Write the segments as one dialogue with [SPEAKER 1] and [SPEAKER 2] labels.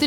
[SPEAKER 1] Du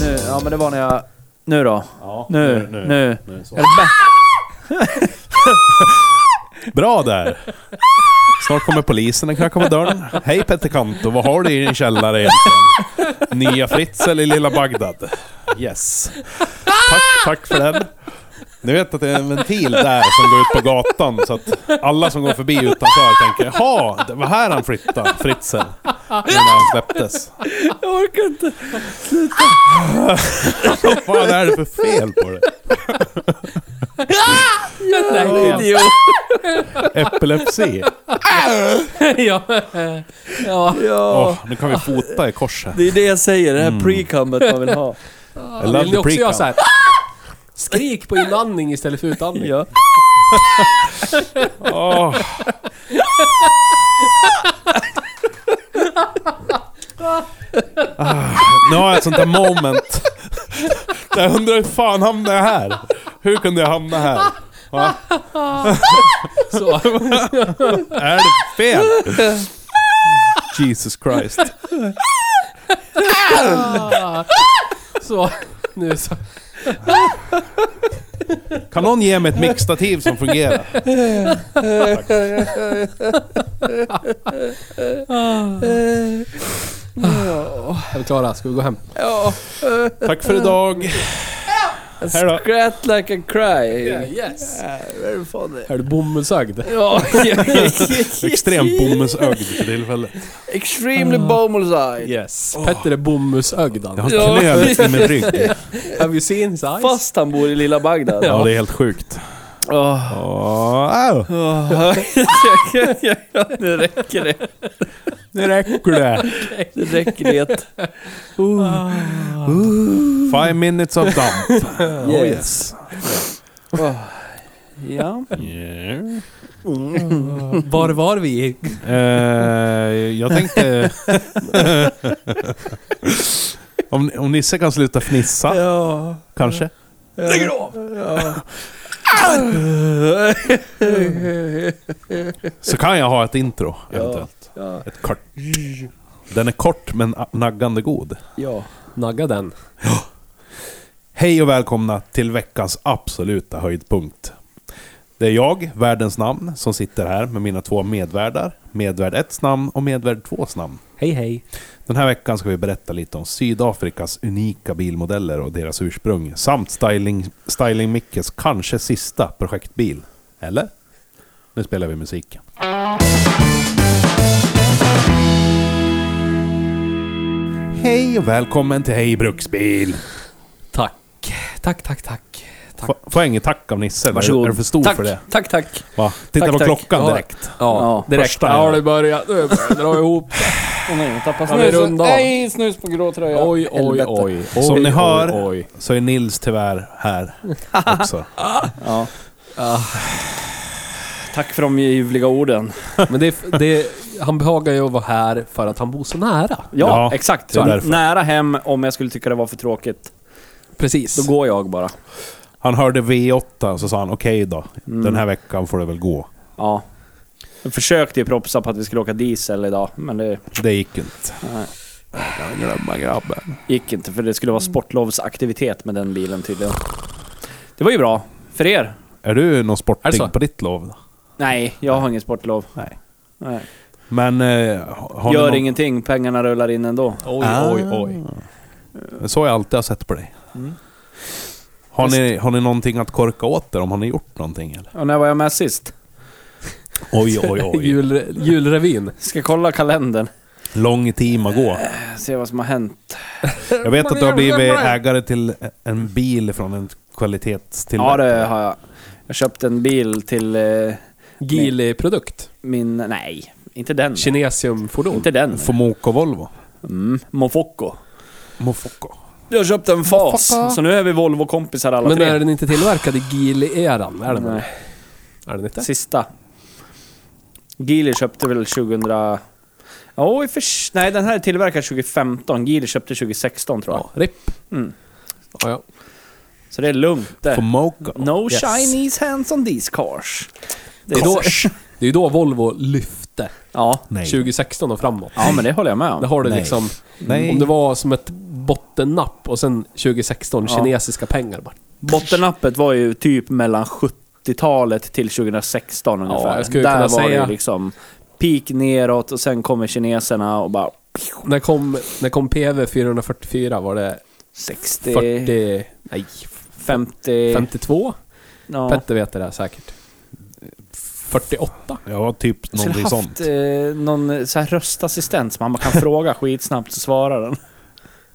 [SPEAKER 2] Nu, ja men det var när jag... Nu då.
[SPEAKER 3] Ja,
[SPEAKER 2] Nu, nu.
[SPEAKER 3] så.
[SPEAKER 2] Är det bä-
[SPEAKER 3] Bra där! Snart kommer polisen och knackar på dörren. Hej Petter Kanto, vad har du i din källare egentligen? Nya Fritz eller Lilla Bagdad? Yes. Tack, tack för den. Ni vet att det är en ventil där som går ut på gatan så att alla som går förbi utanför tänker jaha, det var här han flyttade, Fritzen. Innan han släpptes.
[SPEAKER 2] Jag orkar inte.
[SPEAKER 3] Vad fan är det för fel på det?
[SPEAKER 4] Nej, idiot.
[SPEAKER 3] Epilepsi?
[SPEAKER 4] ja. ja.
[SPEAKER 3] Åh,
[SPEAKER 2] Ja.
[SPEAKER 3] nu kan vi fota i kors här.
[SPEAKER 2] Det är det jag säger, det här pre-comet man vill ha.
[SPEAKER 3] I love
[SPEAKER 4] Vill ni
[SPEAKER 3] the
[SPEAKER 4] också göra
[SPEAKER 3] pre-cum.
[SPEAKER 4] så här? Skrik på inandning istället för utandning.
[SPEAKER 2] Ja.
[SPEAKER 3] Åh. Ah, nu har jag ett sånt där moment. Där Jag undrar hur fan hamnade jag här? Hur kunde jag hamna här? Va?
[SPEAKER 4] Så.
[SPEAKER 3] Är det fel? Jesus Christ.
[SPEAKER 4] Ah. Så. Nu så.
[SPEAKER 3] Kan någon ge mig ett mixtativ som fungerar?
[SPEAKER 4] Är vi klara? Ska vi gå hem?
[SPEAKER 2] Ja.
[SPEAKER 3] Tack för idag. Hej då.
[SPEAKER 2] Scrat like a cry. Äh,
[SPEAKER 4] yes.
[SPEAKER 2] Very funny.
[SPEAKER 4] Är du bomullsögd?
[SPEAKER 2] Ja.
[SPEAKER 3] Extremt bomullsögd för tillfället.
[SPEAKER 2] Extremely bomullsögd.
[SPEAKER 4] Yes. Petter är bomullsögd
[SPEAKER 3] Jag
[SPEAKER 4] han.
[SPEAKER 3] har
[SPEAKER 2] Ja.
[SPEAKER 3] knöl i min rygg.
[SPEAKER 4] Have you seen his eyes?
[SPEAKER 2] Fast han bor i lilla Bagdad.
[SPEAKER 3] Ja, det är helt sjukt.
[SPEAKER 2] Åh.
[SPEAKER 3] Åh, au.
[SPEAKER 2] Åh. nu räcker det.
[SPEAKER 3] Nu räcker det.
[SPEAKER 2] Nu räcker det.
[SPEAKER 3] Five minutes of dump.
[SPEAKER 2] Yes.
[SPEAKER 3] yes.
[SPEAKER 2] Åh. Ja.
[SPEAKER 4] Var var vi?
[SPEAKER 3] Eh, jag tänkte... om, om Nisse kan sluta fnissa,
[SPEAKER 2] Ja.
[SPEAKER 3] kanske?
[SPEAKER 2] Lägg av!
[SPEAKER 3] Så kan jag ha ett intro, eventuellt.
[SPEAKER 2] Ja.
[SPEAKER 3] Ett kort. Den är kort, men a- naggande god.
[SPEAKER 2] Ja.
[SPEAKER 4] Nagga den.
[SPEAKER 3] Hej och välkomna till veckans absoluta höjdpunkt. Det är jag, världens namn, som sitter här med mina två medvärdar. Medvärd 1 namn och medvärd 2s namn.
[SPEAKER 4] Hej hej.
[SPEAKER 3] Den här veckan ska vi berätta lite om Sydafrikas unika bilmodeller och deras ursprung. Samt Styling, Styling Mickes kanske sista projektbil. Eller? Nu spelar vi musiken. Hej och välkommen till Hej Bruksbil!
[SPEAKER 4] Tack. Tack, tack, tack. Tack.
[SPEAKER 3] Få- Får jag inget tack av Nisse? eller?
[SPEAKER 2] Varsågod.
[SPEAKER 3] Är du för stor
[SPEAKER 2] tack,
[SPEAKER 3] för det?
[SPEAKER 2] Tack, tack.
[SPEAKER 3] Va? Titta
[SPEAKER 2] Tack,
[SPEAKER 3] på
[SPEAKER 2] tack.
[SPEAKER 3] klockan
[SPEAKER 4] Ja.
[SPEAKER 3] direkt.
[SPEAKER 2] Ja.
[SPEAKER 4] Ja, direkt.
[SPEAKER 3] Första
[SPEAKER 4] Nu har
[SPEAKER 3] jag-
[SPEAKER 4] det börjat. Nu börjar det dra ihop.
[SPEAKER 2] Åh nej, jag tappade
[SPEAKER 4] Kan vi
[SPEAKER 2] snus.
[SPEAKER 4] runda av?
[SPEAKER 2] Nej, snus på grå tröja.
[SPEAKER 4] Oj, oj,
[SPEAKER 2] Helvete.
[SPEAKER 4] oj.
[SPEAKER 3] Som
[SPEAKER 4] Oj,
[SPEAKER 3] ni hör-
[SPEAKER 4] Oj, oj.
[SPEAKER 3] Så är Nils tyvärr här också.
[SPEAKER 2] Ja. Tack för de ljuvliga orden.
[SPEAKER 4] Men det, är- det, är- han behagar ju att vara här för att han bor så nära.
[SPEAKER 2] Ja,
[SPEAKER 3] Ja,
[SPEAKER 2] exakt.
[SPEAKER 3] det är
[SPEAKER 2] Så
[SPEAKER 3] därför.
[SPEAKER 2] Nära hem om jag skulle tycka det var för tråkigt.
[SPEAKER 4] Precis.
[SPEAKER 2] Då går jag bara.
[SPEAKER 3] Han hörde V8 så sa han okej då. Den här veckan får det väl gå.
[SPEAKER 2] Ja. Jag försökte ju propsa på att vi skulle åka diesel idag, men det
[SPEAKER 3] Det gick inte.
[SPEAKER 2] Nej.
[SPEAKER 3] Jag glömmer grabben.
[SPEAKER 2] gick inte för det skulle vara sportlovsaktivitet med den bilen tydligen. Det var ju bra. För er.
[SPEAKER 3] Är du någon
[SPEAKER 4] Är det
[SPEAKER 3] sportig
[SPEAKER 4] så?
[SPEAKER 3] på ditt lov? då?
[SPEAKER 2] Nej, jag har inget sportlov.
[SPEAKER 3] Nej.
[SPEAKER 2] Nej.
[SPEAKER 3] Men... Eh, har
[SPEAKER 2] Gör
[SPEAKER 3] ni någon...
[SPEAKER 2] ingenting, pengarna rullar in ändå.
[SPEAKER 4] Oj, oj, oj.
[SPEAKER 3] Ah. Så har jag alltid har sett på dig. Har, ni, har ni någonting att korka åt er om? Har ni gjort någonting eller?
[SPEAKER 2] Och när var jag med sist?
[SPEAKER 3] Oj,
[SPEAKER 2] Ah.
[SPEAKER 3] oj, oj.
[SPEAKER 4] Jul, julrevyn.
[SPEAKER 2] Ska kolla kalendern.
[SPEAKER 3] Lång tid att gå.
[SPEAKER 2] Se vad som har hänt.
[SPEAKER 3] Jag vet att du har blivit ägare till en bil från en
[SPEAKER 2] Ja,
[SPEAKER 3] kvalitetstillverkare.
[SPEAKER 2] det har jag. Jag köpte en bil till eh,
[SPEAKER 4] Geely-produkt.
[SPEAKER 2] min... Nej, inte den.
[SPEAKER 4] Kinesiumfordon.
[SPEAKER 2] Inte den.
[SPEAKER 3] Fomoco Volvo.
[SPEAKER 2] Mm, Mofocco.
[SPEAKER 3] Mofoco.
[SPEAKER 2] Jag köpte en fas,
[SPEAKER 1] Mofocco.
[SPEAKER 2] så nu är vi Volvo-kompisar alla
[SPEAKER 4] Men
[SPEAKER 2] tre.
[SPEAKER 4] är den inte tillverkad i Geely-eran? Är den det?
[SPEAKER 2] Nej,
[SPEAKER 4] Är den inte?
[SPEAKER 2] sista. Geely köpte väl 2000... Ja, i och för sig- Nej, den här är tillverkad 2015. Geely köpte 2016 tror jag.
[SPEAKER 4] Ja, RIP.
[SPEAKER 2] Mm.
[SPEAKER 4] Ja, ja.
[SPEAKER 2] Så det är lugnt det.
[SPEAKER 3] Fomoco.
[SPEAKER 2] No
[SPEAKER 4] Yes.
[SPEAKER 2] Chinese hands on these cars. Det
[SPEAKER 4] Det är, då,
[SPEAKER 2] Cars.
[SPEAKER 4] det är ju då Volvo lyfte.
[SPEAKER 2] Ja.
[SPEAKER 3] Nej.
[SPEAKER 4] 2016 och framåt.
[SPEAKER 2] ja, men det håller jag med
[SPEAKER 4] Det
[SPEAKER 2] om.
[SPEAKER 4] har det
[SPEAKER 3] Nej.
[SPEAKER 4] liksom...
[SPEAKER 3] Nej.
[SPEAKER 4] Om det var som ett bottennapp och sen 2016
[SPEAKER 2] Ja.
[SPEAKER 4] kinesiska pengar bara.
[SPEAKER 2] Bottennappet var ju typ mellan 70-talet till 2016 ungefär.
[SPEAKER 4] jag skulle
[SPEAKER 2] Där
[SPEAKER 4] kunna
[SPEAKER 2] var
[SPEAKER 4] säga-
[SPEAKER 2] det ju liksom peak neråt och sen kommer kineserna och bara...
[SPEAKER 4] När kom, när kom PV 444? Var det
[SPEAKER 2] 60...
[SPEAKER 4] 40... Nej,
[SPEAKER 2] 50...
[SPEAKER 4] 52?
[SPEAKER 2] ja.
[SPEAKER 4] Petter vet det där säkert. 48?
[SPEAKER 3] Ja, typ
[SPEAKER 2] Jag skulle
[SPEAKER 3] någonting
[SPEAKER 2] haft
[SPEAKER 3] sånt.
[SPEAKER 2] eh, någon så här röstassistent som man kan fråga skitsnabbt så svarar den.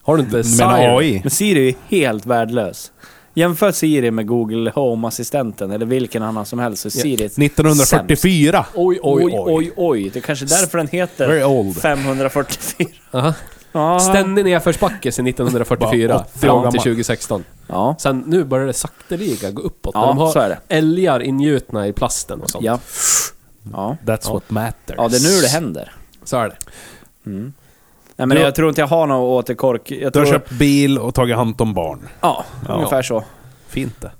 [SPEAKER 4] Har du inte
[SPEAKER 3] Du menar AI?
[SPEAKER 2] Men Siri är ju helt värdelös. Jämför Siri med Google Home-assistenten eller vilken annan som helst så är Siri ett
[SPEAKER 3] 1944!
[SPEAKER 4] Oj, oj,
[SPEAKER 2] Oj,
[SPEAKER 4] oj.
[SPEAKER 2] oj, oj. Det är kanske därför den
[SPEAKER 3] Very
[SPEAKER 2] heter
[SPEAKER 3] old.
[SPEAKER 2] 544.
[SPEAKER 4] Aha.
[SPEAKER 2] Ja.
[SPEAKER 4] Ständig nedförsbacke sedan 1944
[SPEAKER 3] Bara åttio år
[SPEAKER 4] fram till
[SPEAKER 3] gammal.
[SPEAKER 4] 2016.
[SPEAKER 2] Ja,
[SPEAKER 4] Sen nu börjar det sakteliga gå uppåt.
[SPEAKER 2] Ja,
[SPEAKER 4] när de
[SPEAKER 2] så är
[SPEAKER 4] har
[SPEAKER 2] det.
[SPEAKER 4] älgar ingjutna i plasten och sånt.
[SPEAKER 2] ja. Ja.
[SPEAKER 3] That's what matters.
[SPEAKER 2] ja, det är nu det händer. Mm.
[SPEAKER 4] Så är det.
[SPEAKER 2] Nej, men
[SPEAKER 3] Du har-
[SPEAKER 2] jag tror inte jag har någon återkork. Jag
[SPEAKER 3] Du
[SPEAKER 2] tror...
[SPEAKER 3] har köpt bil och tagit hand om barn.
[SPEAKER 2] Ja,
[SPEAKER 3] Ja.
[SPEAKER 2] ungefär så.
[SPEAKER 3] Fint det.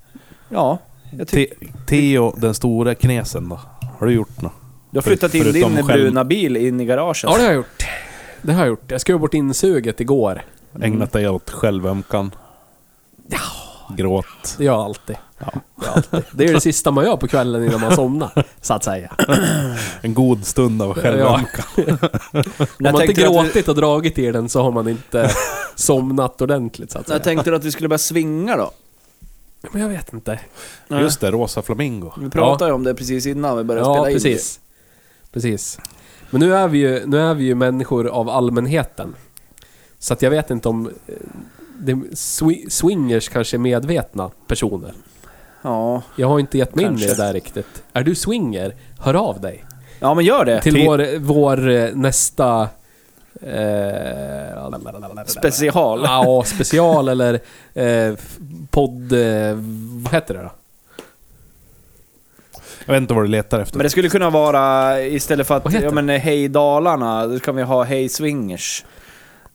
[SPEAKER 2] Ja. Jag tycker...
[SPEAKER 3] Te Theo, den stora knesen då? Har du gjort något?
[SPEAKER 2] Du har flyttat in
[SPEAKER 3] Förutom
[SPEAKER 2] din
[SPEAKER 3] själv-
[SPEAKER 2] bruna bil in i garaget.
[SPEAKER 4] Ja, det har jag gjort. Det har jag gjort. Jag skrev bort insuget igår.
[SPEAKER 2] Mm.
[SPEAKER 3] Ägnat dig åt självömkan? Ja. Gråt?
[SPEAKER 4] Det gör jag alltid. Det, gör jag alltid. det är det sista man gör på kvällen innan man somnar, så att säga.
[SPEAKER 3] En god stund av självömkan?
[SPEAKER 4] Om man
[SPEAKER 2] Jag
[SPEAKER 4] inte
[SPEAKER 2] tänkte att vi-
[SPEAKER 4] gråtit och dragit i den så har man inte somnat ordentligt, så att säga.
[SPEAKER 2] Jag tänkte att vi skulle börja svinga då.
[SPEAKER 4] Men jag vet inte.
[SPEAKER 2] Nej.
[SPEAKER 3] Just det, Rosa Flamingo.
[SPEAKER 2] Vi pratade ju om det precis innan vi började
[SPEAKER 4] Ja,
[SPEAKER 2] spela in.
[SPEAKER 4] precis. Precis. Men nu är, vi ju, nu är vi ju människor av allmänheten. Så att jag vet inte om... eh, Det, swi- swingers kanske är medvetna personer.
[SPEAKER 2] Ja.
[SPEAKER 4] Jag har inte gett mig in i
[SPEAKER 2] Kanske.
[SPEAKER 4] det där riktigt. Är du swinger? Hör av dig.
[SPEAKER 2] ja, men gör det.
[SPEAKER 4] Till
[SPEAKER 3] till-
[SPEAKER 4] vår, vår eh, nästa... Eh,
[SPEAKER 2] Special.
[SPEAKER 4] Ja, special eller eh, f- podd... Eh, vad heter det då?
[SPEAKER 3] Jag vet inte vad du letar efter.
[SPEAKER 2] Men det skulle kunna vara istället för
[SPEAKER 4] Vad
[SPEAKER 2] att,
[SPEAKER 4] heter
[SPEAKER 2] ja
[SPEAKER 4] det?
[SPEAKER 2] men hej Dalarna, då kan vi ha hej swingers.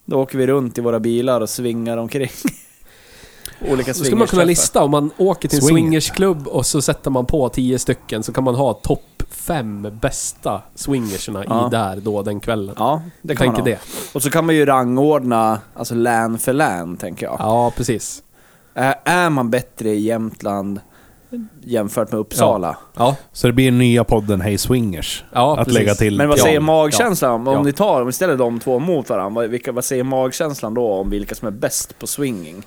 [SPEAKER 2] Då åker vi runt i våra bilar och svingar omkring. Olika
[SPEAKER 4] Då skulle man kunna
[SPEAKER 2] swingersträffar.
[SPEAKER 4] lista om man åker till en
[SPEAKER 3] Swing.
[SPEAKER 4] swingersklubb och så sätter man på 10 stycken så kan man ha topp 5 bästa swingerserna
[SPEAKER 2] Ja.
[SPEAKER 4] i där då den kvällen.
[SPEAKER 2] Ja, det
[SPEAKER 4] Jag
[SPEAKER 2] kan man
[SPEAKER 4] tänker
[SPEAKER 2] ha.
[SPEAKER 4] det.
[SPEAKER 2] Och så kan man ju rangordna, alltså län för län tänker jag.
[SPEAKER 4] Ja, precis.
[SPEAKER 2] Ä- Är man bättre i Jämtland jämfört med Uppsala?
[SPEAKER 4] Ja,
[SPEAKER 3] Så det blir nya podden Hey Swingers.
[SPEAKER 4] ja
[SPEAKER 3] att
[SPEAKER 4] precis.
[SPEAKER 3] lägga till.
[SPEAKER 2] Men vad
[SPEAKER 3] Ja.
[SPEAKER 2] säger magkänslan? Om
[SPEAKER 4] Ja.
[SPEAKER 2] ni tar, om ni ställer de två mot varandra, vad, vilka, vad säger magkänslan då om vilka som är bäst på swinging?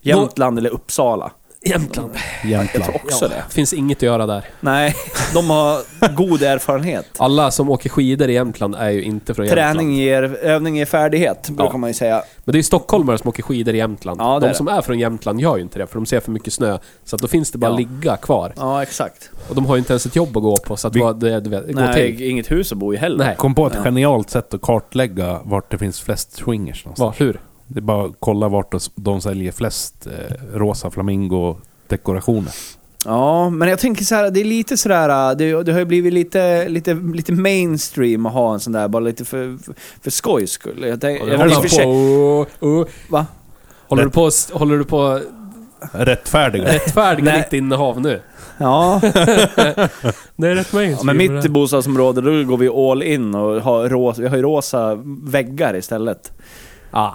[SPEAKER 2] Jämtland eller Uppsala?
[SPEAKER 4] Jämtland.
[SPEAKER 2] Jag
[SPEAKER 3] Jämtland.
[SPEAKER 2] tror också det.
[SPEAKER 4] Finns inget att göra där.
[SPEAKER 2] Nej, de har god erfarenhet.
[SPEAKER 4] Alla som åker skidor i Jämtland är ju inte från Jämtland.
[SPEAKER 2] Träning ger, övning ger färdighet, brukar
[SPEAKER 4] Ja.
[SPEAKER 2] man ju säga.
[SPEAKER 4] Men det är ju stockholmare som åker skidor i Jämtland.
[SPEAKER 2] Ja, det är
[SPEAKER 4] de
[SPEAKER 2] det.
[SPEAKER 4] som är från Jämtland gör ju inte det, för de ser för mycket snö. Så att då finns det bara
[SPEAKER 2] Ja.
[SPEAKER 4] ligga kvar.
[SPEAKER 2] Ja, exakt.
[SPEAKER 4] Och de har ju inte ens ett jobb att gå på, så att
[SPEAKER 3] Vi-
[SPEAKER 4] vad det, du vet, gå till.
[SPEAKER 2] Nej, inget hus att bo i heller.
[SPEAKER 4] Nej.
[SPEAKER 3] Kom på ett genialt sätt att kartlägga vart det finns flest swingers någonstans.
[SPEAKER 4] Var, hur?
[SPEAKER 3] Det är bara att kolla vart de säljer flest eh, rosa flamingo-dekorationer.
[SPEAKER 2] Ja, men jag tänker så här, det är lite sådär, äh, det, det har ju blivit lite, lite, lite mainstream att ha en sån där, bara lite för, för, för skojs skull. Jag tänk, jag
[SPEAKER 4] håller,
[SPEAKER 2] i och för sig-
[SPEAKER 4] på, oh, oh.
[SPEAKER 2] Va?
[SPEAKER 4] håller du på att håller du på att
[SPEAKER 2] Eh,
[SPEAKER 3] Rättfärdiga.
[SPEAKER 4] rättfärdiga
[SPEAKER 2] Nej.
[SPEAKER 4] ditt innehav nu?
[SPEAKER 2] Ja,
[SPEAKER 4] Det är rätt
[SPEAKER 2] ja, men mitt bostadsområde, då går vi all in och har rosa, vi har ju rosa väggar istället.
[SPEAKER 4] Ah,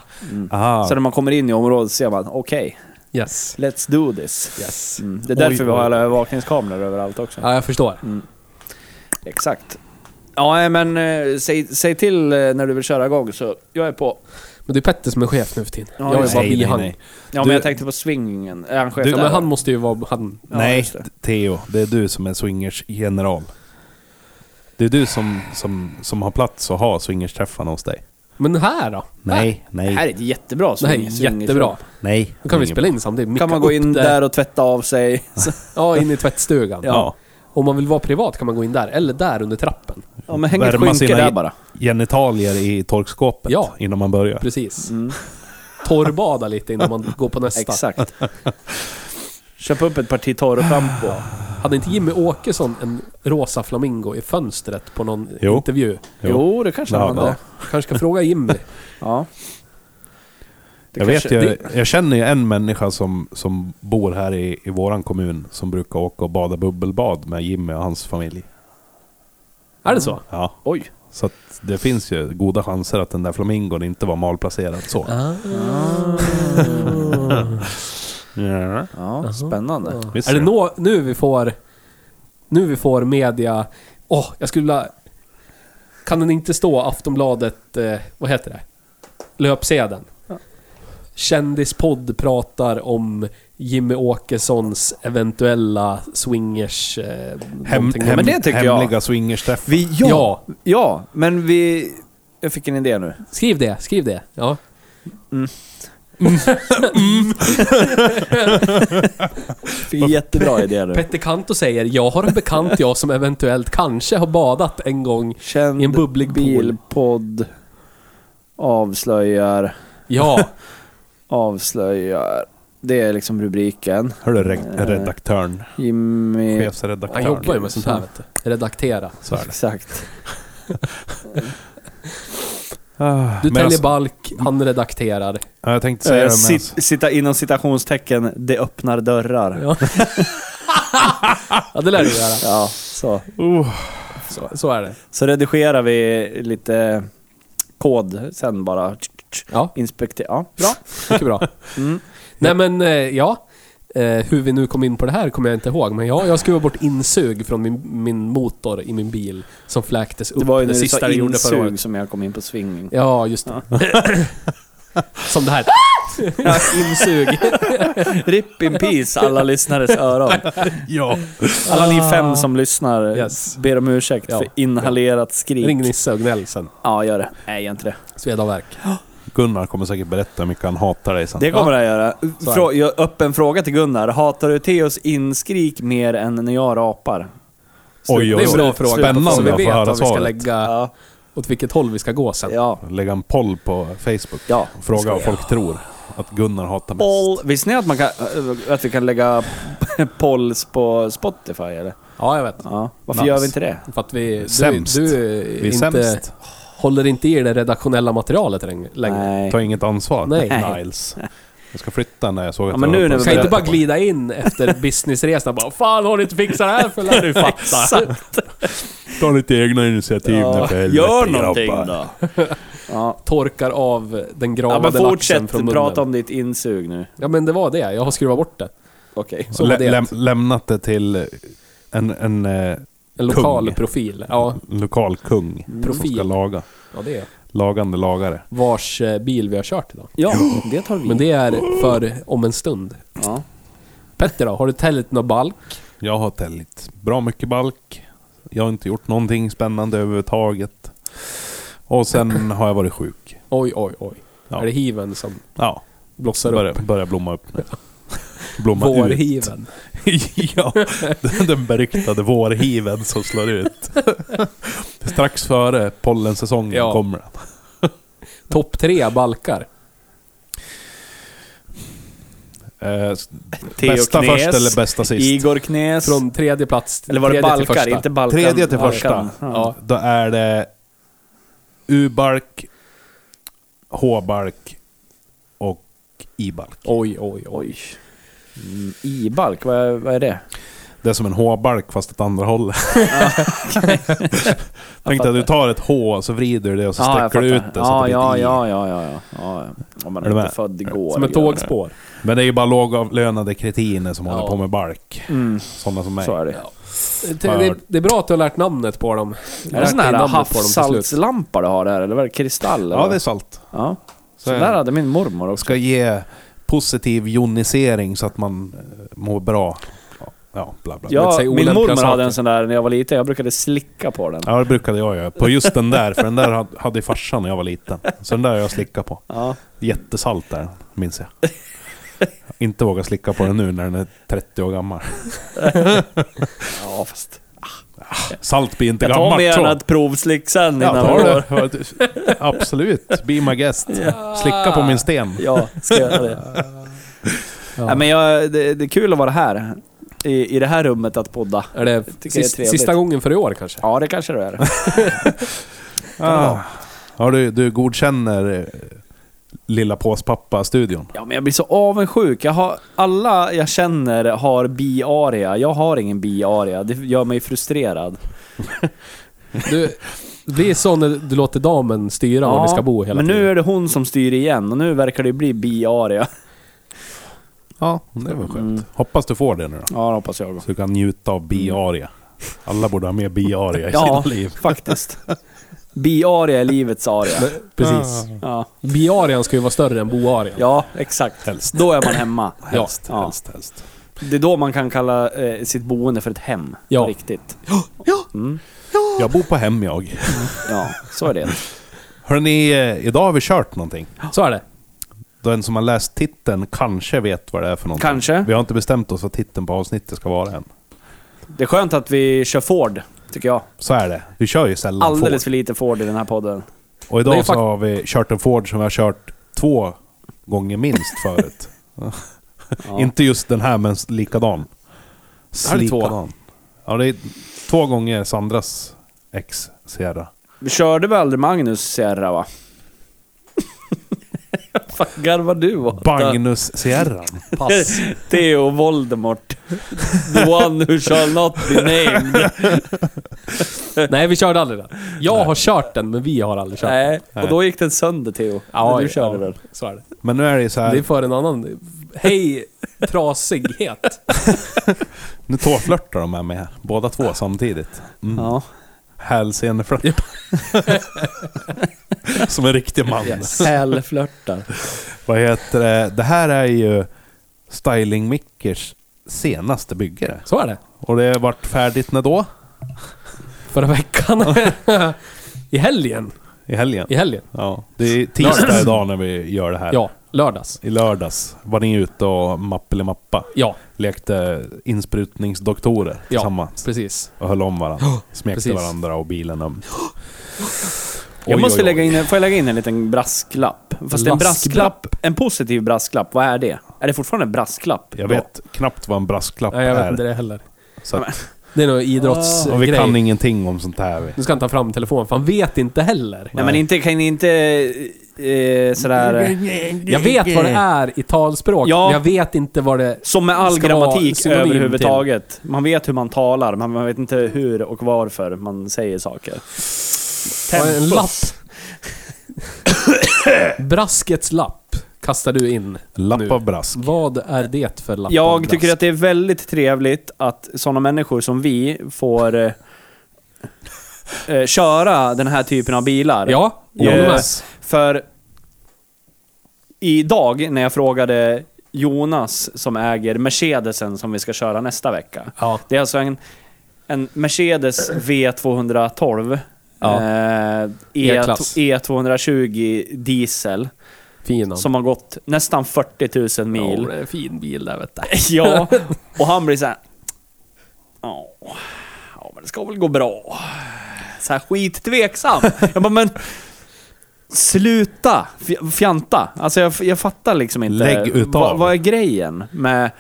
[SPEAKER 2] Så
[SPEAKER 3] Aha.
[SPEAKER 2] när man kommer in i området ser man, okej,
[SPEAKER 4] yes.
[SPEAKER 2] let's do this.
[SPEAKER 4] Yes.
[SPEAKER 2] Mm. Det är därför
[SPEAKER 3] Oj,
[SPEAKER 2] vi har
[SPEAKER 3] oj.
[SPEAKER 2] alla övervakningskameror överallt också.
[SPEAKER 4] Ja, jag förstår.
[SPEAKER 2] Exakt. Ja, nej, men eh, säg, säg till eh, när du vill köra igång så jag är på.
[SPEAKER 4] Men det är Petter som är chef nu för tiden.
[SPEAKER 2] Ja,
[SPEAKER 4] jag är
[SPEAKER 2] just
[SPEAKER 4] bara
[SPEAKER 3] det. Nej, nej,
[SPEAKER 4] bihang.
[SPEAKER 3] nej.
[SPEAKER 2] Ja,
[SPEAKER 4] Du-
[SPEAKER 2] men jag tänkte på swingingen. Är han chef
[SPEAKER 4] Ja,
[SPEAKER 2] där?
[SPEAKER 4] men han måste ju vara... Han,
[SPEAKER 2] Ja,
[SPEAKER 3] Nej,
[SPEAKER 2] just det.
[SPEAKER 3] Theo. Det är du som är swingers-general. Det är du som, som, som har plats att ha swingers-träffarna hos dig.
[SPEAKER 4] Men här då?
[SPEAKER 5] Nej,
[SPEAKER 2] Det här
[SPEAKER 5] nej,
[SPEAKER 2] är ett jättebra
[SPEAKER 4] Det här
[SPEAKER 2] swing.
[SPEAKER 4] är jättebra.
[SPEAKER 5] nej.
[SPEAKER 4] Då kan vi
[SPEAKER 5] Ingen-
[SPEAKER 4] spela in samtidigt. Micka
[SPEAKER 2] Kan man
[SPEAKER 4] upp
[SPEAKER 2] gå in
[SPEAKER 4] det.
[SPEAKER 2] där och tvätta av sig?
[SPEAKER 4] Ja, in i tvättstugan.
[SPEAKER 2] Ja.
[SPEAKER 4] Om man vill vara privat kan man gå in där, eller där under trappen.
[SPEAKER 2] Ja, men häng ett
[SPEAKER 3] Värma
[SPEAKER 2] skynke
[SPEAKER 3] sina
[SPEAKER 2] där
[SPEAKER 3] hit.
[SPEAKER 2] bara.
[SPEAKER 3] Genitalier i torkskåpet
[SPEAKER 4] Ja.
[SPEAKER 3] innan man börjar.
[SPEAKER 4] Precis. Torrbada lite innan man går på nästa.
[SPEAKER 2] Exakt. Köp upp ett parti torrschampo.
[SPEAKER 4] Hade inte Jimmy Åkesson en rosa flamingo i fönstret på någon
[SPEAKER 3] Jo.
[SPEAKER 4] intervju?
[SPEAKER 3] Jo.
[SPEAKER 2] Jo, det kanske
[SPEAKER 3] Ja,
[SPEAKER 2] han hade.
[SPEAKER 4] Ja. Kanske ska fråga Jimmy.
[SPEAKER 2] Ja. Det
[SPEAKER 3] Jag,
[SPEAKER 2] kanske-
[SPEAKER 3] vet ju,
[SPEAKER 2] det-
[SPEAKER 3] jag känner ju en människa som, som bor här i, i våran kommun som brukar åka och bada bubbelbad med Jimmy och hans familj.
[SPEAKER 4] Är det så?
[SPEAKER 3] Ja.
[SPEAKER 2] Oj.
[SPEAKER 3] Så att det finns ju goda chanser att den där flamingon inte var malplacerad så. Ja.
[SPEAKER 2] Ja, spännande.
[SPEAKER 3] Visst
[SPEAKER 4] Är det
[SPEAKER 3] du?
[SPEAKER 4] nå, nu vi får... Nu vi får media... Åh, jag skulle vilja... Kan den inte stå Aftonbladet... Eh, vad heter det? Löpsedeln. Kändispodd pratar om Jimmy Åkessons eventuella swingers... Eh,
[SPEAKER 3] Hem,
[SPEAKER 4] någonting.
[SPEAKER 3] hem,
[SPEAKER 2] men det tycker jag.
[SPEAKER 3] hemliga swingersträffar.
[SPEAKER 2] Vi, ja,
[SPEAKER 4] Ja.
[SPEAKER 2] ja. men vi... Jag fick en idé nu.
[SPEAKER 4] Skriv det, skriv det. Ja.
[SPEAKER 2] Fick en jättebra idé nu.
[SPEAKER 4] Petter Kanto säger “Jag har en bekant jag som eventuellt kanske har badat en gång
[SPEAKER 2] Känd
[SPEAKER 4] i en bubblig pool”.
[SPEAKER 2] bilpodd avslöjar,
[SPEAKER 4] Ja,
[SPEAKER 2] avslöjar. Det är liksom rubriken.
[SPEAKER 3] Hör du re- redaktören?
[SPEAKER 2] Jimmy...
[SPEAKER 4] han
[SPEAKER 3] Chefsredaktören.
[SPEAKER 4] jobbar ju med sånt här vet du. Redaktera.
[SPEAKER 3] Så är det.
[SPEAKER 2] Exakt.
[SPEAKER 4] Du
[SPEAKER 3] Men
[SPEAKER 4] täljer
[SPEAKER 3] alltså-
[SPEAKER 4] balk, han redakterar.
[SPEAKER 3] Ja, jag tänkte säga det, men
[SPEAKER 2] Eh, Sit, sitta inom citationstecken, det öppnar dörrar.
[SPEAKER 4] Ja, ja det lär du göra.
[SPEAKER 2] Ja, så.
[SPEAKER 4] Så, så är det.
[SPEAKER 2] Så redigerar vi lite kod sen bara.
[SPEAKER 4] Ja,
[SPEAKER 2] Inspektera. Ja,
[SPEAKER 4] bra. Mycket bra. Mm. Nej men, eh, ja. Eh, Hur vi nu kom in på det här kommer jag inte ihåg, men ja, jag skruvade bort insug från min, min motor i min bil som fläktes upp
[SPEAKER 2] det var ju när du
[SPEAKER 4] sista
[SPEAKER 2] sa
[SPEAKER 4] jag gjorde förra året.
[SPEAKER 2] insug som jag kom in på swinging.
[SPEAKER 4] Ja, just det. Som det här. Insug.
[SPEAKER 2] Rip in peace alla lyssnares öron.
[SPEAKER 3] Ja.
[SPEAKER 2] Alla ni fem som lyssnar
[SPEAKER 4] Ah. Yes.
[SPEAKER 2] ber om ursäkt
[SPEAKER 4] Ja.
[SPEAKER 2] för inhalerat skrik.
[SPEAKER 4] Ring Nisse och gnäll sen.
[SPEAKER 2] Ja, gör det. Nej, gör inte det.
[SPEAKER 4] Svedavverk.
[SPEAKER 3] Gunnar kommer säkert berätta hur mycket han hatar dig sen.
[SPEAKER 2] Det kommer jag göra.
[SPEAKER 4] Så är
[SPEAKER 2] Frå- jag- öppen fråga till Gunnar. Hatar du Theos inskrik mer än när jag
[SPEAKER 4] Äh.
[SPEAKER 2] rapar?
[SPEAKER 3] Oj, oj,
[SPEAKER 4] Det är
[SPEAKER 3] oj.
[SPEAKER 4] en bra fråga.
[SPEAKER 3] Spännande
[SPEAKER 4] så vi
[SPEAKER 3] att få
[SPEAKER 4] vet
[SPEAKER 3] höra
[SPEAKER 4] vad vi ska
[SPEAKER 3] svaret.
[SPEAKER 4] lägga,
[SPEAKER 2] Ja.
[SPEAKER 4] åt vilket håll vi ska gå sen.
[SPEAKER 2] ja.
[SPEAKER 3] Lägga en poll på Facebook.
[SPEAKER 2] Ja,
[SPEAKER 3] och Fråga vad folk tror att Gunnar hatar mest.
[SPEAKER 2] Poll. Visste ni att, man kan, äh, att vi kan lägga polls på Spotify eller?
[SPEAKER 4] Ja, jag vet.
[SPEAKER 2] Ja. Varför
[SPEAKER 4] Nice.
[SPEAKER 2] gör vi inte det?
[SPEAKER 4] För att vi...
[SPEAKER 3] Sämst.
[SPEAKER 4] Du, du
[SPEAKER 3] Vi är
[SPEAKER 4] inte,
[SPEAKER 3] sämst.
[SPEAKER 4] håller inte i det redaktionella materialet läng- längre.
[SPEAKER 2] Nej.
[SPEAKER 3] Ta inget ansvar.
[SPEAKER 4] Nej.
[SPEAKER 3] Niles. Jag ska flytta när jag såg att
[SPEAKER 2] Ja, men
[SPEAKER 3] jag
[SPEAKER 2] nu
[SPEAKER 3] höll på
[SPEAKER 2] när
[SPEAKER 3] att
[SPEAKER 2] vi
[SPEAKER 4] Kan
[SPEAKER 3] sätta
[SPEAKER 4] inte bara
[SPEAKER 3] på.
[SPEAKER 4] glida in efter businessresan och bara Fan har du inte fixat det här för lär du fatta.
[SPEAKER 3] Ta lite egna initiativ nu för Typ helvete,
[SPEAKER 2] Gör någonting
[SPEAKER 3] grabbar.
[SPEAKER 2] då! Ja.
[SPEAKER 4] Torkar av den
[SPEAKER 2] ja, men
[SPEAKER 4] gravade laxen
[SPEAKER 2] fortsätt
[SPEAKER 4] från munnen.
[SPEAKER 2] prata om ditt insug nu.
[SPEAKER 4] Ja men det var det, jag har skruvat bort det.
[SPEAKER 2] Okej.
[SPEAKER 4] Så var
[SPEAKER 3] Lä,
[SPEAKER 4] det.
[SPEAKER 3] läm, lämnat det till en, en, eh,
[SPEAKER 4] En lokal
[SPEAKER 3] Kung.
[SPEAKER 4] profil. Ja,
[SPEAKER 3] lokal kung som
[SPEAKER 4] Profil.
[SPEAKER 3] ska laga.
[SPEAKER 4] ja, det är
[SPEAKER 3] Lagande lagare.
[SPEAKER 4] vars eh, bil vi har kört idag.
[SPEAKER 2] Ja, det tar vi.
[SPEAKER 4] Men det är för om en stund.
[SPEAKER 2] ja.
[SPEAKER 4] Petter då, har du täljt någon balk?
[SPEAKER 3] Jag har täljt bra mycket balk. Jag har inte gjort någonting spännande överhuvudtaget. Och sen har jag varit sjuk.
[SPEAKER 4] Oj, oj, oj.
[SPEAKER 3] Ja.
[SPEAKER 4] Är det hiven som
[SPEAKER 3] Ja,
[SPEAKER 4] blossar upp?
[SPEAKER 3] börjar, börjar blomma upp nu. Blomma ut.
[SPEAKER 4] Vårhiven.
[SPEAKER 3] ja, den- den beryktade vårhiven som slår ut. Strax före pollensäsongen
[SPEAKER 4] Ja.
[SPEAKER 3] kommer den.
[SPEAKER 4] Topp tre balkar.
[SPEAKER 3] Eh,
[SPEAKER 2] Theo
[SPEAKER 3] bästa
[SPEAKER 2] Knäs,
[SPEAKER 3] först eller bästa sist?
[SPEAKER 2] Igor Knäs.
[SPEAKER 4] Från tredje plats till
[SPEAKER 2] eller var det
[SPEAKER 4] tredje till
[SPEAKER 2] Balkar?
[SPEAKER 4] första.
[SPEAKER 2] Inte Balkan.
[SPEAKER 3] Tredje till
[SPEAKER 2] Balkan.
[SPEAKER 3] första.
[SPEAKER 2] Ja.
[SPEAKER 4] Ja.
[SPEAKER 3] Då är det U-balk, H-balk och I-balk.
[SPEAKER 4] Oj, oj, oj.
[SPEAKER 2] Oj. Mm, I-balk, vad, är- vad är det?
[SPEAKER 3] Det är som en H-balk fast åt andra hållet. Tänk dig att du tar ett H och så vrider du det och så
[SPEAKER 2] jag
[SPEAKER 3] sträcker du
[SPEAKER 2] fattar.
[SPEAKER 3] ut det så
[SPEAKER 2] Ja,
[SPEAKER 3] att det
[SPEAKER 2] ja,
[SPEAKER 3] blir ett I.
[SPEAKER 2] ja, ja, ja, ja, ja. Om man
[SPEAKER 3] Är du
[SPEAKER 2] inte är
[SPEAKER 3] med?
[SPEAKER 2] född igår.
[SPEAKER 4] Som
[SPEAKER 2] gör
[SPEAKER 4] ett
[SPEAKER 2] det.
[SPEAKER 4] tågspår.
[SPEAKER 3] Men det är ju bara lågavlönade kretiner som håller på med balk.
[SPEAKER 2] Mm,
[SPEAKER 3] Sådana som mig.
[SPEAKER 2] så är det.
[SPEAKER 4] Ja. Det, det, det är bra att du har lärt namnet på dem.
[SPEAKER 2] Är det sån här
[SPEAKER 4] till slut.
[SPEAKER 2] havssaltslampa du har där eller var det kristall?
[SPEAKER 3] Ja,
[SPEAKER 2] eller?
[SPEAKER 3] det är salt.
[SPEAKER 2] ja.
[SPEAKER 3] Så
[SPEAKER 2] Så
[SPEAKER 3] är
[SPEAKER 2] där
[SPEAKER 3] det.
[SPEAKER 2] hade min mormor
[SPEAKER 3] Och
[SPEAKER 2] också.
[SPEAKER 3] ska ge positiv jonisering så att man eh, mår bra Ja, bla bla.
[SPEAKER 4] Att
[SPEAKER 2] Ja,
[SPEAKER 4] säga
[SPEAKER 2] min
[SPEAKER 4] olämpliga
[SPEAKER 2] mormor
[SPEAKER 4] saker.
[SPEAKER 2] hade en sån där när jag var liten. Jag brukade slicka på den.
[SPEAKER 3] Ja, det brukade jag göra. På just den där, för den där had- hade ju farsan när jag var liten. Så den där har jag slickat på.
[SPEAKER 2] Ja.
[SPEAKER 3] Jättesalt där, minns jag. Inte våga slicka på den nu när den är 30 år gammal.
[SPEAKER 2] ja, fast...
[SPEAKER 3] Salt blir inte
[SPEAKER 2] Jag tar mig
[SPEAKER 3] gammalt
[SPEAKER 2] gärna
[SPEAKER 3] så.
[SPEAKER 2] ett provslick sen
[SPEAKER 3] Ja,
[SPEAKER 2] innan
[SPEAKER 3] tar
[SPEAKER 2] vi går.
[SPEAKER 3] det. Absolut. Be my guest. Slicka på min sten.
[SPEAKER 2] Ja, ska jag göra det.
[SPEAKER 4] Ja.
[SPEAKER 2] Nej, men jag, det, det är kul att vara här. I, I det här rummet att podda.
[SPEAKER 4] Är det
[SPEAKER 2] tycker det är
[SPEAKER 4] sist,
[SPEAKER 2] trevligt.
[SPEAKER 4] sista gången för i år kanske?
[SPEAKER 2] Ja, det kanske det är.
[SPEAKER 3] Ah. Ja, du, du godkänner eh, lilla påspappa-studion.
[SPEAKER 2] Ja, men jag blir så avundsjuk. Jag har, alla jag känner har biaria. Jag har ingen biaria. Det gör mig frustrerad.
[SPEAKER 4] Du det blir så när du låter damen styra var
[SPEAKER 2] Ja,
[SPEAKER 4] vi ska bo hela
[SPEAKER 2] men
[SPEAKER 4] tiden.
[SPEAKER 2] nu är det hon som styr igen och nu verkar det bli biaria.
[SPEAKER 3] Ja, det var skönt.
[SPEAKER 2] Mm.
[SPEAKER 3] Hoppas du får det nu då.
[SPEAKER 2] Ja, det hoppas jag.
[SPEAKER 3] Så du kan njuta av biaria. Alla borde ha med biaria i
[SPEAKER 2] Ja,
[SPEAKER 3] sina liv.
[SPEAKER 2] faktiskt. Biaria är livets aria.
[SPEAKER 4] Precis.
[SPEAKER 2] Ja,
[SPEAKER 4] Biarian ska ju vara större än boarian.
[SPEAKER 2] ja exakt.
[SPEAKER 3] Helst.
[SPEAKER 2] Då är man hemma.
[SPEAKER 3] Helst,
[SPEAKER 2] Ja.
[SPEAKER 3] helst, helst.
[SPEAKER 2] Det är då man kan kalla eh, sitt boende för ett hem.
[SPEAKER 4] Ja.
[SPEAKER 2] Ja. Riktigt.
[SPEAKER 3] Jag bor på hem jag.
[SPEAKER 2] Ja, så är det.
[SPEAKER 3] Hörrni, eh, idag har vi kört någonting.
[SPEAKER 4] Så är det.
[SPEAKER 3] Den som har läst titeln kanske vet vad det är för någonting.
[SPEAKER 2] Kanske.
[SPEAKER 3] Vi har inte bestämt oss vad titeln på avsnittet ska vara än.
[SPEAKER 2] Det är skönt att vi kör Ford, tycker jag.
[SPEAKER 3] Så är det. Vi kör ju sällan
[SPEAKER 2] Alldeles
[SPEAKER 3] Ford.
[SPEAKER 2] för lite Ford i den här podden.
[SPEAKER 3] Och
[SPEAKER 4] Det är
[SPEAKER 3] idag så
[SPEAKER 4] fakt-
[SPEAKER 3] har vi kört en Ford som vi har kört två gånger minst förut.
[SPEAKER 2] Ja.
[SPEAKER 3] Inte just den här, men likadan.
[SPEAKER 4] här är två.
[SPEAKER 3] Slikadan. Ja, det är två gånger Sandras ex Sierra.
[SPEAKER 2] Vi körde väl aldrig Magnus Sierra va? Fan garvar du åt?
[SPEAKER 3] Bagnus Sierra.
[SPEAKER 4] Pass.
[SPEAKER 2] Theo Voldemort. The one who shall not be named.
[SPEAKER 4] Nej, vi körde aldrig den. Jag har kört den, men vi har aldrig kört den.
[SPEAKER 2] Nej, och då gick den sönder Theo.
[SPEAKER 4] Ja,
[SPEAKER 2] När du
[SPEAKER 4] ja,
[SPEAKER 2] körde den.
[SPEAKER 4] Så är det.
[SPEAKER 3] Men nu är det ju så
[SPEAKER 4] Det är
[SPEAKER 3] här.
[SPEAKER 4] för en annan... Hej trasighet.
[SPEAKER 3] Nu tåflörtar de här med båda två samtidigt. Mm.
[SPEAKER 2] Ja.
[SPEAKER 3] Hälseneflört. Som en riktig man.
[SPEAKER 2] Hälflörtar.
[SPEAKER 3] Vad heter det? Det här är ju Styling Mickers senaste bygge.
[SPEAKER 4] Så är det.
[SPEAKER 3] Och det har varit färdigt när då?
[SPEAKER 4] Förra veckan. I helgen.
[SPEAKER 3] I helgen?
[SPEAKER 4] I helgen.
[SPEAKER 3] Ja. Det är tisdag idag när vi gör det här.
[SPEAKER 4] Ja, lördags.
[SPEAKER 3] I lördags var ni ute och mappelimappa.
[SPEAKER 4] Ja,
[SPEAKER 3] Lekte insprutningsdoktorer
[SPEAKER 4] Ja.
[SPEAKER 3] tillsammans.
[SPEAKER 4] precis.
[SPEAKER 3] Och höll om varandra. Smekte
[SPEAKER 4] precis.
[SPEAKER 3] varandra och bilen ömt.
[SPEAKER 2] Jag
[SPEAKER 3] Oj,
[SPEAKER 2] måste
[SPEAKER 3] oj, oj.
[SPEAKER 2] lägga in, en- får jag lägga in en liten brasklapp? Fast en
[SPEAKER 4] Laskbrapp.
[SPEAKER 2] brasklapp, en positiv brasklapp, vad är det? Är det fortfarande en brasklapp?
[SPEAKER 3] Jag vet knappt vad en brasklapp
[SPEAKER 4] Nej, jag vet
[SPEAKER 3] är.
[SPEAKER 4] inte det heller.
[SPEAKER 3] Så att,
[SPEAKER 4] Det är nog
[SPEAKER 3] och vi
[SPEAKER 4] idrottsgrej.
[SPEAKER 3] kan ingenting om sånt här. Vi.
[SPEAKER 4] Nu ska han ta fram telefonen, för han vet inte heller.
[SPEAKER 2] Nej men inte, kan ni inte eh, sådär... eh,
[SPEAKER 4] Jag vet vad det är i talspråk,
[SPEAKER 2] Ja.
[SPEAKER 4] men jag vet inte vad det...
[SPEAKER 2] Som med all
[SPEAKER 4] Ska vara
[SPEAKER 2] grammatik
[SPEAKER 4] synonym till.
[SPEAKER 2] överhuvudtaget. Man vet hur man talar, men man vet inte hur och varför man säger saker.
[SPEAKER 4] Vad är En
[SPEAKER 2] Tempus.
[SPEAKER 4] lapp. Braskets lapp kastar du in.
[SPEAKER 3] Lapp
[SPEAKER 4] nu.
[SPEAKER 3] av brask.
[SPEAKER 4] Vad är det för lapp?
[SPEAKER 2] Jag tycker att det är väldigt trevligt att sådana människor som vi får eh, eh, köra den här typen av bilar.
[SPEAKER 4] Ja, jag håller med.
[SPEAKER 2] Yes. För idag när jag frågade Jonas som äger Mercedesen som vi ska köra nästa vecka.
[SPEAKER 4] Ja.
[SPEAKER 2] Det är alltså en, en Mercedes V212.
[SPEAKER 4] Ja.
[SPEAKER 2] Eh, E,
[SPEAKER 4] E-klass.
[SPEAKER 2] E220 diesel
[SPEAKER 4] Fin han.
[SPEAKER 2] som har gått nästan 40 000 mil.
[SPEAKER 4] Ja, det är en fin bil där vet du.
[SPEAKER 2] Ja, och han blir så här. Ja, ja, men det ska väl gå bra. Så här skitveksam. Jag bara, men sluta fj- fjanta. Alltså jag, jag fattar liksom inte.
[SPEAKER 3] Lägg utav.
[SPEAKER 2] Vad, vad är grejen med...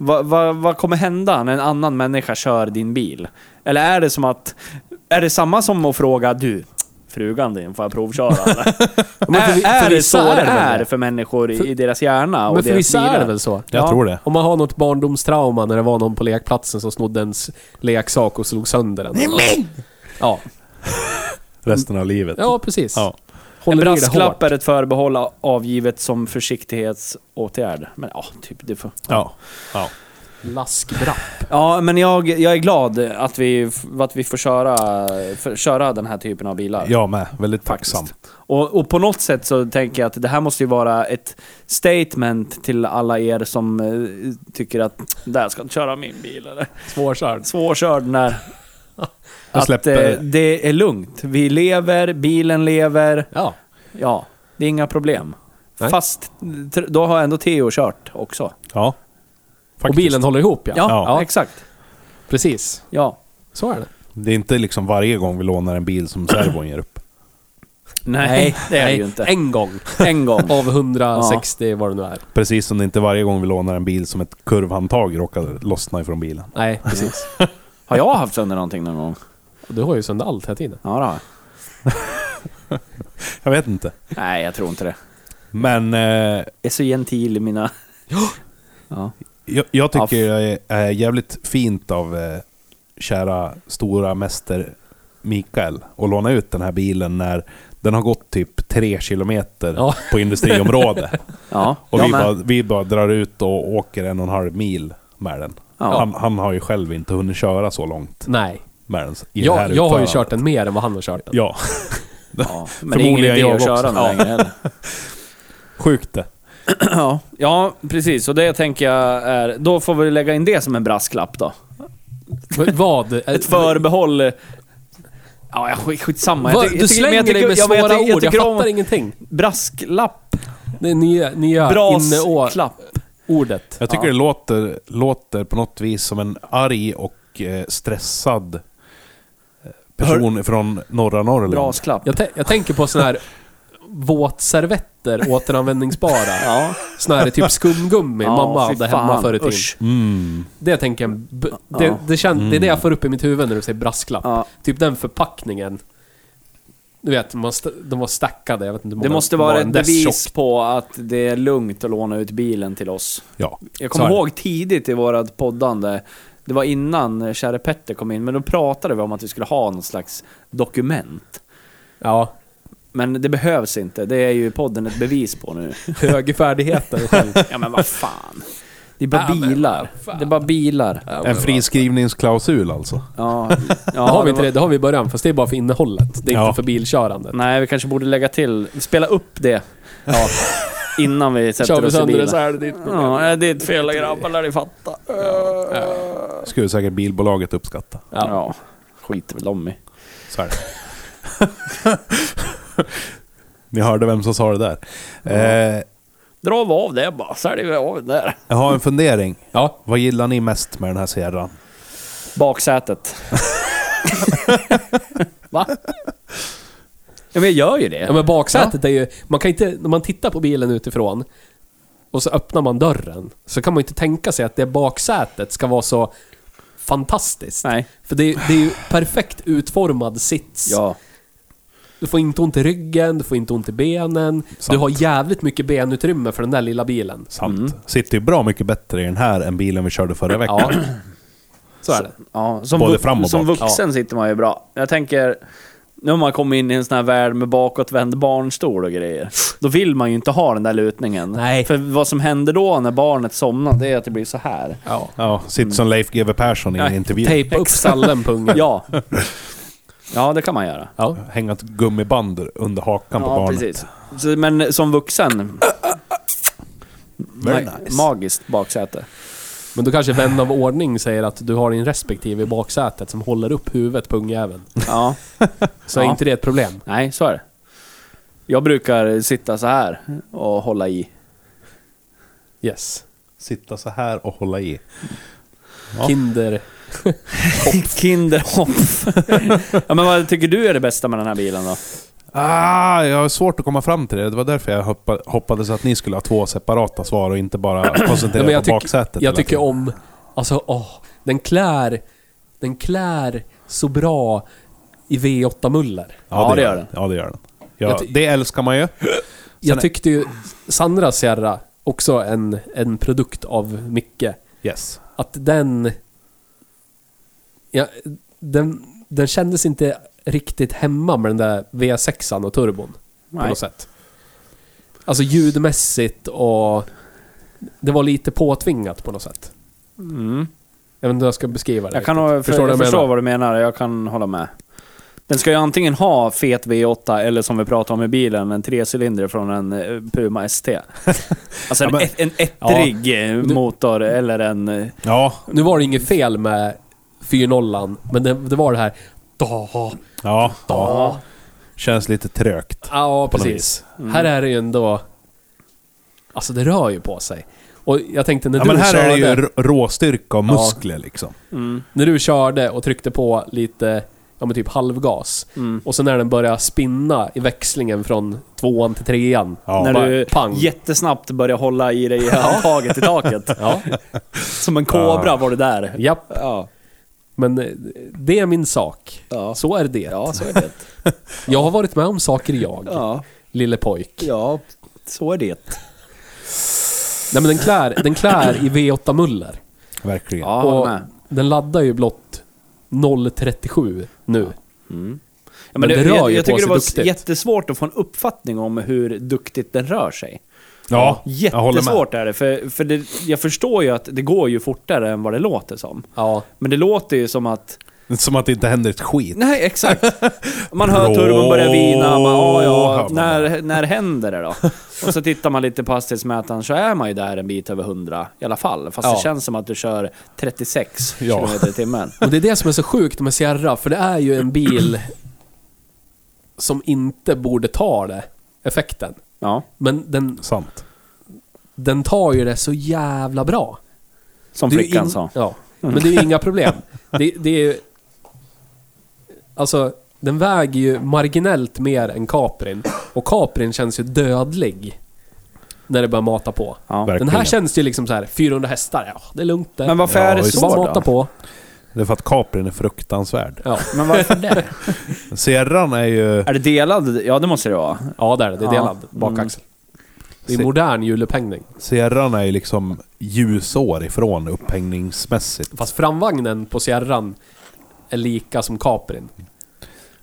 [SPEAKER 2] Vad, vad, vad kommer hända när en annan människa kör din bil? Eller är det som att... Är det samma som att fråga du, frugan din, får jag provköra? Eller?
[SPEAKER 4] Men för vi-
[SPEAKER 2] är,
[SPEAKER 4] för
[SPEAKER 2] är det
[SPEAKER 4] vissa
[SPEAKER 2] så det
[SPEAKER 4] är det väl
[SPEAKER 2] är
[SPEAKER 4] det?
[SPEAKER 2] för människor i
[SPEAKER 4] För-
[SPEAKER 2] i deras hjärna och
[SPEAKER 4] Men för
[SPEAKER 2] deras
[SPEAKER 4] vissa är
[SPEAKER 2] bilar?
[SPEAKER 4] det väl så?
[SPEAKER 3] Jag
[SPEAKER 2] Ja.
[SPEAKER 3] tror det.
[SPEAKER 4] Om man har något barndomstrauma när det var någon på lekplatsen som snodde ens leksak och slog sönder den. Ja,
[SPEAKER 3] Resten av livet.
[SPEAKER 4] ja precis.
[SPEAKER 3] Ja.
[SPEAKER 4] Håller
[SPEAKER 2] en
[SPEAKER 4] i det hårt.
[SPEAKER 2] brasklapp är ett förbehåll avgivet som försiktighetsåtgärd. Men ja, typ det får...
[SPEAKER 3] Ja. ja.
[SPEAKER 4] Laskbrapp.
[SPEAKER 2] Ja, men jag, jag är glad att vi, att vi får köra, för, köra den här typen av bilar.
[SPEAKER 3] Jag med. Väldigt
[SPEAKER 2] Faktiskt.
[SPEAKER 3] tacksam.
[SPEAKER 2] Och, och på något sätt så tänker jag att det här måste ju vara ett statement till alla er som eh, tycker att där ska inte köra min bil eller
[SPEAKER 4] Svårkörd.
[SPEAKER 2] svårkörd när...
[SPEAKER 3] Jag
[SPEAKER 2] Att
[SPEAKER 3] släpper-
[SPEAKER 2] eh, det är lugnt. Vi lever, bilen lever.
[SPEAKER 4] Ja.
[SPEAKER 2] Ja, det är inga problem.
[SPEAKER 4] Nej.
[SPEAKER 2] Fast tr- då har ändå Theo kört också.
[SPEAKER 3] Ja.
[SPEAKER 4] Och
[SPEAKER 3] Faktiskt.
[SPEAKER 4] bilen håller ihop ja.
[SPEAKER 2] Ja,
[SPEAKER 3] Ja.
[SPEAKER 2] exakt.
[SPEAKER 4] Precis.
[SPEAKER 2] Ja.
[SPEAKER 4] Så är det.
[SPEAKER 3] Det är inte liksom varje gång vi lånar en bil som servon ger upp.
[SPEAKER 2] Nej, det är det ju inte.
[SPEAKER 4] En gång.
[SPEAKER 2] En gång.
[SPEAKER 4] Av 160 vad det nu är.
[SPEAKER 3] Precis som det inte är varje gång vi lånar en bil som ett kurvhandtag råkar lossna ifrån bilen.
[SPEAKER 4] Nej, precis.
[SPEAKER 2] Har jag haft sönder någonting någon gång?
[SPEAKER 4] Och Du har ju sönder allt hela tiden.
[SPEAKER 2] Ja, det har jag.
[SPEAKER 3] Jag vet inte.
[SPEAKER 2] Nej, jag tror inte det.
[SPEAKER 3] Men eh,
[SPEAKER 2] Jag är så gentil i mina... Ja.
[SPEAKER 3] jag, jag tycker
[SPEAKER 2] Ja,
[SPEAKER 3] jag är, är jävligt fint av eh, kära stora mäster Mikael att låna ut den här bilen när den har gått typ tre kilometer
[SPEAKER 4] Ja.
[SPEAKER 3] på industriområdet.
[SPEAKER 2] Ja,
[SPEAKER 3] Och
[SPEAKER 2] jag
[SPEAKER 3] vi
[SPEAKER 2] med.
[SPEAKER 3] bara, vi bara drar ut och åker en och en halv mil med den.
[SPEAKER 2] Ja.
[SPEAKER 3] Han, han har ju själv inte hunnit köra så långt
[SPEAKER 4] Nej.
[SPEAKER 3] med den. s- i det här
[SPEAKER 4] Jag, jag har ju
[SPEAKER 3] utförandet.
[SPEAKER 4] kört den mer än vad han har kört den.
[SPEAKER 3] Ja,
[SPEAKER 2] ja. Men det är ingen
[SPEAKER 3] Förmodligen
[SPEAKER 2] idé
[SPEAKER 3] jag
[SPEAKER 2] att köra
[SPEAKER 3] också.
[SPEAKER 2] någon längre heller.
[SPEAKER 3] sjukt det.
[SPEAKER 2] Ja. ja, precis. Och det tänker jag är... Då får vi lägga in det som en brasklapp då.
[SPEAKER 4] Men Vad? Ett
[SPEAKER 2] Förbehåll... eh, Ja, jag- skit- skitsamma. Jag
[SPEAKER 4] Vad?
[SPEAKER 2] tycker- jag
[SPEAKER 4] Du
[SPEAKER 2] tycker- men
[SPEAKER 4] slänger
[SPEAKER 2] jag
[SPEAKER 4] dig
[SPEAKER 2] tycker-
[SPEAKER 4] med
[SPEAKER 2] ja,
[SPEAKER 4] svåra
[SPEAKER 2] men jag tycker-
[SPEAKER 4] ord. Jag
[SPEAKER 2] tycker om
[SPEAKER 4] fattar ingenting.
[SPEAKER 2] Brasklapp.
[SPEAKER 4] Det är nya, nya inneå-
[SPEAKER 2] Brasklapp.
[SPEAKER 4] ordet.
[SPEAKER 3] Jag tycker det låter, låter på något vis som en arg och eh, stressad eh, person från norra Norrland.
[SPEAKER 2] Brasklapp.
[SPEAKER 4] Jag, tän- jag tänker på sådana här våtservetter, återanvändningsbara.
[SPEAKER 2] Ja.
[SPEAKER 4] Sådana här typ skumgummi
[SPEAKER 2] Ja,
[SPEAKER 4] mamma
[SPEAKER 2] fy
[SPEAKER 4] hade hemma
[SPEAKER 2] fan,
[SPEAKER 4] förr i tiden.
[SPEAKER 2] usch.
[SPEAKER 3] Mm.
[SPEAKER 4] Det tänker jag... b- Det, det, kän, det är det jag får upp i mitt huvud när du säger brasklapp.
[SPEAKER 2] Mm. Ja.
[SPEAKER 4] Typ den förpackningen. Du vet, man st- de var stackade. Jag vet inte hur
[SPEAKER 2] Det
[SPEAKER 4] många-
[SPEAKER 2] måste vara
[SPEAKER 4] var
[SPEAKER 2] ett
[SPEAKER 4] en dess
[SPEAKER 2] bevis
[SPEAKER 4] tjock.
[SPEAKER 2] på att det är lugnt att låna ut bilen till oss.
[SPEAKER 3] Ja.
[SPEAKER 2] Jag kommer
[SPEAKER 4] Så är det.
[SPEAKER 2] ihåg tidigt i vårat poddande, det var innan eh, käre Petter kom in, men då pratade vi om att vi skulle ha någon slags dokument.
[SPEAKER 4] Ja,
[SPEAKER 2] Men det behövs inte, det är ju podden ett bevis på nu.
[SPEAKER 4] högerfärdigheten.
[SPEAKER 2] Ja men vad fan. Det är bara
[SPEAKER 4] Ja, men
[SPEAKER 2] bilar.
[SPEAKER 4] fan.
[SPEAKER 2] Det är bara bilar.
[SPEAKER 3] En friskrivningsklausul alltså.
[SPEAKER 2] Ja, ja,
[SPEAKER 4] det har vi
[SPEAKER 2] det
[SPEAKER 4] inte
[SPEAKER 2] var-
[SPEAKER 4] det, det har vi i början. Fast det är bara för innehållet. Det är
[SPEAKER 3] Ja.
[SPEAKER 4] inte för bilkörandet.
[SPEAKER 2] Nej, vi kanske borde lägga till, spela upp det. Ja, innan vi
[SPEAKER 4] Kör
[SPEAKER 2] sätter
[SPEAKER 4] vi
[SPEAKER 2] oss i
[SPEAKER 4] sönder det så
[SPEAKER 2] bilen.
[SPEAKER 4] är det ditt problem.
[SPEAKER 2] Ja, det är ett fel grabbar, lär ni fatta.
[SPEAKER 3] Skulle säkert bilbolaget uppskatta.
[SPEAKER 2] Ja. Skiter väl de i.
[SPEAKER 3] Så är det. Ni hörde vem som sa det där. Eh,
[SPEAKER 2] Dra av det bara, säljer vi av det där.
[SPEAKER 3] jag har en fundering.
[SPEAKER 4] Ja.
[SPEAKER 3] Vad gillar ni mest med den här Sierran?
[SPEAKER 2] Baksätet.
[SPEAKER 4] Va?
[SPEAKER 2] Ja, men jag gör ju det.
[SPEAKER 4] Ja men baksätet är ju... Man kan inte... När man tittar på bilen utifrån och så öppnar man dörren. Så kan man ju inte tänka sig att det baksätet ska vara så fantastiskt.
[SPEAKER 2] Nej.
[SPEAKER 4] För det, är- det är ju perfekt utformad sits.
[SPEAKER 2] Ja.
[SPEAKER 4] Du får inte ont i ryggen, du får inte ont i benen. Du har jävligt mycket benutrymme för den där lilla bilen.
[SPEAKER 3] Sant.
[SPEAKER 2] Mm.
[SPEAKER 3] Sitter ju bra mycket bättre i den här än bilen vi körde förra veckan.
[SPEAKER 4] Ja. Så är det.
[SPEAKER 2] ja som,
[SPEAKER 3] Både
[SPEAKER 2] vux-
[SPEAKER 3] fram och
[SPEAKER 2] som
[SPEAKER 3] bak.
[SPEAKER 2] vuxen sitter man ju bra. Jag tänker, nu har man kommit in i en sån här värld med bakåtvänd barnstol och grejer. Då vill man ju inte ha den där lutningen.
[SPEAKER 4] Nej.
[SPEAKER 2] För vad som händer då när barnet somnar, det är att det blir så här.
[SPEAKER 4] Ja.
[SPEAKER 3] Ja, sitter som Leif GW Persson i en
[SPEAKER 2] Mm. Nej,
[SPEAKER 3] intervju.
[SPEAKER 4] Tejpa upp stallen på ungen.
[SPEAKER 2] Ja. Ja, det kan man göra.
[SPEAKER 4] Ja.
[SPEAKER 3] Hänga ett gummiband under hakan på
[SPEAKER 2] Ja,
[SPEAKER 3] barnet.
[SPEAKER 2] precis. Så, men som vuxen...
[SPEAKER 3] Very
[SPEAKER 2] ma-
[SPEAKER 3] nice.
[SPEAKER 2] Magiskt baksäte.
[SPEAKER 4] Men då kanske vän av ordning säger att du har din respektive i baksätet som håller upp huvudet på ungjäveln.
[SPEAKER 2] Ja.
[SPEAKER 4] Så är
[SPEAKER 2] Ja.
[SPEAKER 4] inte det ett problem.
[SPEAKER 2] Nej, så är det. Jag brukar sitta så här och hålla i.
[SPEAKER 4] Yes.
[SPEAKER 3] Sitta så här och hålla i. Ja.
[SPEAKER 4] Kinder.
[SPEAKER 2] Kinderhopp. ja, men vad tycker du är det bästa med den här bilen då?
[SPEAKER 3] Ah, jag har svårt att komma fram till det. Det var därför jag hoppa- hoppades att ni skulle ha två separata svar och inte bara
[SPEAKER 4] Ja,
[SPEAKER 3] koncentrera
[SPEAKER 4] men jag
[SPEAKER 3] på
[SPEAKER 4] tyck-
[SPEAKER 3] baksätet.
[SPEAKER 4] Jag
[SPEAKER 3] hela
[SPEAKER 4] tycker
[SPEAKER 3] tiden.
[SPEAKER 4] om... Alltså, åh. Den klär... Den klär så bra i V8-muller.
[SPEAKER 2] Ja, det gör den.
[SPEAKER 3] Ja, det gör den.
[SPEAKER 4] Jag
[SPEAKER 3] Ja,
[SPEAKER 4] ty-
[SPEAKER 3] det älskar man ju.
[SPEAKER 4] Jag
[SPEAKER 3] Sen-
[SPEAKER 4] tyckte ju Sandra Sierra, också en, en produkt av Micke,
[SPEAKER 3] Yes.
[SPEAKER 4] att den... Ja, den, den kändes inte riktigt hemma med den där V6an och turbon. På
[SPEAKER 2] Nej.
[SPEAKER 4] något sätt. Alltså ljudmässigt och... Det var lite påtvingat på något sätt. Jag vet inte hur jag ska beskriva
[SPEAKER 2] Mm.
[SPEAKER 4] det.
[SPEAKER 2] Jag kan
[SPEAKER 4] riktigt.
[SPEAKER 2] nog,
[SPEAKER 4] Förstår
[SPEAKER 2] förstår,
[SPEAKER 4] du
[SPEAKER 2] jag
[SPEAKER 4] vad jag
[SPEAKER 2] förstår
[SPEAKER 4] menar?
[SPEAKER 2] vad du menar, jag kan hålla med. Den ska ju antingen ha fet V8 eller som vi pratade om i bilen, en trecylindrig från en eh, Puma ST. Alltså en,
[SPEAKER 3] Ja, men-
[SPEAKER 2] ett- en ettrig eh, motor eller en... eh,
[SPEAKER 3] Ja,
[SPEAKER 4] Nu var det inget fel med 4.0, men det, det var det här... Da,
[SPEAKER 3] ja. ja. Känns lite trögt.
[SPEAKER 4] Ja,
[SPEAKER 3] något
[SPEAKER 4] precis.
[SPEAKER 3] vis. Mm.
[SPEAKER 4] Här är det ju ändå... Alltså det rör ju på sig. Och jag tänkte när
[SPEAKER 3] Ja,
[SPEAKER 4] du
[SPEAKER 3] men här
[SPEAKER 4] körde...
[SPEAKER 3] är det ju r- råstyrka och muskler liksom.
[SPEAKER 4] När du körde och tryckte på lite, ja men typ halvgas.
[SPEAKER 3] Mm.
[SPEAKER 4] Och sen när den började spinna i växlingen från tvåan till trean.
[SPEAKER 3] Ja.
[SPEAKER 2] när
[SPEAKER 4] bara
[SPEAKER 2] du
[SPEAKER 4] pang.
[SPEAKER 2] jättesnabbt börjar hålla i dig i handtaget i taket.
[SPEAKER 4] Ja,
[SPEAKER 2] Som en kobra var det där.
[SPEAKER 4] japp.
[SPEAKER 2] Ja.
[SPEAKER 4] Men eh, det är min sak.
[SPEAKER 2] Ja.
[SPEAKER 4] Så är det.
[SPEAKER 2] Ja, så är det.
[SPEAKER 4] Jag har varit med om saker jag,
[SPEAKER 2] Ja,
[SPEAKER 4] lille pojk.
[SPEAKER 2] ja så är det.
[SPEAKER 4] Nej men den klär, den klär i V8-muller.
[SPEAKER 3] Verkligen.
[SPEAKER 2] Ja, håller
[SPEAKER 4] och
[SPEAKER 2] med.
[SPEAKER 4] den laddar ju blott 0,37 nu.
[SPEAKER 2] Ja,
[SPEAKER 4] Men det rör
[SPEAKER 2] jag,
[SPEAKER 4] ju
[SPEAKER 2] jag
[SPEAKER 4] på
[SPEAKER 2] tycker
[SPEAKER 4] sig
[SPEAKER 2] det var
[SPEAKER 4] duktigt.
[SPEAKER 2] jättesvårt att få en uppfattning om hur duktigt den rör sig.
[SPEAKER 3] Ja, jag håller med.
[SPEAKER 2] Jättesvårt är det, för, för det, jag förstår ju att det går ju fortare än vad det låter som.
[SPEAKER 4] Ja.
[SPEAKER 2] Men det låter ju som att...
[SPEAKER 3] Som att det inte händer ett skit.
[SPEAKER 2] Nej, exakt. Man hör turbon börja vina, man, ja, ja, när, när händer det då? Och så tittar man lite på hastighetsmätaren så är man ju där en bit över 100 i alla fall. Fast
[SPEAKER 4] Ja.
[SPEAKER 2] det känns som att du kör 36
[SPEAKER 3] Ja.
[SPEAKER 2] kilometer i timmen.
[SPEAKER 4] Och det är det som är så sjukt med Sierra, för det är ju en bil som inte borde ta det, effekten.
[SPEAKER 2] Ja,
[SPEAKER 4] Men den,
[SPEAKER 3] Sant.
[SPEAKER 4] den tar ju det så jävla bra.
[SPEAKER 2] som
[SPEAKER 4] Det är ju
[SPEAKER 2] flickan
[SPEAKER 4] in-
[SPEAKER 2] sa.
[SPEAKER 4] Ja. Men det är ju inga problem. Det, det är ju... Alltså, den väger ju marginellt mer än Caprin. Och Caprin känns ju dödlig. När det börjar mata på.
[SPEAKER 2] Ja.
[SPEAKER 4] Den här
[SPEAKER 3] Verkligen.
[SPEAKER 4] känns ju liksom så här 400 hästar, ja det är lugnt det.
[SPEAKER 2] Men varför
[SPEAKER 3] Ja,
[SPEAKER 2] är det
[SPEAKER 3] visst.
[SPEAKER 2] så
[SPEAKER 4] Bara
[SPEAKER 2] då?
[SPEAKER 4] mata på.
[SPEAKER 3] Det är för att Caprin är fruktansvärd.
[SPEAKER 4] Ja.
[SPEAKER 2] Men varför det?
[SPEAKER 3] Sierran är ju...
[SPEAKER 2] Är det delad? Ja, det måste det vara.
[SPEAKER 4] Ja, där är det. Det är
[SPEAKER 2] Ja.
[SPEAKER 4] delad bakaxel. Det är modern hjulupphängning.
[SPEAKER 3] Sierran är ju liksom ljusår ifrån upphängningsmässigt.
[SPEAKER 4] Fast framvagnen på Sierran är lika som Caprin.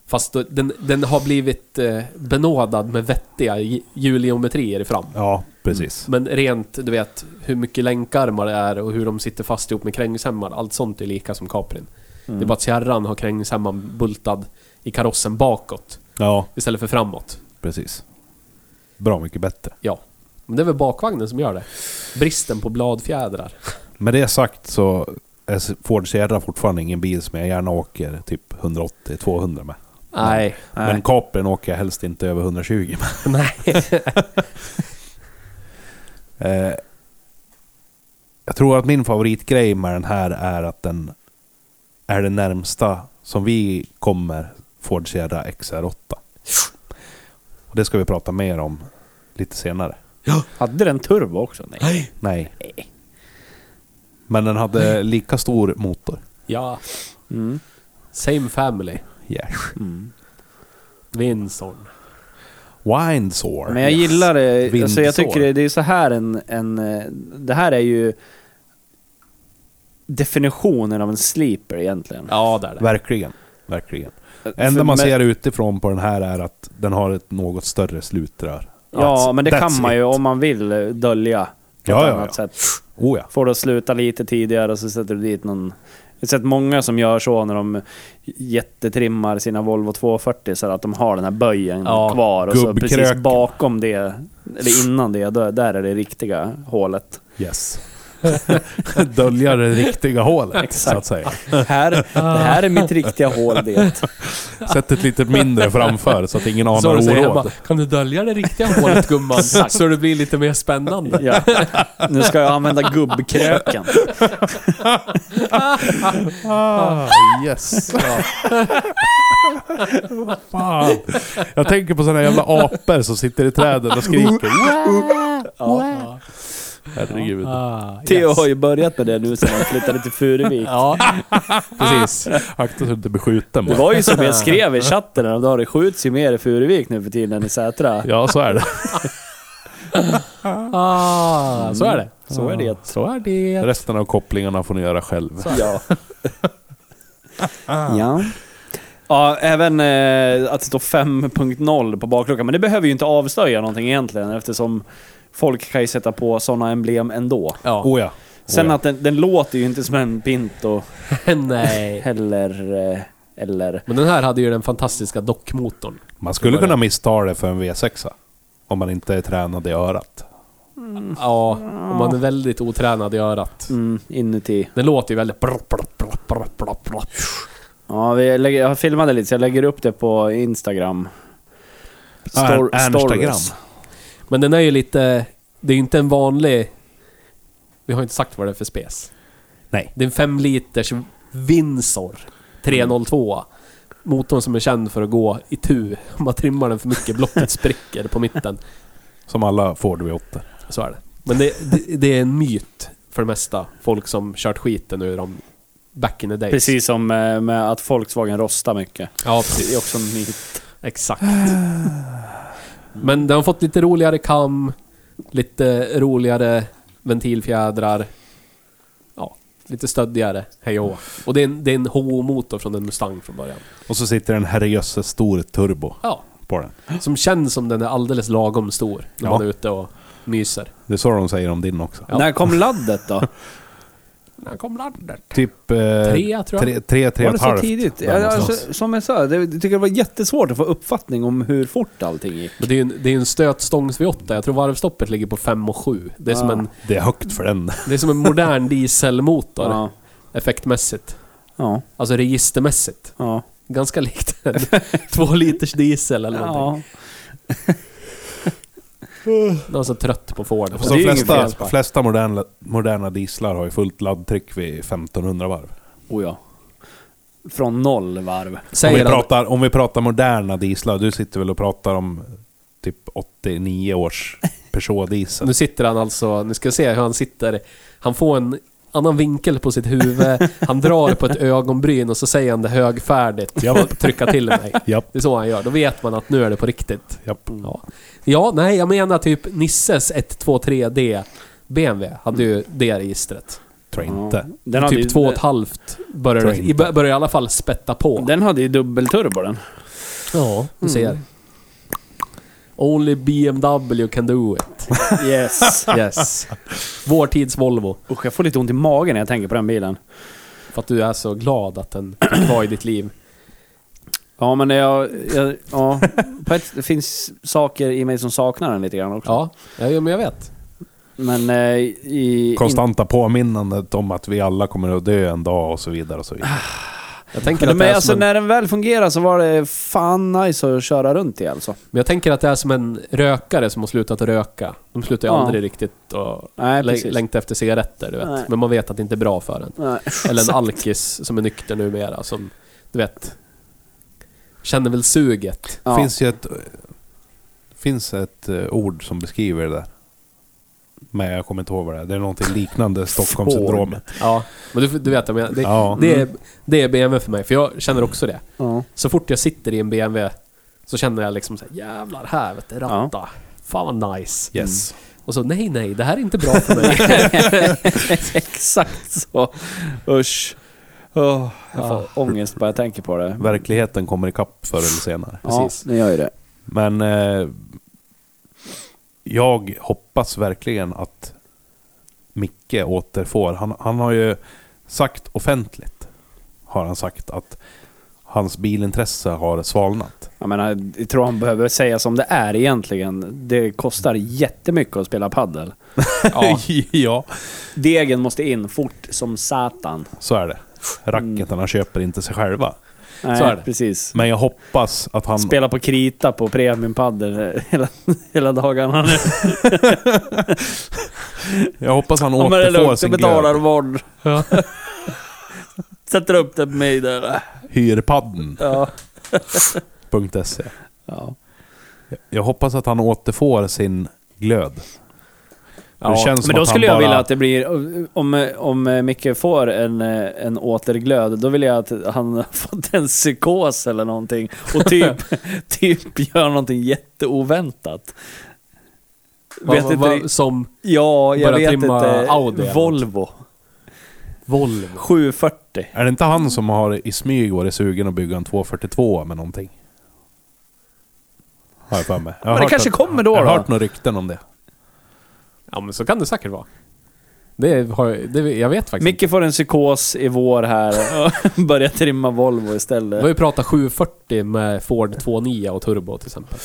[SPEAKER 4] Fast då, den, den har blivit eh, benådad med vettiga hj- hjulgeometrier i fram.
[SPEAKER 3] Ja, precis.
[SPEAKER 4] Men rent, du vet, hur mycket länkarmar det är och hur de sitter fast ihop med krängsämmar. Allt sånt är lika som Caprin. Det är bara att Sierran har krängsämman bultad i karossen bakåt
[SPEAKER 3] Ja,
[SPEAKER 4] istället för framåt.
[SPEAKER 3] precis. Bra mycket bättre.
[SPEAKER 4] Ja. Men det är väl bakvagnen som gör det. Bristen på bladfjädrar.
[SPEAKER 3] Med det sagt så är Ford Sierra fortfarande ingen bil som jag gärna åker typ 180-200 med.
[SPEAKER 4] Nej.
[SPEAKER 3] Men Caprin åker jag helst inte över 120 med.
[SPEAKER 4] Nej.
[SPEAKER 3] Eh, jag tror att min favoritgrej med den här är att den är det närmsta som vi kommer Ford Sierra XR8. Och det ska vi prata mer om lite senare.
[SPEAKER 2] Hade den turbo också? Nej.
[SPEAKER 3] Nej. Men den hade lika stor motor.
[SPEAKER 4] Ja.
[SPEAKER 2] Mm.
[SPEAKER 4] Same family.
[SPEAKER 3] Yes.
[SPEAKER 4] Vinson.
[SPEAKER 3] Windsor.
[SPEAKER 2] Men jag gillar det. Alltså jag
[SPEAKER 3] Vindsår.
[SPEAKER 2] tycker det, det är så här en, en... eh, Det här är ju definitionen av en sleeper egentligen.
[SPEAKER 4] Ja, där är det.
[SPEAKER 3] Verkligen. Verkligen.
[SPEAKER 2] För
[SPEAKER 3] Enda man
[SPEAKER 2] med-
[SPEAKER 3] ser utifrån på den här är att den har ett något större slutrör.
[SPEAKER 2] Ja,
[SPEAKER 3] That's-
[SPEAKER 2] men det
[SPEAKER 3] that's
[SPEAKER 2] kan man ju
[SPEAKER 3] it.
[SPEAKER 2] om man vill eh, dölja. På
[SPEAKER 3] Ja,
[SPEAKER 2] ett
[SPEAKER 3] ja,
[SPEAKER 2] annat
[SPEAKER 3] ja.
[SPEAKER 2] sätt.
[SPEAKER 3] Oh ja.
[SPEAKER 2] Får du att sluta lite tidigare och så sätter du dit någon... Jag har sett många som gör så när de jättetrimmar sina Volvo 240 så att de har den här böjen
[SPEAKER 4] Ja,
[SPEAKER 2] kvar och så precis
[SPEAKER 3] gubbkröken.
[SPEAKER 2] bakom det, eller innan det, då- där är det riktiga hålet.
[SPEAKER 3] Yes. Dölja det riktiga hålet, så att säga.
[SPEAKER 2] Här, det här är mitt riktiga hål det.
[SPEAKER 3] Sätt ett lite mindre framför så att ingen
[SPEAKER 4] Så
[SPEAKER 3] anar
[SPEAKER 4] du säger jag
[SPEAKER 3] oråd.
[SPEAKER 4] bara, kan du dölja det riktiga hålet gumman? så det blir lite mer spännande.
[SPEAKER 2] Ja. Nu ska jag använda gubbkröken.
[SPEAKER 3] Ah, yes. Vad Fan. Jag tänker på såna jävla apor som sitter i träden och skriker.
[SPEAKER 1] Ja.
[SPEAKER 3] Herregud.
[SPEAKER 4] Ah,
[SPEAKER 2] Theo
[SPEAKER 4] yes.
[SPEAKER 2] har ju börjat med det nu sen han flyttade till Furuvik.
[SPEAKER 4] Ja, precis.
[SPEAKER 3] Akta så att du inte blir skjuten.
[SPEAKER 2] Det
[SPEAKER 3] bara.
[SPEAKER 2] var ju som jag skrev i chatten häromdagen, det skjuts ju mer i Furuvik nu för tiden än i Sätra.
[SPEAKER 3] Ja, så är det.
[SPEAKER 4] Ah, så är det.
[SPEAKER 2] Så är det.
[SPEAKER 4] Så är det.
[SPEAKER 3] Resten av kopplingarna får ni göra själv.
[SPEAKER 2] Ja. ja. Ja, även eh, att det står 5.0 på bakluckan. Men det behöver ju inte avslöja någonting egentligen eftersom folk kan ju sätta på sådana emblem ändå.
[SPEAKER 4] Ja.
[SPEAKER 3] Oh ja.
[SPEAKER 2] Sen
[SPEAKER 3] Oh, ja.
[SPEAKER 2] att den, den låter ju inte som en Pinto
[SPEAKER 4] Nej.
[SPEAKER 2] heller... eh, Eller...
[SPEAKER 4] Men den här hade ju den fantastiska dockmotorn.
[SPEAKER 3] Man skulle kunna missta det för en V6. Om man inte är tränad i örat.
[SPEAKER 4] Ja, och man är väldigt otränad i örat.
[SPEAKER 2] Mm, inuti.
[SPEAKER 4] Den låter ju väldigt... Brr, brr, brr, brr, brr, brr.
[SPEAKER 2] Ja, vi lägger, jag filmade lite så jag lägger upp det på Instagram. Stor-
[SPEAKER 3] Ern- Ernstagram.
[SPEAKER 2] stories.
[SPEAKER 4] Men den är ju lite... Det är ju inte en vanlig... Vi har ju inte sagt vad det är för spes.
[SPEAKER 3] Nej.
[SPEAKER 4] Det är en 5 liters Windsor 302. Motorn som är känd för att gå i tu. Om man trimmar den för mycket, blocket spricker på mitten.
[SPEAKER 3] Som alla Ford V8.
[SPEAKER 4] Så är det. Men det, det, det är en myt för det mesta. Folk som kört skiten ur dem back in the days.
[SPEAKER 2] Precis som eh, med att Volkswagen rostar mycket.
[SPEAKER 4] Ja,
[SPEAKER 2] Det
[SPEAKER 4] precis.
[SPEAKER 2] är också en myt.
[SPEAKER 4] Exakt. Men den har fått lite roligare kam, lite roligare ventilfjädrar. Ja, lite stöddigare. Hej och hå. Och det är en, det är en HO-motor från en Mustang från början.
[SPEAKER 3] Och så sitter en herrejösses stor turbo
[SPEAKER 4] Ja,
[SPEAKER 3] på den.
[SPEAKER 4] som känns som den är alldeles lagom stor när
[SPEAKER 3] Ja.
[SPEAKER 4] man är ute och myser.
[SPEAKER 3] Det är så de säger om din också.
[SPEAKER 4] Ja.
[SPEAKER 2] När kom laddet då?
[SPEAKER 4] När kom laddet?
[SPEAKER 3] Typ... Eh,
[SPEAKER 4] Tre, tror jag.
[SPEAKER 3] Tre, tre, tre
[SPEAKER 2] var det
[SPEAKER 3] och ett
[SPEAKER 2] så
[SPEAKER 3] halvt.
[SPEAKER 2] tidigt?
[SPEAKER 3] där
[SPEAKER 2] Ja,
[SPEAKER 3] någonstans.
[SPEAKER 2] alltså, som jag sa, det, jag tycker det var jättesvårt att få uppfattning om hur fort allting gick.
[SPEAKER 4] Men det är ju en, det är ju en stötstångs V8. Jag tror varvstoppet ligger på 5 och 7. Det är, som
[SPEAKER 2] Ah.
[SPEAKER 4] en,
[SPEAKER 3] Det är högt för den.
[SPEAKER 4] det är som en modern dieselmotor.
[SPEAKER 2] Ja,
[SPEAKER 4] Effektmässigt.
[SPEAKER 2] ja,
[SPEAKER 4] Alltså registermässigt.
[SPEAKER 2] ja.
[SPEAKER 4] Ganska likt en två liters diesel eller någonting.
[SPEAKER 2] ja.
[SPEAKER 4] De är så trött på Ford.
[SPEAKER 2] det
[SPEAKER 3] Så
[SPEAKER 2] är ju
[SPEAKER 3] de
[SPEAKER 2] ingen
[SPEAKER 3] flesta,
[SPEAKER 2] felspark.
[SPEAKER 3] flesta moderna, moderna dieslar har ju fullt laddtryck vid 1500 varv.
[SPEAKER 2] Oh, ja. Från noll varv.
[SPEAKER 3] Om vi,
[SPEAKER 4] Säger han,
[SPEAKER 3] pratar, om vi pratar moderna dieslar, du sitter väl och pratar om typ 89 års Peugeot diesel.
[SPEAKER 4] nu sitter han alltså, nu ska jag se hur han sitter. Han får en annan vinkel på sitt huvud, han drar på ett ögonbryn och så säger han det högfärdigt.
[SPEAKER 3] Ja, va?
[SPEAKER 4] Trycka till mig.
[SPEAKER 3] Japp,
[SPEAKER 4] Det är så han gör, då vet man att nu är det på riktigt.
[SPEAKER 3] japp.
[SPEAKER 4] Ja, ja nej jag menar typ Nisses 123D BMW hade ju
[SPEAKER 3] Mm.
[SPEAKER 4] det registret.
[SPEAKER 3] Tror jag
[SPEAKER 2] Ja.
[SPEAKER 3] inte.
[SPEAKER 2] Den hade ju-
[SPEAKER 4] typ två och ett halvt började
[SPEAKER 3] Tror
[SPEAKER 4] det-
[SPEAKER 3] jag
[SPEAKER 4] i
[SPEAKER 3] inte.
[SPEAKER 4] bör- började i alla fall spätta på.
[SPEAKER 2] Den hade ju dubbelturbo den.
[SPEAKER 4] Ja,
[SPEAKER 2] Mm.
[SPEAKER 4] du ser. Only BMW can do it.
[SPEAKER 2] Yes.
[SPEAKER 4] Yes. Vår tids Volvo.
[SPEAKER 2] Usch, jag får lite ont i magen när jag tänker på den bilen.
[SPEAKER 4] För att du är så glad att den fick vara i ditt liv.
[SPEAKER 2] Ja, men jag... jag ja. På ett, det finns saker i mig som saknar den lite grann också.
[SPEAKER 4] Ja, ja men jag vet.
[SPEAKER 2] Men eh, i...
[SPEAKER 3] Konstanta påminnandet om att vi alla kommer att dö en dag och så vidare och så vidare.
[SPEAKER 4] Jag tänker,
[SPEAKER 2] Men,
[SPEAKER 4] att det
[SPEAKER 2] men
[SPEAKER 4] är
[SPEAKER 2] alltså
[SPEAKER 4] som en,
[SPEAKER 2] när den väl fungerar så var det fan nice att köra runt i alltså.
[SPEAKER 4] men jag tänker att det är som en rökare som har slutat att röka. De slutar ju
[SPEAKER 2] Ja.
[SPEAKER 4] aldrig riktigt att
[SPEAKER 2] Nej,
[SPEAKER 4] lä-
[SPEAKER 2] precis.
[SPEAKER 4] längta efter cigaretter, du vet.
[SPEAKER 2] Nej.
[SPEAKER 4] Men man vet att det inte är bra för en.
[SPEAKER 2] Nej.
[SPEAKER 4] Eller en alkis som är nykter numera, som, du vet, känner väl suget.
[SPEAKER 2] Ja.
[SPEAKER 3] Finns ju ett... Finns ett eh, ord som beskriver det där. Men jag kommer inte ihåg vad det är. Det är någonting liknande Stockholmssyndromet.
[SPEAKER 4] Ja, men du, du vet, jag menar, det,
[SPEAKER 3] Ja.
[SPEAKER 4] det, är, det är BMW för mig, för jag känner också det.
[SPEAKER 2] Ja.
[SPEAKER 4] Så fort jag sitter i en BMW så känner jag liksom så här, jävlar här vet du, ratta. Fan vad nice. Mm.
[SPEAKER 3] Yes.
[SPEAKER 4] Och så nej, nej, det här är inte bra för mig.
[SPEAKER 2] Exakt så. Usch. Åh, jag får ångest bara jag tänker på det.
[SPEAKER 3] Verkligheten kommer ikapp förr eller senare.
[SPEAKER 2] Precis. Mm. Ja, det gör ju det.
[SPEAKER 3] Men eh, jag hoppas verkligen att Micke återfår. Han, han har ju sagt offentligt, har han sagt, att hans bilintresse har svalnat.
[SPEAKER 2] Jag menar, jag tror han behöver säga som det är egentligen. Det kostar jättemycket att spela paddel.
[SPEAKER 4] ja.
[SPEAKER 3] ja,
[SPEAKER 2] Degen måste in fort som satan.
[SPEAKER 3] så är det. Racketarna köper inte sig själva.
[SPEAKER 2] Nej,
[SPEAKER 4] Så är det.
[SPEAKER 2] precis.
[SPEAKER 3] Men jag hoppas att han...
[SPEAKER 2] Spela på krita på premiumpaddel hela, hela dagarna nu.
[SPEAKER 3] Jag hoppas han
[SPEAKER 2] Om det är
[SPEAKER 3] återfår
[SPEAKER 2] lugnt, jag
[SPEAKER 3] sin
[SPEAKER 2] betalar
[SPEAKER 3] glöd.
[SPEAKER 2] vård. Sätter upp det på mig där.
[SPEAKER 3] Hyrpadden.se
[SPEAKER 2] Ja.
[SPEAKER 3] Jag hoppas att han återfår sin glöd.
[SPEAKER 4] Ja,
[SPEAKER 3] känns som
[SPEAKER 2] Men då
[SPEAKER 3] att han
[SPEAKER 2] skulle jag
[SPEAKER 3] bara-
[SPEAKER 2] vilja att det blir, om, om Micke får en, eh, en återglöd, då vill jag att han har fått en psykos eller någonting och typ, typ gör någonting jätteoväntat.
[SPEAKER 4] Vad-
[SPEAKER 2] vet inte,
[SPEAKER 4] vad-
[SPEAKER 2] ri-
[SPEAKER 4] som
[SPEAKER 2] ja, jag vet
[SPEAKER 4] börja trimma
[SPEAKER 2] inte.
[SPEAKER 4] Audi eller
[SPEAKER 2] Volvo.
[SPEAKER 4] Volvo.
[SPEAKER 2] 740.
[SPEAKER 3] Är det inte han som har i smyg varit sugen att bygga en 242 med någonting? Har jag för mig. Jag har
[SPEAKER 2] Men det
[SPEAKER 3] hört
[SPEAKER 2] kanske
[SPEAKER 3] något-
[SPEAKER 2] kommer då
[SPEAKER 3] Jag har
[SPEAKER 2] då.
[SPEAKER 3] hört några rykten om det.
[SPEAKER 4] Ja, men så kan det säkert vara. Det har, jag- det, jag vet faktiskt inte.
[SPEAKER 2] Micke får en psykos i vår här och börjar trimma Volvo
[SPEAKER 4] Vi har
[SPEAKER 2] istället.
[SPEAKER 4] ju pratat 740 med Ford 2.9 och turbo till exempel.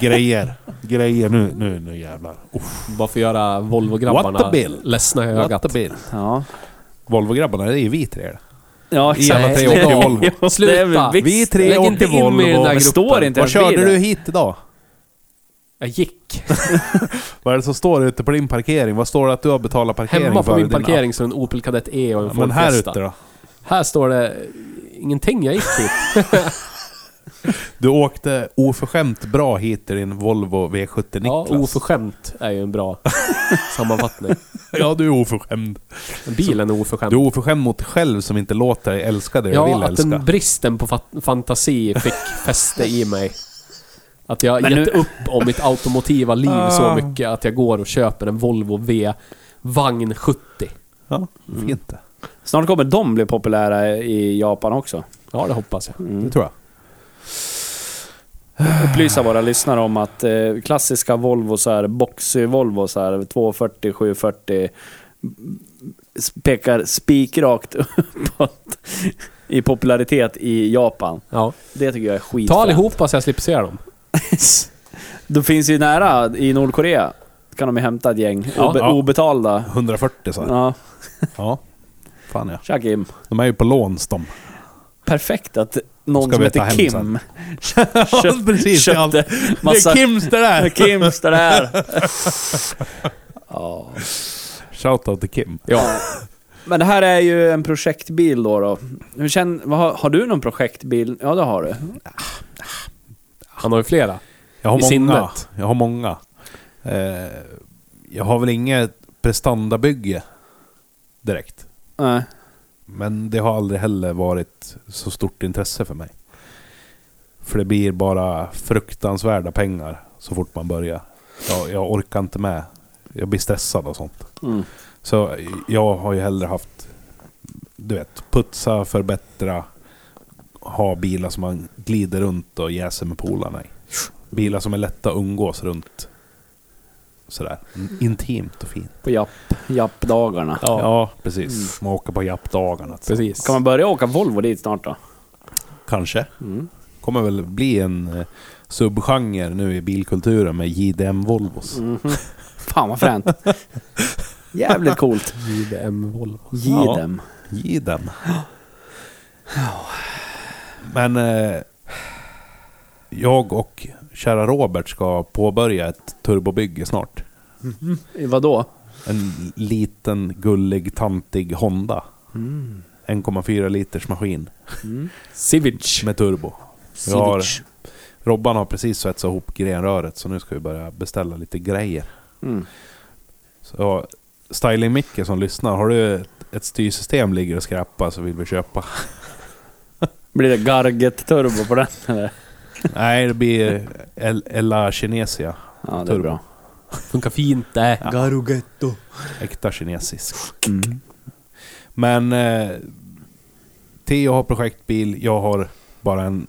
[SPEAKER 3] Grejer. Grejer. Nu, nu, nu jävlar. Uff,
[SPEAKER 4] Bara för att göra
[SPEAKER 3] What
[SPEAKER 4] Volvo-grabbarna
[SPEAKER 3] a bill.
[SPEAKER 4] ledsna i ögat.
[SPEAKER 3] what a bill.
[SPEAKER 2] Ja.
[SPEAKER 3] Volvo-grabbarna, det är ju vi tre. det.
[SPEAKER 2] Ja,
[SPEAKER 3] I alla tre
[SPEAKER 2] Nej,
[SPEAKER 3] åker
[SPEAKER 2] jo,
[SPEAKER 3] Volvo.
[SPEAKER 2] det är
[SPEAKER 4] Sluta.
[SPEAKER 2] väl
[SPEAKER 3] Vi
[SPEAKER 2] visst.
[SPEAKER 3] tre
[SPEAKER 4] Lägg inte
[SPEAKER 3] åker
[SPEAKER 4] in mig
[SPEAKER 3] Volvo.
[SPEAKER 4] i den där
[SPEAKER 2] Det
[SPEAKER 4] gruppen.
[SPEAKER 2] står inte
[SPEAKER 3] Vad
[SPEAKER 2] ens
[SPEAKER 3] körde
[SPEAKER 2] bilen.
[SPEAKER 3] du hit idag?
[SPEAKER 4] Jag gick.
[SPEAKER 3] Vad är det som står ute på din parkering? Vad står det att du har betalat parkering
[SPEAKER 4] Hemma på
[SPEAKER 3] för?
[SPEAKER 4] min
[SPEAKER 3] Din
[SPEAKER 4] parkering så är det en Opel Kadett E och en
[SPEAKER 3] app?
[SPEAKER 4] Ford
[SPEAKER 3] Men här
[SPEAKER 4] Fiesta.
[SPEAKER 3] ute då?
[SPEAKER 4] Här står det ingenting jag gick till.
[SPEAKER 3] Du åkte oförskämt bra hit i din Volvo V70
[SPEAKER 4] ja,
[SPEAKER 3] Niklas.
[SPEAKER 4] oförskämt är ju en bra sammanfattning.
[SPEAKER 3] ja, du är oförskämd.
[SPEAKER 4] Bilen är
[SPEAKER 3] Du
[SPEAKER 4] oförskämd.
[SPEAKER 3] är oförskämd mot dig själv som inte låter dig älska det du vill
[SPEAKER 4] Ja, att
[SPEAKER 3] älska.
[SPEAKER 4] den bristen på fa- fantasi fick fäste i mig. Att jag
[SPEAKER 2] Men
[SPEAKER 4] gett
[SPEAKER 2] nu-
[SPEAKER 4] upp om mitt automotiva liv så mycket att jag går och köper en Volvo V Vagn 70.
[SPEAKER 3] Ja,
[SPEAKER 4] Mm.
[SPEAKER 3] fint det.
[SPEAKER 2] Snart kommer de bli populära i Japan också. Mm.
[SPEAKER 4] Ja, det hoppas jag.
[SPEAKER 3] Det tror jag.
[SPEAKER 2] Upplysa våra lyssnare om att eh, klassiska Volvo så här, boxy Volvo så här, 240, 740 m- pekar spikrakt uppåt i popularitet i Japan.
[SPEAKER 4] Ja.
[SPEAKER 2] Det tycker jag är skit.
[SPEAKER 4] Ta allihopa så jag slipper se dem.
[SPEAKER 2] De finns ju nära i Nordkorea. Kan de ju hämta ett gäng.
[SPEAKER 4] Ja.
[SPEAKER 2] Obe-
[SPEAKER 3] Ja.
[SPEAKER 2] Obetalda.
[SPEAKER 3] 140 så. här.
[SPEAKER 2] Ja,
[SPEAKER 3] Ja. Fan ja.
[SPEAKER 2] tja Kim.
[SPEAKER 3] De är ju på låns de.
[SPEAKER 2] Perfekt att någon
[SPEAKER 3] Ska
[SPEAKER 2] som
[SPEAKER 3] vi
[SPEAKER 2] heter
[SPEAKER 3] ta hem
[SPEAKER 2] Kim
[SPEAKER 3] sen? Ja, precis. Det är allt-
[SPEAKER 2] köpte massa...
[SPEAKER 3] Kims det där!
[SPEAKER 2] Kim står det här. Ja.
[SPEAKER 3] Shoutout till Kim.
[SPEAKER 2] Ja. Men det här är ju en projektbil då. då. Hur känn, vad, har- har du någon projektbil? Ja, det har du.
[SPEAKER 4] Han har ju flera.
[SPEAKER 3] Jag har
[SPEAKER 4] I
[SPEAKER 3] många.
[SPEAKER 4] sinnet.
[SPEAKER 3] Jag har många. Eh, jag har väl inget prestandabygge direkt.
[SPEAKER 2] Nej.
[SPEAKER 3] Men det har aldrig heller varit så stort intresse för mig. För det blir bara fruktansvärda pengar så fort man börjar. Jag, jag orkar inte med. Jag blir stressad och sånt.
[SPEAKER 2] Mm.
[SPEAKER 3] Så jag har ju hellre haft, du vet, putsa, förbättra, ha bilar som man glider runt och jäser med polarna i. Bilar som är lätta att umgås runt. Sådär, intimt och fint.
[SPEAKER 2] På japp, jappdagarna.
[SPEAKER 4] Mm. Ja, Mm.
[SPEAKER 3] precis. Man åker på jappdagarna. alltså.
[SPEAKER 4] precis.
[SPEAKER 2] Kan man börja åka Volvo dit snart då? Mm.
[SPEAKER 3] Kanske. Kommer väl bli en eh, subgenre nu i bilkulturen med JDM
[SPEAKER 4] Mm.
[SPEAKER 3] Volvos.
[SPEAKER 2] Mhm. Fan vad fränt. Jävligt coolt.
[SPEAKER 4] JDM Volvo.
[SPEAKER 2] Ge
[SPEAKER 3] Ja.
[SPEAKER 2] dem.
[SPEAKER 3] JDM. Men eh, jag och kära Robert ska påbörja ett turbobygge snart.
[SPEAKER 2] Vadå?
[SPEAKER 3] En liten gullig tantig Honda.
[SPEAKER 2] Mm.
[SPEAKER 3] 1,4 liters maskin
[SPEAKER 4] Civic.
[SPEAKER 3] med turbo. Vi har,
[SPEAKER 2] Civic.
[SPEAKER 3] Robban har precis svetsat ihop grenröret så nu ska vi börja beställa lite grejer.
[SPEAKER 2] Mm.
[SPEAKER 3] Så, Styling Micke som lyssnar, har du ett, ett styrsystem ligger och skrapar så vill vi köpa.
[SPEAKER 2] Blir det Garget-turbo på den eller?
[SPEAKER 3] Nej, det blir El- Ella Kinesia.
[SPEAKER 2] Ja, det är
[SPEAKER 3] Turbo.
[SPEAKER 2] bra.
[SPEAKER 4] Funkar fint eh. det.
[SPEAKER 2] Garugetto.
[SPEAKER 3] Äkta kinesisk.
[SPEAKER 2] Mm.
[SPEAKER 3] Men eh, Theo har projektbil, jag har bara en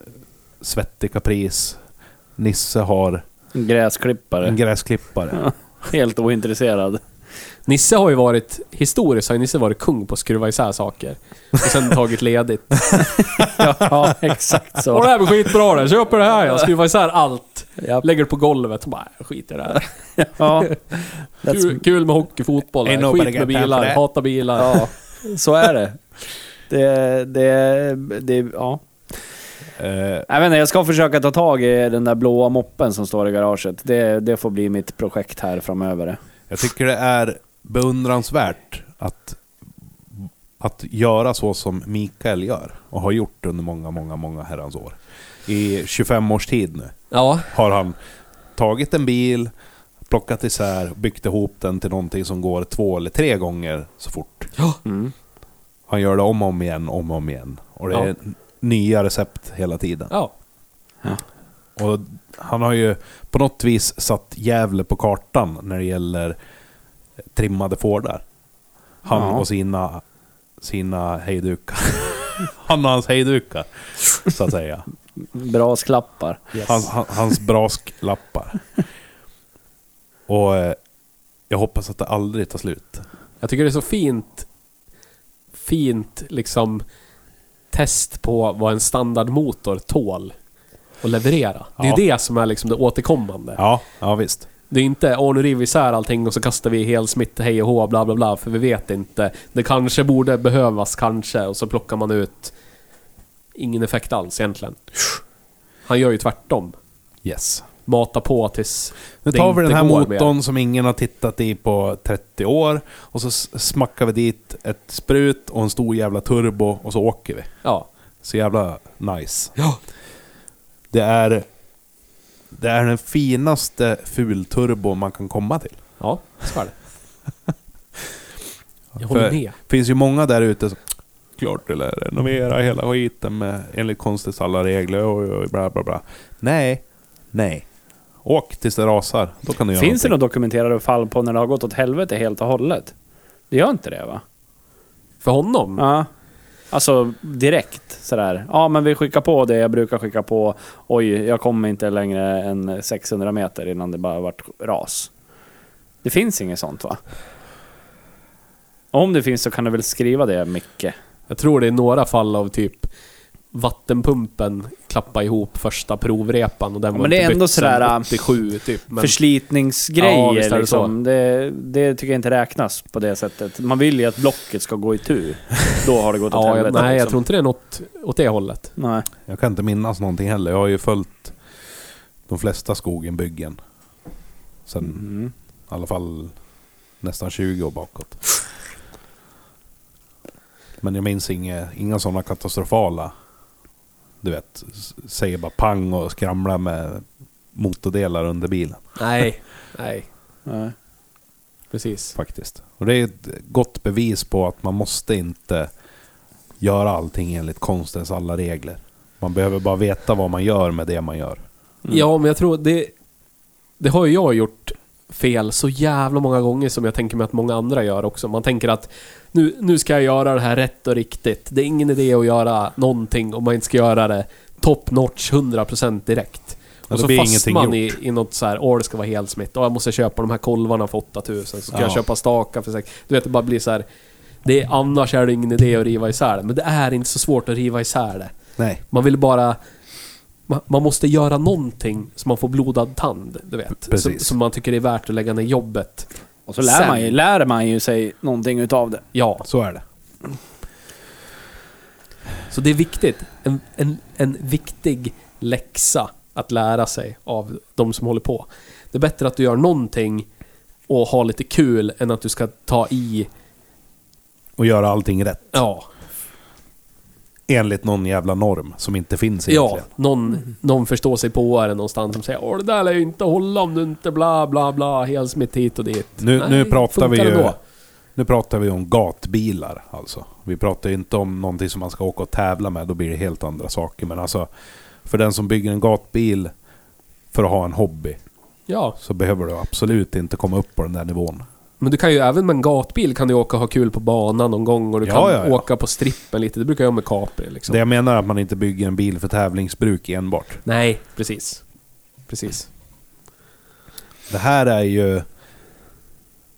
[SPEAKER 3] svettig kapris. Nisse har
[SPEAKER 2] En Gräsklippare.
[SPEAKER 3] en gräsklippare.
[SPEAKER 2] Ja. Helt ointresserad.
[SPEAKER 4] Nisse har ju varit, historiskt har ju Nisse varit kung på att skruva isär saker. Och sen tagit ledigt.
[SPEAKER 2] ja, exakt
[SPEAKER 4] Åh det
[SPEAKER 2] så.
[SPEAKER 4] här blir skitbra det, köper det här jag. Skruvar isär allt.
[SPEAKER 2] Japp.
[SPEAKER 4] Lägger det på golvet och bara, "Jag skiter i det här.
[SPEAKER 2] Ja.
[SPEAKER 4] Kul, kul med hockey, fotboll,
[SPEAKER 3] Ain't
[SPEAKER 4] skit
[SPEAKER 3] nobody
[SPEAKER 4] med
[SPEAKER 3] got time for
[SPEAKER 4] bilar,
[SPEAKER 3] that.
[SPEAKER 4] hatar bilar.
[SPEAKER 2] Ja, så är det. Det, det, det, ja.
[SPEAKER 3] Eh,
[SPEAKER 2] Jag, vet inte, jag ska försöka ta tag i den där blåa moppen som står i garaget. Det, det får bli mitt projekt här framöver.
[SPEAKER 3] Jag tycker det är beundransvärt att, att göra så som Mikael gör och har gjort under många, många, många herrans år. I 25 års tid nu
[SPEAKER 4] Ja.
[SPEAKER 3] har han tagit en bil, plockat isär, byggt ihop den till någonting som går två eller tre gånger så fort.
[SPEAKER 2] Mm.
[SPEAKER 3] Han gör det om och om igen, om och om igen. Och det
[SPEAKER 4] Ja.
[SPEAKER 3] är nya recept hela tiden.
[SPEAKER 4] ja.
[SPEAKER 3] Och han har ju på något vis satt Gävle på kartan när det gäller trimmade Fordar. Han
[SPEAKER 2] Ja.
[SPEAKER 3] och sina, sina hejdukar. Han och hans hejdukar, så att säga.
[SPEAKER 2] Brasklappar.
[SPEAKER 4] Yes.
[SPEAKER 3] Hans, han- hans brasklappar. Och eh, Jag hoppas att det aldrig tar slut.
[SPEAKER 4] Jag tycker det är så fint, fint liksom test på vad en standardmotor tål att leverera. Det är ju
[SPEAKER 3] Ja.
[SPEAKER 4] det som är liksom det återkommande.
[SPEAKER 3] Ja, ja visst.
[SPEAKER 4] Det är inte, åh nu river vi isär allting och så kastar vi hel smitt hej och hå, bla bla bla, för vi vet inte. Det kanske borde behövas, kanske, och så plockar man ut... Ingen effekt alls egentligen. Han gör ju tvärtom.
[SPEAKER 3] Yes.
[SPEAKER 4] Mata på tills
[SPEAKER 3] Nu
[SPEAKER 4] det
[SPEAKER 3] tar vi
[SPEAKER 4] inte
[SPEAKER 3] den här
[SPEAKER 4] går mer.
[SPEAKER 3] motorn som ingen har tittat i på 30 år och så s- smackar vi dit ett sprut och en stor jävla turbo och så åker vi.
[SPEAKER 4] Ja.
[SPEAKER 3] Så jävla nice. Det är, det är den finaste fulturbo man kan komma till.
[SPEAKER 4] Ja, så är det. Jag
[SPEAKER 3] För-
[SPEAKER 4] håller med.
[SPEAKER 3] finns ju många där ute som... Klart du lär renovera hela skiten med, enligt konstens alla regler och och bla bla bla. Nej. Nej. Åk tills det rasar. Då kan du göra
[SPEAKER 2] Finns det några
[SPEAKER 3] någonting.
[SPEAKER 2] dokumenterade fall på när det har gått åt helvete helt och hållet? Det gör inte det va?
[SPEAKER 4] För honom?
[SPEAKER 2] Ja. Alltså direkt sådär. Ja men vi skickar på det jag brukar skicka på. Oj, jag kommer inte längre än 600 meter innan det bara vart ras. Det finns inget sånt va? Om det finns så kan du väl skriva det Micke?
[SPEAKER 4] Jag tror det är några fall av typ vattenpumpen klappa ihop första provrepan och den
[SPEAKER 2] Ja,
[SPEAKER 4] var
[SPEAKER 2] men det är
[SPEAKER 4] inte
[SPEAKER 2] ändå
[SPEAKER 4] bytt sedan
[SPEAKER 2] sådär,
[SPEAKER 4] 87 typ. Men Ja,
[SPEAKER 2] Förslitningsgrejer
[SPEAKER 4] visst är det
[SPEAKER 2] liksom. Det, det tycker jag inte räknas på det sättet. Man vill ju att blocket ska gå i tur. Då har det gått åt
[SPEAKER 4] ja,
[SPEAKER 2] helvete.
[SPEAKER 4] jag, nej, jag
[SPEAKER 2] liksom.
[SPEAKER 4] tror inte det är något åt det hållet.
[SPEAKER 2] Nej.
[SPEAKER 3] Jag kan inte minnas någonting heller. Jag har ju följt de flesta skogenbyggen. Sen
[SPEAKER 2] Mm.
[SPEAKER 3] i alla fall nästan 20 år bakåt. Men jag minns inga, inga sådana katastrofala. Du vet, s- säger bara pang och skramlar med motordelar under bilen.
[SPEAKER 4] Nej, nej.
[SPEAKER 2] Nej.
[SPEAKER 4] Precis.
[SPEAKER 3] faktiskt. Och det är ett gott bevis på att man måste inte göra allting enligt konstens alla regler. Man behöver bara veta vad man gör med det man gör.
[SPEAKER 4] Ja, men jag tror det... Det har ju jag gjort fel så jävla många gånger som jag tänker mig att många andra gör också. Man tänker att nu, nu ska jag göra det här rätt och riktigt. Det är ingen idé att göra någonting om man inte ska göra det top notch 100% direkt.
[SPEAKER 3] Ja,
[SPEAKER 4] Och
[SPEAKER 3] det
[SPEAKER 4] så
[SPEAKER 3] blir
[SPEAKER 4] fastnar
[SPEAKER 3] ingenting
[SPEAKER 4] man i, i något så här, åh det ska vara helsmitt, åh jag måste köpa de här kolvarna för 8000, så ska jag
[SPEAKER 3] Ja.
[SPEAKER 4] köpa stakar för sex. Du vet, det bara blir så här. Det är, annars är det ingen idé att riva isär det, men det är inte så svårt att riva isär det.
[SPEAKER 3] Nej.
[SPEAKER 4] Man vill bara... Man, man måste göra någonting så man får blodad tand, du vet. Som,
[SPEAKER 3] Precis.
[SPEAKER 4] som man tycker är värt att lägga ner jobbet.
[SPEAKER 2] Och så lär
[SPEAKER 4] Sen.
[SPEAKER 2] man, ju, lär man ju sig någonting utav det.
[SPEAKER 4] Ja,
[SPEAKER 3] Så är det.
[SPEAKER 4] så det är viktigt. En, en, en viktig läxa att lära sig av de som håller på. Det är bättre att du gör någonting och har lite kul än att du ska ta i...
[SPEAKER 3] Och göra allting rätt.
[SPEAKER 4] Ja,
[SPEAKER 3] Enligt någon jävla norm som inte finns
[SPEAKER 4] ja
[SPEAKER 3] egentligen.
[SPEAKER 4] någon, någon förstår sig på det någonstans som säger Åh, det där lär ju inte hålla om du inte bla bla bla, helsmitt hit och dit.
[SPEAKER 3] Nu, nu
[SPEAKER 4] Nej,
[SPEAKER 3] pratar vi
[SPEAKER 4] funkar
[SPEAKER 3] ju...
[SPEAKER 4] ändå.
[SPEAKER 3] Nu pratar vi om gatbilar alltså. Vi pratar ju inte om någonting som man ska åka och tävla med. Då blir det helt andra saker. Men alltså, för den som bygger en gatbil för att ha en hobby
[SPEAKER 4] Ja,
[SPEAKER 3] så behöver du absolut inte komma upp på den där nivån.
[SPEAKER 4] Men du kan ju även med en gatbil kan du åka och ha kul på banan någon gång och du
[SPEAKER 3] Ja,
[SPEAKER 4] kan
[SPEAKER 3] ja, ja.
[SPEAKER 4] åka på strippen lite. Det brukar jag göra med Capri liksom.
[SPEAKER 3] Det jag menar är att man inte bygger en bil för tävlingsbruk enbart.
[SPEAKER 4] Nej, precis. Precis.
[SPEAKER 3] Det här är ju...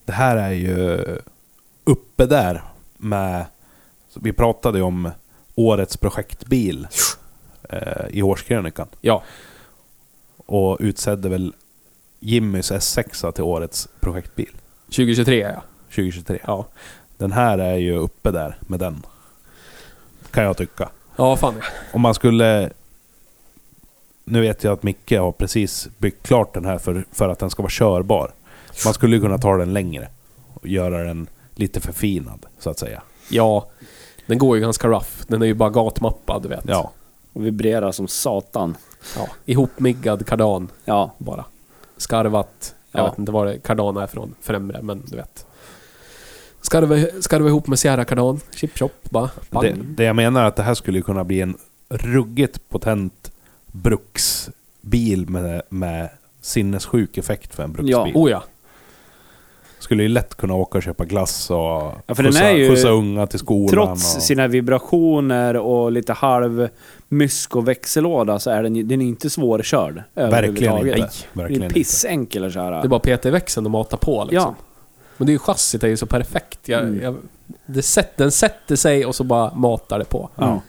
[SPEAKER 3] Det här är ju uppe där med... så Vi pratade ju om årets projektbil eh, i årskrönikan.
[SPEAKER 4] Ja.
[SPEAKER 3] Och utsedde väl Jimmys S6 till årets projektbil
[SPEAKER 4] 2023 ja.
[SPEAKER 3] 2023.
[SPEAKER 4] Ja,
[SPEAKER 3] Den här är ju uppe där med den. Kan jag tycka.
[SPEAKER 4] ja fan ja.
[SPEAKER 3] Om man skulle... Nu vet jag att Micke har precis byggt klart den här för, för att den ska vara körbar. Man skulle ju kunna ta den längre och göra den lite förfinad, så att säga.
[SPEAKER 4] Ja. Den går ju ganska rough. Den är ju bara gatmappad, du vet.
[SPEAKER 3] Ja.
[SPEAKER 2] Och vibrerar som satan.
[SPEAKER 4] ja. Ihopmiggad kardan
[SPEAKER 2] Ja.
[SPEAKER 4] bara. Skarvat. Jag
[SPEAKER 2] Ja.
[SPEAKER 4] vet inte var det kardan är från. Främre, men du vet. Skarva, skarva ihop med Sierra kardan. Chip chop bara. Pang.
[SPEAKER 3] Det, det jag menar är att det här skulle ju kunna bli en ruggigt potent bruksbil med, med sinnessjuk effekt för en bruksbil.
[SPEAKER 4] Oh ja.
[SPEAKER 3] Skulle ju lätt kunna åka och köpa glass och
[SPEAKER 2] Ja, för den
[SPEAKER 3] skjutsa,
[SPEAKER 2] är ju-
[SPEAKER 3] skjutsa unga till skolan.
[SPEAKER 2] Trots
[SPEAKER 3] och,
[SPEAKER 2] sina vibrationer och lite halv mysk och växellåda så är den, ju- den är inte svårkörd.
[SPEAKER 3] Verkligen
[SPEAKER 2] överhuvudtaget.
[SPEAKER 3] inte.
[SPEAKER 2] Den
[SPEAKER 3] Verkligen
[SPEAKER 2] är
[SPEAKER 3] inte.
[SPEAKER 2] pissenkel att köra.
[SPEAKER 4] Det är bara peta i växeln och mata på liksom.
[SPEAKER 2] Ja.
[SPEAKER 4] Men det är ju chassit är ju så perfekt. Jag,
[SPEAKER 2] Mm.
[SPEAKER 4] jag, det sätt, den sätter sig och så bara matar det på.
[SPEAKER 3] Ja.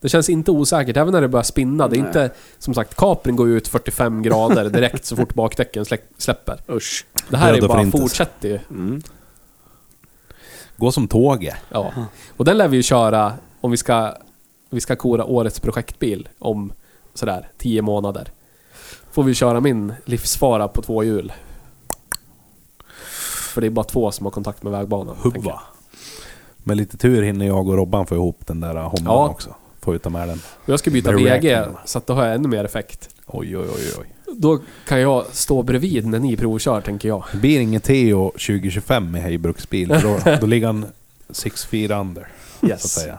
[SPEAKER 4] Det känns inte osäkert, även när det börjar spinna. Det är inte, som sagt, kapren går ju ut 45 grader direkt så fort bakdäcken slä- släpper.
[SPEAKER 2] Usch. Mm.
[SPEAKER 4] Det här är
[SPEAKER 3] Döda
[SPEAKER 4] ju bara,
[SPEAKER 3] förintelse.
[SPEAKER 4] fortsätter ju.
[SPEAKER 3] Gå som tåget.
[SPEAKER 4] Ja. Och den lär vi ju köra om vi ska, vi ska kora årets projektbil om sådär 10 månader. Får vi köra min livsfara på två hjul. För det är bara två som har kontakt med vägbanan. tänker jag.
[SPEAKER 3] Hubba. Med lite tur hinner jag och Robban få ihop den där Hondan
[SPEAKER 4] Ja.
[SPEAKER 3] också. Få ut med den.
[SPEAKER 4] Och jag ska byta
[SPEAKER 3] Med
[SPEAKER 4] VG,
[SPEAKER 3] reactorn.
[SPEAKER 4] så att då har jag ännu mer effekt.
[SPEAKER 3] Oj, oj, oj, oj.
[SPEAKER 4] Då kan jag stå bredvid när ni provkör, tänker jag.
[SPEAKER 3] Det blir ingen Teo 2025 i Hejbruks bil. för Då, då ligger han 6 feet under. Så att
[SPEAKER 4] Yes.
[SPEAKER 3] säga.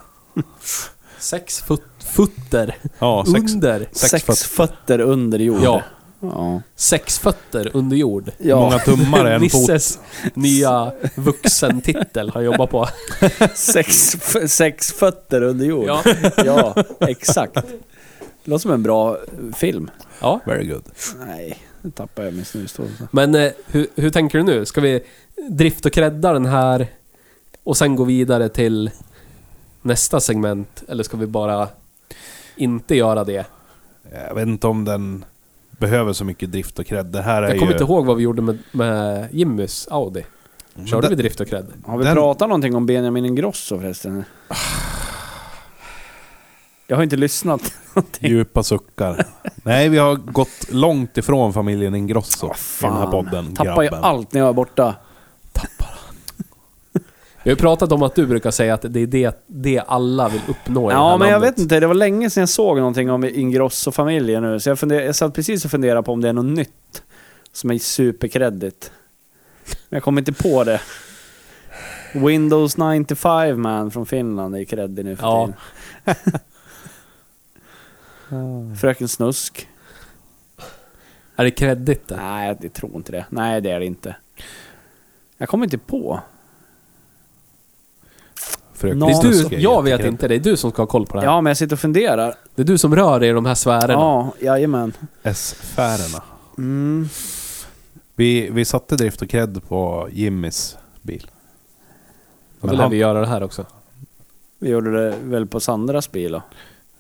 [SPEAKER 4] Sex fut- futter
[SPEAKER 3] Ja, sex,
[SPEAKER 4] under.
[SPEAKER 3] Sex
[SPEAKER 2] Sex,
[SPEAKER 3] fötter.
[SPEAKER 2] fötter. under jord.
[SPEAKER 4] Ja,
[SPEAKER 2] Ja.
[SPEAKER 4] sex fötter under jord.
[SPEAKER 2] Ja.
[SPEAKER 3] Många tummar är en fot.
[SPEAKER 4] Nisses nya vuxentitel han jobbar på.
[SPEAKER 2] Sex, f- sex fötter under jord.
[SPEAKER 4] Ja.
[SPEAKER 2] ja, exakt. Det låter som en bra film.
[SPEAKER 4] ja.
[SPEAKER 3] Very good.
[SPEAKER 2] Nej, nu tappar jag min snusdosa.
[SPEAKER 4] Men eh, hur, hur tänker du nu? Ska vi drift och credda den här och sen gå vidare till nästa segment? Eller ska vi bara inte göra det?
[SPEAKER 3] Jag vet inte om den behöver så mycket drift och cred. Det här är
[SPEAKER 4] Jag kommer
[SPEAKER 3] ju...
[SPEAKER 4] inte ihåg vad vi gjorde med, med Jimmys Audi.
[SPEAKER 3] Men
[SPEAKER 4] Körde
[SPEAKER 2] Mm.
[SPEAKER 4] vi
[SPEAKER 3] den-
[SPEAKER 4] drift och cred?
[SPEAKER 2] Har vi
[SPEAKER 3] Den-
[SPEAKER 2] pratat någonting om Benjamin Ingrosso förresten? Jag har inte lyssnat.
[SPEAKER 3] Djupa suckar. Nej, vi har gått långt ifrån familjen Ingrosso i den här podden.
[SPEAKER 2] Tappar ju
[SPEAKER 3] grabben.
[SPEAKER 2] allt när jag är borta.
[SPEAKER 4] Vi har ju pratat om att du brukar säga att det är det, det alla vill uppnå i det
[SPEAKER 2] Ja,
[SPEAKER 4] här
[SPEAKER 2] men jag
[SPEAKER 4] landet.
[SPEAKER 2] vet inte. Det var länge sedan jag såg någonting om Ingrosso-familjen nu. Så jag, funder, jag satt precis och funderade på om det är något nytt som är superkreddigt. Men jag kom inte på det. Windows 95 man från Finland är kreddig nu för
[SPEAKER 4] Ja.
[SPEAKER 2] tiden. Fröken Snusk.
[SPEAKER 4] Är det kreddigt det?
[SPEAKER 2] Nej, jag tror inte det. Nej, det är det inte. Jag kommer inte på.
[SPEAKER 3] Fröken
[SPEAKER 2] Det
[SPEAKER 4] Det är
[SPEAKER 3] Snusk
[SPEAKER 4] du,
[SPEAKER 3] är
[SPEAKER 4] jag vet
[SPEAKER 3] jättekreddig.
[SPEAKER 4] inte, det är du som ska ha koll på det här.
[SPEAKER 2] Ja, men jag sitter och funderar.
[SPEAKER 4] Det är du som rör dig i de här sfärerna.
[SPEAKER 2] Ja, jajamän.
[SPEAKER 3] S-färerna.
[SPEAKER 2] Mm.
[SPEAKER 3] Vi, vi satte drift och cred på Jimmys bil.
[SPEAKER 4] och
[SPEAKER 3] Men
[SPEAKER 4] då lär
[SPEAKER 3] han,
[SPEAKER 4] vi göra det här också.
[SPEAKER 2] Vi gjorde det väl på Sandras bil då?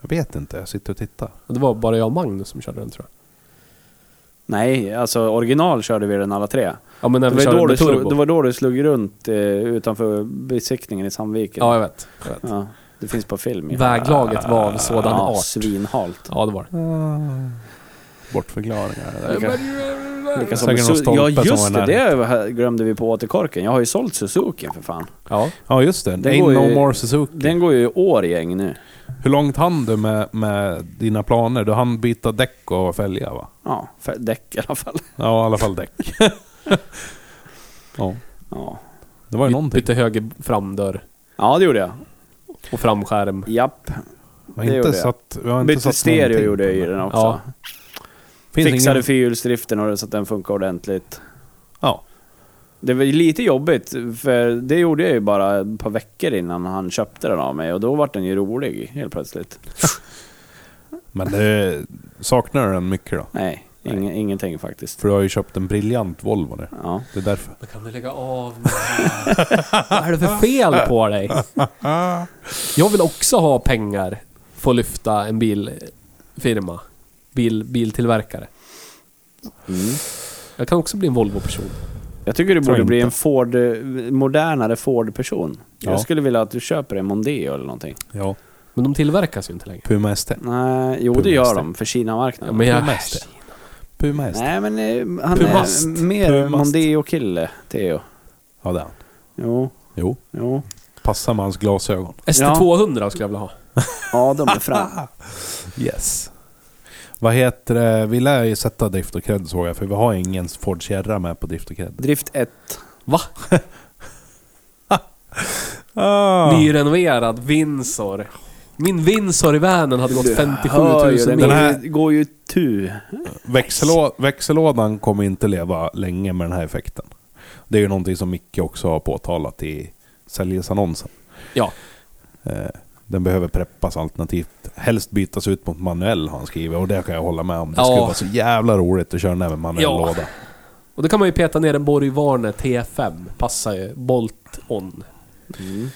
[SPEAKER 3] Jag vet inte, jag sitter och tittar.
[SPEAKER 4] Och det var bara jag och Magnus som körde den tror jag.
[SPEAKER 2] Nej, alltså original körde vi den alla tre.
[SPEAKER 4] Ja men när
[SPEAKER 2] Det
[SPEAKER 4] vi
[SPEAKER 2] var,
[SPEAKER 4] körde
[SPEAKER 2] då du
[SPEAKER 4] med turbo.
[SPEAKER 2] slog, det var då du slog runt eh, utanför besiktningen i Sandviken.
[SPEAKER 4] Ja jag vet. Jag vet.
[SPEAKER 2] Ja, det finns på film. ja.
[SPEAKER 4] Väglaget var av sådan
[SPEAKER 2] ja,
[SPEAKER 4] art.
[SPEAKER 2] Svinhalt.
[SPEAKER 4] Ja det var det.
[SPEAKER 3] Bortförklaringar. det där.
[SPEAKER 2] Lika- lika som-
[SPEAKER 3] Säkert någon
[SPEAKER 2] Su- Ja
[SPEAKER 3] stolpe
[SPEAKER 2] just
[SPEAKER 3] som var
[SPEAKER 2] det, det glömde vi på återkorken. Jag har ju sålt Suzuki för fan.
[SPEAKER 4] Ja.
[SPEAKER 3] Ja just det,
[SPEAKER 2] Den
[SPEAKER 3] Ain't
[SPEAKER 2] går
[SPEAKER 3] no
[SPEAKER 2] ju-
[SPEAKER 3] more Suzuki.
[SPEAKER 2] Den går ju i år i gäng nu.
[SPEAKER 3] Hur långt hann du med, med dina planer? Du hann byta däck och fälgar va?
[SPEAKER 2] Ja, för däck i alla fall.
[SPEAKER 3] Ja, i alla fall däck. ja,
[SPEAKER 2] Ja.
[SPEAKER 3] det var ju någonting.
[SPEAKER 4] Bytte höger framdörr
[SPEAKER 2] ja, det gjorde jag.
[SPEAKER 4] och framskärm.
[SPEAKER 2] Japp.
[SPEAKER 3] Vi
[SPEAKER 2] det
[SPEAKER 3] har inte
[SPEAKER 2] gjorde jag.
[SPEAKER 3] satt, vi har inte
[SPEAKER 2] Bytte
[SPEAKER 3] satt
[SPEAKER 2] stereo
[SPEAKER 3] någonting
[SPEAKER 2] gjorde
[SPEAKER 3] på
[SPEAKER 2] jag i
[SPEAKER 3] den.
[SPEAKER 2] den också.
[SPEAKER 4] Ja.
[SPEAKER 3] Finns
[SPEAKER 2] Fixade
[SPEAKER 3] ingen...
[SPEAKER 2] fyrhjulsdriften och det så att den funkar ordentligt.
[SPEAKER 3] Ja.
[SPEAKER 2] Det var ju lite jobbigt, för det gjorde jag ju bara ett par veckor innan han köpte den av mig och då var den ju rolig helt plötsligt.
[SPEAKER 3] Men det, saknar du den mycket då?
[SPEAKER 2] Nej,
[SPEAKER 3] Nej.
[SPEAKER 2] Ing, ingenting faktiskt.
[SPEAKER 3] För du har ju köpt en briljant Volvo nu.
[SPEAKER 2] Ja.
[SPEAKER 3] Det är därför.
[SPEAKER 4] Då kan du lägga av med Vad är det för fel på dig? Jag vill också ha pengar för att lyfta en bilfirma. Bil, biltillverkare.
[SPEAKER 2] Mm.
[SPEAKER 4] Jag kan också bli en Volvo-person.
[SPEAKER 2] Jag tycker du
[SPEAKER 3] Tror
[SPEAKER 2] borde bli
[SPEAKER 3] inte.
[SPEAKER 2] en Ford, eh, modernare Ford-person.
[SPEAKER 3] Ja.
[SPEAKER 2] Jag skulle vilja att du köper en Mondeo eller någonting.
[SPEAKER 3] Ja.
[SPEAKER 4] Men de tillverkas ju inte längre.
[SPEAKER 3] Puma ST.
[SPEAKER 2] Nej, jo det
[SPEAKER 3] Puma
[SPEAKER 2] gör
[SPEAKER 3] ST.
[SPEAKER 2] de, för Kina-marknaden.
[SPEAKER 4] men jag,
[SPEAKER 3] Puma ST. Puma ST.
[SPEAKER 2] Nej men eh, han
[SPEAKER 4] Pumast.
[SPEAKER 2] är mer
[SPEAKER 3] Pumast.
[SPEAKER 2] Mondeo-kille, Theo.
[SPEAKER 3] Ja, det är han.
[SPEAKER 2] Jo,
[SPEAKER 3] Jo.
[SPEAKER 2] jo.
[SPEAKER 3] Passar med hans glasögon.
[SPEAKER 4] ST200 skulle jag vilja ha.
[SPEAKER 2] Ja, de är fram.
[SPEAKER 3] Yes. Vad heter det? Vi lär ju sätta drift och cred såg jag, för vi har ingen Ford Sierra med på drift och cred.
[SPEAKER 2] Drift 1.
[SPEAKER 4] Va?
[SPEAKER 3] Ah.
[SPEAKER 4] Nyrenoverad Windsor. Min Windsor i Vänern hade gått 57 000 mil.
[SPEAKER 2] Den,
[SPEAKER 3] Den
[SPEAKER 2] här...
[SPEAKER 3] här-
[SPEAKER 2] går ju tu.
[SPEAKER 3] Växellå- växellådan kommer inte leva länge med den här effekten. Det är ju någonting som Micke också har påtalat i säljesannonsen.
[SPEAKER 4] Ja.
[SPEAKER 3] Eh, Den behöver preppas alternativt helst bytas ut mot manuell har han skrivit och det kan jag hålla med om. Det
[SPEAKER 4] Ja.
[SPEAKER 3] skulle vara så jävla roligt att köra den här med manuell
[SPEAKER 4] Ja.
[SPEAKER 3] låda.
[SPEAKER 4] Och då kan man ju peta ner en Borgvarne T5. Passar ju. Bolt on.
[SPEAKER 2] Mm.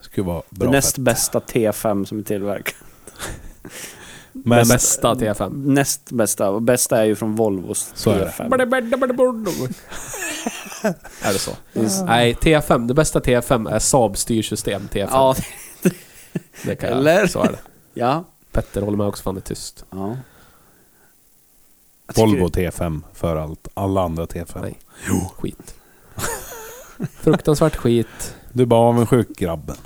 [SPEAKER 3] Skulle vara
[SPEAKER 2] Det
[SPEAKER 3] bra
[SPEAKER 2] näst
[SPEAKER 3] fett.
[SPEAKER 2] bästa T5 som är tillverkad.
[SPEAKER 3] Men
[SPEAKER 4] Den bästa T5.
[SPEAKER 2] Näst bästa. Och bästa är ju från Volvos
[SPEAKER 3] Så är det.
[SPEAKER 2] T5.
[SPEAKER 4] är det så? Nej, T5. Det bästa T5 är Saab styrsystem T5.
[SPEAKER 2] Ja.
[SPEAKER 4] det kan
[SPEAKER 2] eller?
[SPEAKER 4] jag. Så är det.
[SPEAKER 2] ja.
[SPEAKER 4] Petter håller med också, fan det är tyst.
[SPEAKER 2] ja. Jag tycker-
[SPEAKER 3] Volvo T5 för allt. Alla andra T5.
[SPEAKER 4] Nej. Skit. Fruktansvärt skit.
[SPEAKER 3] Du är bara avundsjuk grabben.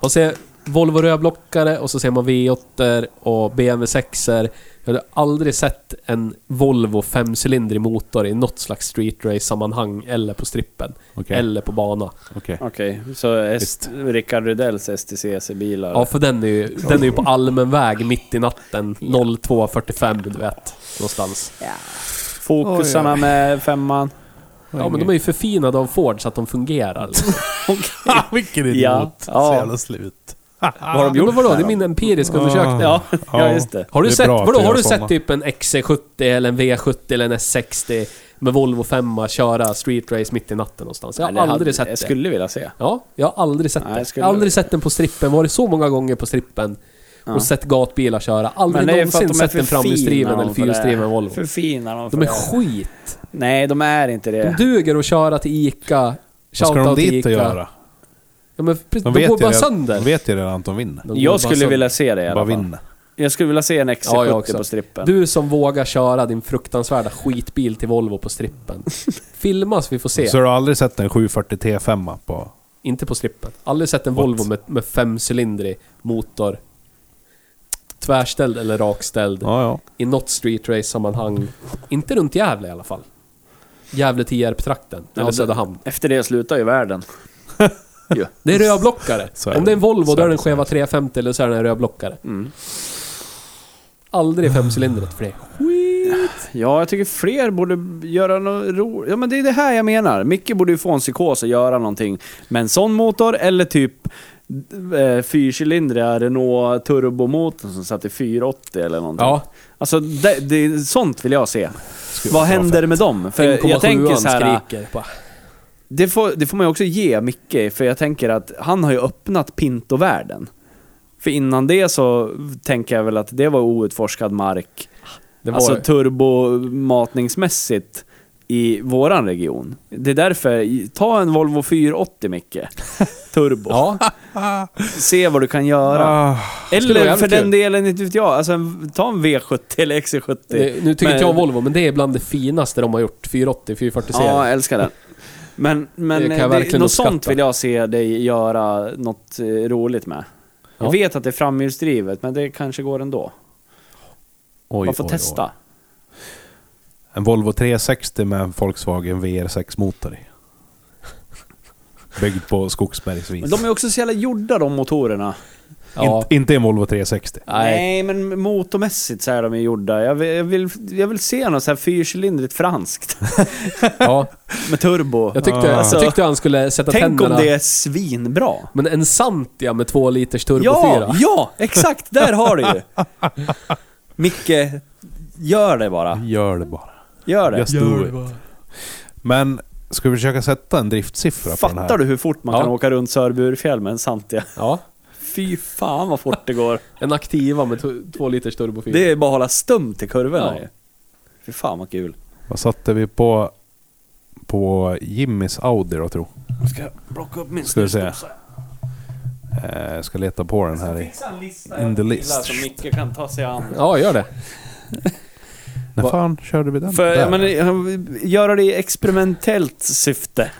[SPEAKER 4] Och se Volvo rödblockare och så ser man V8 och BMW 6 Jag hade aldrig sett en Volvo femcylindrig motor i något slags street race sammanhang eller på strippen.
[SPEAKER 3] Okej.
[SPEAKER 4] Eller på bana.
[SPEAKER 3] Okej.
[SPEAKER 2] Okej, så S-
[SPEAKER 3] Visst.
[SPEAKER 2] Rickard Rydells STCC-bilar.
[SPEAKER 4] Ja, för den är ju, den är ju på allmän väg mitt i natten 02.45, du vet. Någonstans.
[SPEAKER 2] Fokusarna med femman.
[SPEAKER 4] Ja, men de är ju förfinade av Ford så att de fungerar. liksom.
[SPEAKER 3] Ah, vilken idiot.
[SPEAKER 2] Ja.
[SPEAKER 3] Så
[SPEAKER 2] Ja.
[SPEAKER 3] jävla slut.
[SPEAKER 2] Vad har de
[SPEAKER 4] Ja,
[SPEAKER 2] gjort?
[SPEAKER 4] men vadå?
[SPEAKER 2] här
[SPEAKER 4] Det är
[SPEAKER 2] då?
[SPEAKER 4] min empiriska undersökning.
[SPEAKER 2] Ja, ja, just det.
[SPEAKER 4] Har du
[SPEAKER 3] Ah. Det är
[SPEAKER 4] sett,
[SPEAKER 3] bra att
[SPEAKER 4] vadå,
[SPEAKER 3] du
[SPEAKER 4] har
[SPEAKER 3] gör
[SPEAKER 4] du
[SPEAKER 3] såna.
[SPEAKER 4] sett typ en XC70 eller en V70 eller en S60 med Volvo 5 köra street race mitt i natten någonstans? Jag har
[SPEAKER 2] Nej, det hade-
[SPEAKER 4] aldrig sett
[SPEAKER 2] Jag
[SPEAKER 4] det.
[SPEAKER 2] skulle vilja se.
[SPEAKER 4] Ja, jag har aldrig sett
[SPEAKER 2] Nej, jag
[SPEAKER 4] det.
[SPEAKER 2] skulle
[SPEAKER 4] Jag har aldrig
[SPEAKER 2] vilja.
[SPEAKER 4] sett den på strippen, varit så många gånger på strippen
[SPEAKER 2] Ja.
[SPEAKER 4] och sett gatbilar köra. Aldrig
[SPEAKER 2] Men det är ju för att
[SPEAKER 4] någonsin
[SPEAKER 2] de är
[SPEAKER 4] sett
[SPEAKER 2] för
[SPEAKER 4] en framhjulsdriven
[SPEAKER 2] fina
[SPEAKER 4] eller
[SPEAKER 2] dem för
[SPEAKER 4] fyrhjulsdriven
[SPEAKER 2] det.
[SPEAKER 4] Volvo.
[SPEAKER 2] För fina de för
[SPEAKER 4] De är
[SPEAKER 2] det.
[SPEAKER 4] skit.
[SPEAKER 2] Nej, de är inte det.
[SPEAKER 4] De duger att köra till ICA.
[SPEAKER 3] Vad ska de
[SPEAKER 4] Shoutout till
[SPEAKER 3] dit och
[SPEAKER 4] ICA.
[SPEAKER 3] göra?
[SPEAKER 4] Ja, men precis,
[SPEAKER 3] De
[SPEAKER 4] de, går
[SPEAKER 3] ju
[SPEAKER 4] bara
[SPEAKER 3] redan-
[SPEAKER 4] sönder.
[SPEAKER 3] De vet ju redan att de vinner.
[SPEAKER 4] De går bara
[SPEAKER 2] jag skulle
[SPEAKER 4] sönder.
[SPEAKER 2] vilja se det i
[SPEAKER 3] Bara
[SPEAKER 2] alla fall.
[SPEAKER 3] vinner.
[SPEAKER 2] Jag skulle vilja se en XC70
[SPEAKER 4] Ja, jag också.
[SPEAKER 2] på strippen.
[SPEAKER 4] Du som vågar köra din fruktansvärda skitbil till Volvo på strippen. Filmas vi får se.
[SPEAKER 3] Så du har aldrig sett en 740 T5 på...
[SPEAKER 4] Inte på strippen. Aldrig sett en
[SPEAKER 3] What?
[SPEAKER 4] Volvo med, med femcylindrig motor. Tvärställd eller rakställd.
[SPEAKER 3] Ja, ja.
[SPEAKER 4] I något street race sammanhang Inte runt Gävle i alla fall. Gävle Tierp-trakten.
[SPEAKER 2] Ja,
[SPEAKER 4] eller
[SPEAKER 2] det-
[SPEAKER 4] Söderhamn.
[SPEAKER 2] Efter det slutar ju världen. Jo.
[SPEAKER 4] Det är rödblockare.
[SPEAKER 3] Så är
[SPEAKER 4] Om
[SPEAKER 3] det.
[SPEAKER 4] det är en Volvo,
[SPEAKER 3] Så
[SPEAKER 4] då
[SPEAKER 3] är
[SPEAKER 4] är det
[SPEAKER 3] det,
[SPEAKER 4] en
[SPEAKER 3] så är
[SPEAKER 4] skeva 350 eller så är det en rödblockare.
[SPEAKER 2] Mm.
[SPEAKER 4] Aldrig femcylindret för det.
[SPEAKER 2] Ja, jag tycker fler borde göra något roligt. Ja, men det är det här jag menar. Micke borde ju få en psykos och göra någonting med en sån motor eller typ eh, fyrcylindriga Renault turbomotorn som satt i 480 eller någonting.
[SPEAKER 4] Ja,
[SPEAKER 2] Alltså, det, det, sånt vill jag se. Vad
[SPEAKER 3] vara
[SPEAKER 2] händer med dem? För jag tänker så här...
[SPEAKER 4] skriker. Bara.
[SPEAKER 2] Det får, det får man ju också ge Micke, för jag tänker att han har ju öppnat Pinto-världen. För innan det så tänker jag väl att det var outforskad mark,
[SPEAKER 4] Det var
[SPEAKER 2] alltså turbomatningsmässigt, i våran region. Det är därför, ta en Volvo 480 Micke, turbo.
[SPEAKER 4] Ja,
[SPEAKER 2] Se vad du kan göra.
[SPEAKER 3] Ah,
[SPEAKER 4] skulle vara
[SPEAKER 2] Eller för
[SPEAKER 4] jävligt
[SPEAKER 2] den delen, inte vet jag, alltså, en- ta en V70 eller XC70.
[SPEAKER 4] det, Eh, nu tycker
[SPEAKER 2] Men-
[SPEAKER 4] inte jag om Volvo, men det är bland det finaste de har gjort. 480, 440 serien
[SPEAKER 2] Ja, jag älskar den. Men, men
[SPEAKER 4] Det kan jag
[SPEAKER 2] eh, det,
[SPEAKER 4] verkligen
[SPEAKER 2] något
[SPEAKER 4] uppskatta.
[SPEAKER 2] sånt vill jag se dig göra något eh, roligt med.
[SPEAKER 4] Ja.
[SPEAKER 2] Jag vet att det är framhjulsdrivet, men det kanske går ändå.
[SPEAKER 3] oj,
[SPEAKER 2] Man får
[SPEAKER 3] oj, oj.
[SPEAKER 2] testa.
[SPEAKER 3] En Volvo 360 med en Volkswagen VR6-motor i. Byggd på skogsbergsvis.
[SPEAKER 2] Men de är också så jävla gjorda de motorerna.
[SPEAKER 4] ja.
[SPEAKER 3] Inte- inte en Volvo 360.
[SPEAKER 4] Nej.
[SPEAKER 2] men motormässigt så är de ju gjorda. Jag vill, jag vill, jag vill se något så här fyrcylindrigt franskt.
[SPEAKER 4] ja.
[SPEAKER 2] Med turbo.
[SPEAKER 4] Jag, tyckte,
[SPEAKER 2] Alltså,
[SPEAKER 4] jag tyckte han skulle sätta
[SPEAKER 2] tänk om
[SPEAKER 4] tänderna.
[SPEAKER 2] det är svinbra.
[SPEAKER 4] Men en Santia med 2 liters turbo
[SPEAKER 2] Ja,
[SPEAKER 4] 4.
[SPEAKER 2] ja, exakt! Där har du ju! Micke, gör det bara.
[SPEAKER 3] Gör det bara.
[SPEAKER 2] Gör det.
[SPEAKER 3] Just do it. Men ska vi försöka sätta en driftsiffra på den här?
[SPEAKER 2] Fattar du hur fort man
[SPEAKER 4] Ja.
[SPEAKER 2] kan åka runt Sörburefjäll med en Santia?
[SPEAKER 4] Ja.
[SPEAKER 2] Fy fan vad fort det går.
[SPEAKER 4] En Activa med 2 liters turbo 4.
[SPEAKER 2] Det är bara att hålla stumt i kurvorna
[SPEAKER 4] Ja.
[SPEAKER 2] ju. Fy fan vad kul.
[SPEAKER 3] Vad satte vi på, på Jimmys Audi då tro?
[SPEAKER 2] Jag ska plocka upp min
[SPEAKER 3] Ska vi se. Eh, Jag ska leta på den här i...
[SPEAKER 2] en lista
[SPEAKER 3] In the list.
[SPEAKER 2] som Micke kan ta sig an.
[SPEAKER 4] Ja, gör det.
[SPEAKER 3] När
[SPEAKER 4] Va-
[SPEAKER 3] fan körde vi den?
[SPEAKER 2] För,
[SPEAKER 3] Där.
[SPEAKER 2] jag menar, göra det i experimentellt syfte.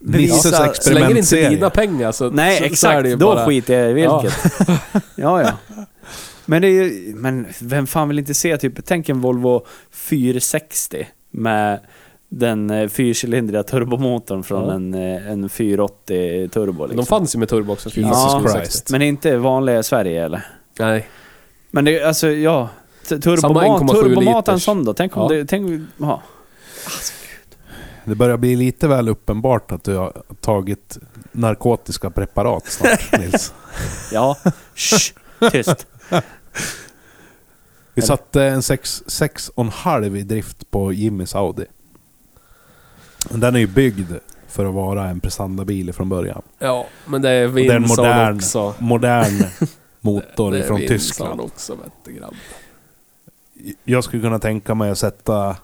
[SPEAKER 3] Nisses
[SPEAKER 2] Bevisa-
[SPEAKER 4] Så länge det inte är
[SPEAKER 3] experimentserie.
[SPEAKER 4] dina pengar så,
[SPEAKER 2] Nej
[SPEAKER 4] så,
[SPEAKER 2] exakt,
[SPEAKER 4] så är det ju
[SPEAKER 2] då
[SPEAKER 4] bara...
[SPEAKER 2] skiter jag i vilket. Ja, ja. Men, det är ju, men vem fan vill inte se typ, tänk en Volvo 460 med den eh, fyrcylindriga turbomotorn från
[SPEAKER 4] Ja.
[SPEAKER 2] en, eh, en 480 turbo liksom.
[SPEAKER 4] De fanns ju med turbo också.
[SPEAKER 3] Jesus
[SPEAKER 2] Ja.
[SPEAKER 3] Christ.
[SPEAKER 2] Men det är inte vanliga i Sverige eller?
[SPEAKER 4] Nej.
[SPEAKER 2] Men det är alltså, ja. t-
[SPEAKER 4] Samma
[SPEAKER 2] Turbomat,
[SPEAKER 4] 1,7
[SPEAKER 2] turbomat är en
[SPEAKER 4] liters.
[SPEAKER 2] sån då. Tänk om
[SPEAKER 4] Ja.
[SPEAKER 2] det, tänk, ja.
[SPEAKER 3] Det börjar bli lite väl uppenbart att du har tagit narkotiska preparat snart, Nils.
[SPEAKER 2] Ja, Shh, tyst.
[SPEAKER 3] Vi satte en 6,5 i drift på Jimmys Audi. Den är ju byggd för att vara en prestandabil från början.
[SPEAKER 4] Ja, men det är
[SPEAKER 3] Och det är en
[SPEAKER 4] Vinson
[SPEAKER 3] modern,
[SPEAKER 4] också.
[SPEAKER 3] modern motor
[SPEAKER 4] Det är
[SPEAKER 3] från
[SPEAKER 4] Vinson
[SPEAKER 3] Tyskland.
[SPEAKER 4] också vet du, grabb.
[SPEAKER 3] Jag skulle kunna tänka mig att sätta...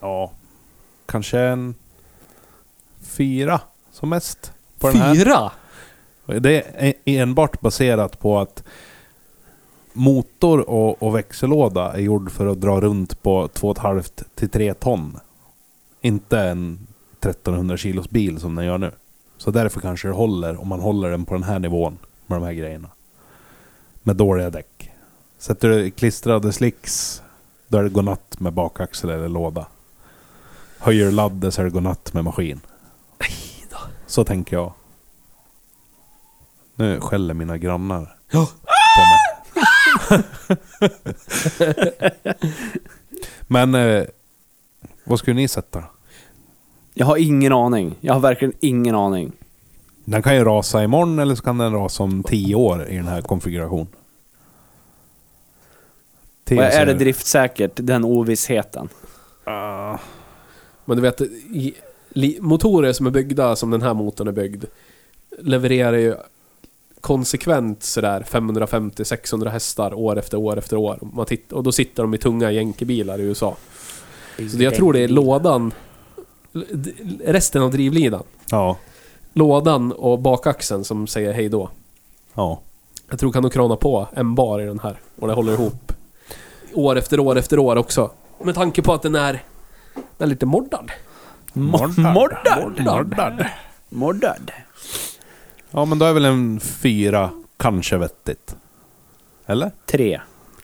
[SPEAKER 3] Ja, kanske en... Fyra som mest. På den här.
[SPEAKER 4] Fyra?
[SPEAKER 3] Det är enbart baserat på att motor och, och växellåda är gjord för att dra runt på 2,5 till 3 ton. Inte en 1300 kilos bil som den gör nu. Så därför kanske det håller om man håller den på den här nivån med de här grejerna. Med dåliga däck. Sätter du klistrade slicks, då är det godnatt med bakaxel eller låda. Höjer du laddet så är det godnatt med maskin. Så tänker jag. Nu skäller mina grannar på mig. Men eh, vad skulle ni sätta?
[SPEAKER 2] Jag har ingen aning. Jag har verkligen ingen aning.
[SPEAKER 3] Den kan ju rasa imorgon eller så kan den rasa om tio år i den här konfigurationen.
[SPEAKER 2] Och är det driftsäkert, den ovissheten?
[SPEAKER 4] Men du vet, i, li, motorer som är byggda som den här motorn är byggd levererar ju konsekvent sådär 550-600 hästar år efter år efter år. Man titt, och då sitter de i tunga jänkebilar i USA. Så det, jag tror det är lådan, d- resten av drivlinan.
[SPEAKER 3] Ja.
[SPEAKER 4] Lådan och bakaxeln som säger hej då.
[SPEAKER 3] ja.
[SPEAKER 4] Jag tror kan du krana på en bar i den här och det håller ihop. År efter år efter år också. Med tanke på att den är, den är lite moddad.
[SPEAKER 2] Mordad!
[SPEAKER 3] Mordard.
[SPEAKER 2] Mordad.
[SPEAKER 3] Ja men då är väl en fyra kanske vettigt. Eller?
[SPEAKER 2] Tre.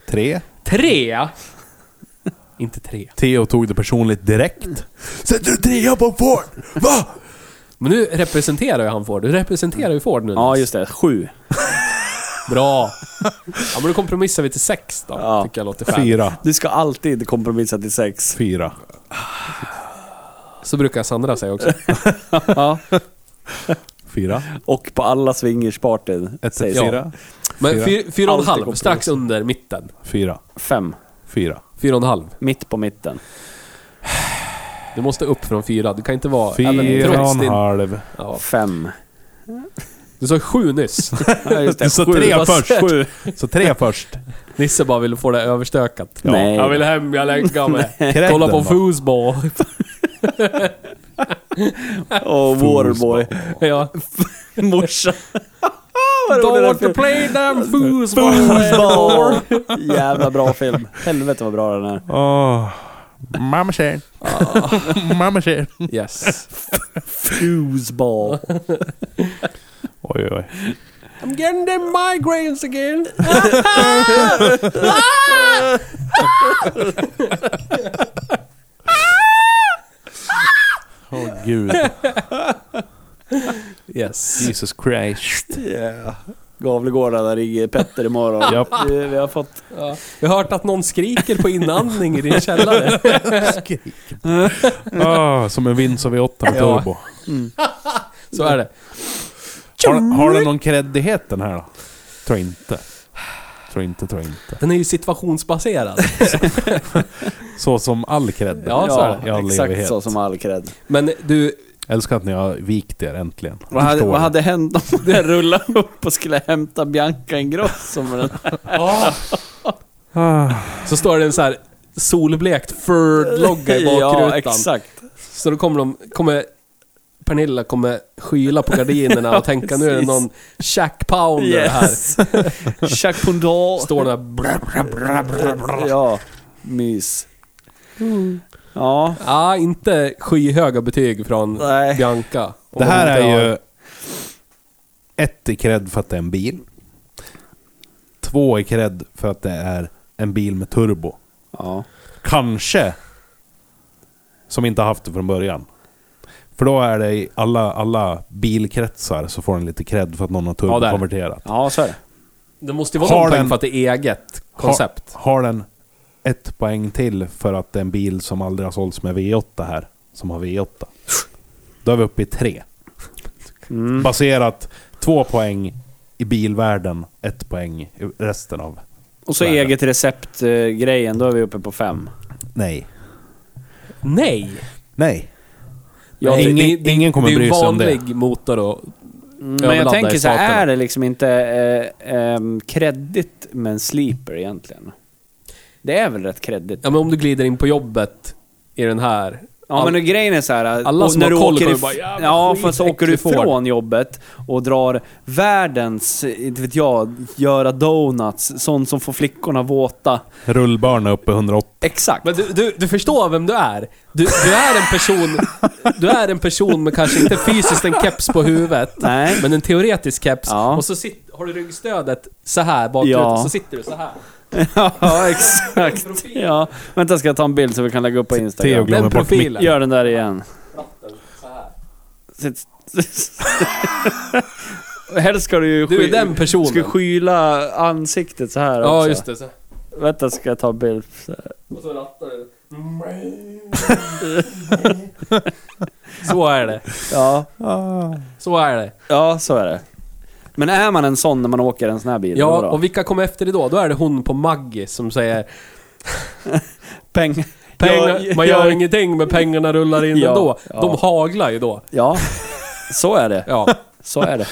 [SPEAKER 3] Tre?
[SPEAKER 4] Tre! Inte tre.
[SPEAKER 3] Theo tog det personligt direkt. Sätter du trea på Ford? Va?
[SPEAKER 4] Men nu representerar ju han Ford. Du representerar ju Ford nu.
[SPEAKER 2] Ja, just det. Sju.
[SPEAKER 4] Bra! Ja, men då kompromissar vi till sex då.
[SPEAKER 2] Ja.
[SPEAKER 4] Tycker jag låter skönt.
[SPEAKER 3] Fyra.
[SPEAKER 2] Du ska alltid kompromissa till sex.
[SPEAKER 3] Fyra.
[SPEAKER 4] Så brukar Sandra säga också.
[SPEAKER 2] Ja.
[SPEAKER 3] Fyra.
[SPEAKER 2] Och på alla swingerspartyn.
[SPEAKER 3] Ett,
[SPEAKER 2] sägs det.
[SPEAKER 3] fyra.
[SPEAKER 4] Men
[SPEAKER 3] Fyra.
[SPEAKER 4] fyra, fyra och en
[SPEAKER 2] Alltid
[SPEAKER 4] halv,
[SPEAKER 2] kompromiss.
[SPEAKER 4] strax under mitten.
[SPEAKER 3] Fyra.
[SPEAKER 2] Fem.
[SPEAKER 3] Fyra.
[SPEAKER 4] Fyra och en halv.
[SPEAKER 2] Mitt på mitten.
[SPEAKER 4] Du måste upp från fyra. Du kan inte vara... även
[SPEAKER 3] Fyra
[SPEAKER 4] trots
[SPEAKER 3] och en
[SPEAKER 4] din-
[SPEAKER 3] halv.
[SPEAKER 4] Ja.
[SPEAKER 2] Fem.
[SPEAKER 4] Du sa sju nyss.
[SPEAKER 2] Ja, just
[SPEAKER 4] Typ
[SPEAKER 2] det.
[SPEAKER 3] Du sa
[SPEAKER 2] Sju.
[SPEAKER 3] tre
[SPEAKER 2] Fast-
[SPEAKER 3] först.
[SPEAKER 2] Sju.
[SPEAKER 3] Så tre först.
[SPEAKER 4] Nisse bara ville få det överstökat.
[SPEAKER 3] Ja.
[SPEAKER 2] Nej.
[SPEAKER 4] Jag vill hem, jag lägger mig.
[SPEAKER 3] Krädden
[SPEAKER 4] Kolla på
[SPEAKER 3] då?
[SPEAKER 4] fotboll.
[SPEAKER 2] Och Warboy.
[SPEAKER 4] ja.
[SPEAKER 2] Morsan.
[SPEAKER 4] Don't
[SPEAKER 2] rolig
[SPEAKER 4] want
[SPEAKER 2] den
[SPEAKER 4] to play them foosball.
[SPEAKER 2] Foosball! Jävla bra film. Helvete vad bra den är.
[SPEAKER 3] Åh. Mamma säger. Mamma säger.
[SPEAKER 4] yes.
[SPEAKER 2] Foosball.
[SPEAKER 3] Oj, oj, oj.
[SPEAKER 4] I'm getting them migraines again.
[SPEAKER 3] Åh gud.
[SPEAKER 4] Yes.
[SPEAKER 3] Jesus Christ.
[SPEAKER 2] Yeah. Gavlegårdarna ringer Petter imorgon.
[SPEAKER 3] Japp.
[SPEAKER 2] Vi, vi har fått...
[SPEAKER 4] Ja. Jag har hört att någon skriker på inandning i din källare.
[SPEAKER 3] Åh, Ah, som en Vinzo V8 med
[SPEAKER 4] Ja.
[SPEAKER 3] turbo.
[SPEAKER 4] Så är det.
[SPEAKER 3] Har, har den någon kreddighet den här då? Tror inte. Tror inte, tror inte.
[SPEAKER 4] Den är ju situationsbaserad.
[SPEAKER 3] Så som all kredd.
[SPEAKER 4] Ja, så är det.
[SPEAKER 3] I all
[SPEAKER 2] exakt
[SPEAKER 3] evighet.
[SPEAKER 2] så som all cred.
[SPEAKER 4] Men du,
[SPEAKER 3] Älskar att ni har vikt er äntligen.
[SPEAKER 2] Vad hade,
[SPEAKER 3] Förstår
[SPEAKER 2] vad
[SPEAKER 3] det.
[SPEAKER 2] hade hänt om den rullade upp och skulle hämta Bianca Ingrosso med den?
[SPEAKER 3] Ah.
[SPEAKER 4] så står det en så här solblekt Ferd-logga i
[SPEAKER 2] Ja,
[SPEAKER 4] bakrutan.
[SPEAKER 2] exakt.
[SPEAKER 4] Så då kommer de, kommer Pernilla kommer skyla på gardinerna och tänka nu är det
[SPEAKER 2] precis.
[SPEAKER 4] någon Jack Pounder här.
[SPEAKER 2] Yes. Jacques Pondal.
[SPEAKER 4] Står där bra, bra, bra, bra, bra.
[SPEAKER 2] Ja, mys. Ja,
[SPEAKER 4] Ja, inte skyhöga betyg från
[SPEAKER 2] Nej.
[SPEAKER 4] Bianca. Om
[SPEAKER 3] Det här
[SPEAKER 4] hon inte
[SPEAKER 3] är
[SPEAKER 4] har-
[SPEAKER 3] ju... Ett i cred för att det är en bil. Två i cred för att det är en bil med turbo.
[SPEAKER 2] ja.
[SPEAKER 3] Kanske. Som inte har haft det från början. För då är det i alla, alla bilkretsar så får den lite cred för att någon har
[SPEAKER 4] Ja, där.
[SPEAKER 3] turbokonverterat.
[SPEAKER 2] ja, så är det.
[SPEAKER 4] Det måste ju vara
[SPEAKER 3] Har
[SPEAKER 4] någon poäng
[SPEAKER 3] den-
[SPEAKER 4] för att det är eget koncept.
[SPEAKER 3] Har, har den ett poäng till för att det är en bil som aldrig har sålts med V8 här, som har V8. Då är vi uppe i tre.
[SPEAKER 2] Mm.
[SPEAKER 3] Baserat två poäng i bilvärlden, ett poäng i resten av
[SPEAKER 2] Och så
[SPEAKER 3] är det.
[SPEAKER 2] eget recept-grejen, då är vi uppe på fem.
[SPEAKER 3] Nej.
[SPEAKER 4] Nej!
[SPEAKER 3] Nej.
[SPEAKER 4] Ja,
[SPEAKER 3] ingen- ingen kommer bry sig om det.
[SPEAKER 4] Det är en vanlig motor och...
[SPEAKER 2] Men jag
[SPEAKER 4] Överladda
[SPEAKER 2] tänker
[SPEAKER 4] i
[SPEAKER 2] så här,
[SPEAKER 4] staterna.
[SPEAKER 2] är det liksom inte eh, ehm, kreddigt med en sleeper egentligen? Det är väl rätt kreddigt?
[SPEAKER 4] Ja, men om du glider in på jobbet i den här.
[SPEAKER 2] Ja men grejen är så här.
[SPEAKER 4] Alla
[SPEAKER 2] och
[SPEAKER 4] som
[SPEAKER 2] när
[SPEAKER 4] har
[SPEAKER 2] du
[SPEAKER 4] koll
[SPEAKER 2] åker
[SPEAKER 4] kommer
[SPEAKER 2] if-
[SPEAKER 4] bara, "Jävla
[SPEAKER 2] Ja,
[SPEAKER 4] skit,
[SPEAKER 2] fast så åker du
[SPEAKER 4] äcklig
[SPEAKER 2] ifrån jobbet och drar världens, inte vet jag, göra donuts. Sånt som får flickorna våta.
[SPEAKER 3] Rullbarn är uppe 180.
[SPEAKER 2] Exakt.
[SPEAKER 4] Men du, du, du förstår vem du är. Du, du är en person... Du är en person med kanske inte fysiskt en keps på huvudet.
[SPEAKER 2] Nej.
[SPEAKER 4] Men en teoretisk keps.
[SPEAKER 2] Ja.
[SPEAKER 4] Och så sit, har du ryggstödet så här bakut
[SPEAKER 2] Ja.
[SPEAKER 4] och så sitter du så här.
[SPEAKER 2] ja, exakt. Ja. Vänta, ska jag ta en bild så vi kan lägga upp på
[SPEAKER 3] Theo
[SPEAKER 2] Instagram?
[SPEAKER 3] glömmer
[SPEAKER 4] Den
[SPEAKER 3] bort mitt.
[SPEAKER 4] profilen.
[SPEAKER 2] Gör den där igen. Sitt- Helst ska du ju
[SPEAKER 4] Du är
[SPEAKER 2] sky-
[SPEAKER 4] den personen.
[SPEAKER 2] Ska skyla ansiktet så här
[SPEAKER 4] Ja,
[SPEAKER 2] också.
[SPEAKER 4] just det. Så.
[SPEAKER 2] Vänta, ska jag ta en bild? Så här.
[SPEAKER 4] Och så rattar du. Så är det.
[SPEAKER 2] Ja.
[SPEAKER 4] Så är det.
[SPEAKER 2] Ja, så är det. Men är man en sån när man åker en sån här bil?
[SPEAKER 4] Ja,
[SPEAKER 2] då?
[SPEAKER 4] och vilka kommer efter det då? Då är det hon på Maggi som säger
[SPEAKER 2] Peng...
[SPEAKER 4] pengar,
[SPEAKER 2] Ja,
[SPEAKER 4] Man gör
[SPEAKER 2] ja,
[SPEAKER 4] ingenting men pengarna rullar in
[SPEAKER 2] Ja,
[SPEAKER 4] ändå.
[SPEAKER 2] ja.
[SPEAKER 4] De haglar ju då.
[SPEAKER 2] Ja, så är det.
[SPEAKER 4] Ja,
[SPEAKER 2] Så är det.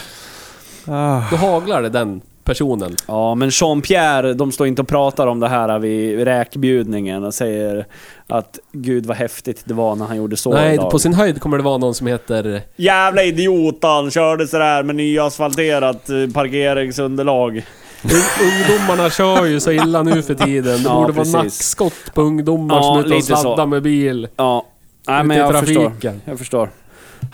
[SPEAKER 4] då haglar det den personen.
[SPEAKER 2] Ja, men Jean-Pierre, de står inte och pratar om det här vid räkbjudningen och säger att gud vad häftigt det var när han gjorde så
[SPEAKER 4] Nej,
[SPEAKER 2] idag.
[SPEAKER 4] på sin höjd kommer det vara någon som heter...
[SPEAKER 2] Jävla idiotan körde sådär med nyasfalterat eh, parkeringsunderlag.
[SPEAKER 4] "Un- Ungdomarna kör ju så illa nu för tiden. Det
[SPEAKER 2] Ja,
[SPEAKER 4] borde
[SPEAKER 2] precis.
[SPEAKER 4] vara nackskott på ungdomar
[SPEAKER 2] Ja,
[SPEAKER 4] som är ute och
[SPEAKER 2] lite så.
[SPEAKER 4] sladdar med bil.
[SPEAKER 2] Ja. Nej,
[SPEAKER 4] Ute
[SPEAKER 2] men
[SPEAKER 4] i
[SPEAKER 2] jag förstår.
[SPEAKER 4] trafiken.
[SPEAKER 2] Jag förstår.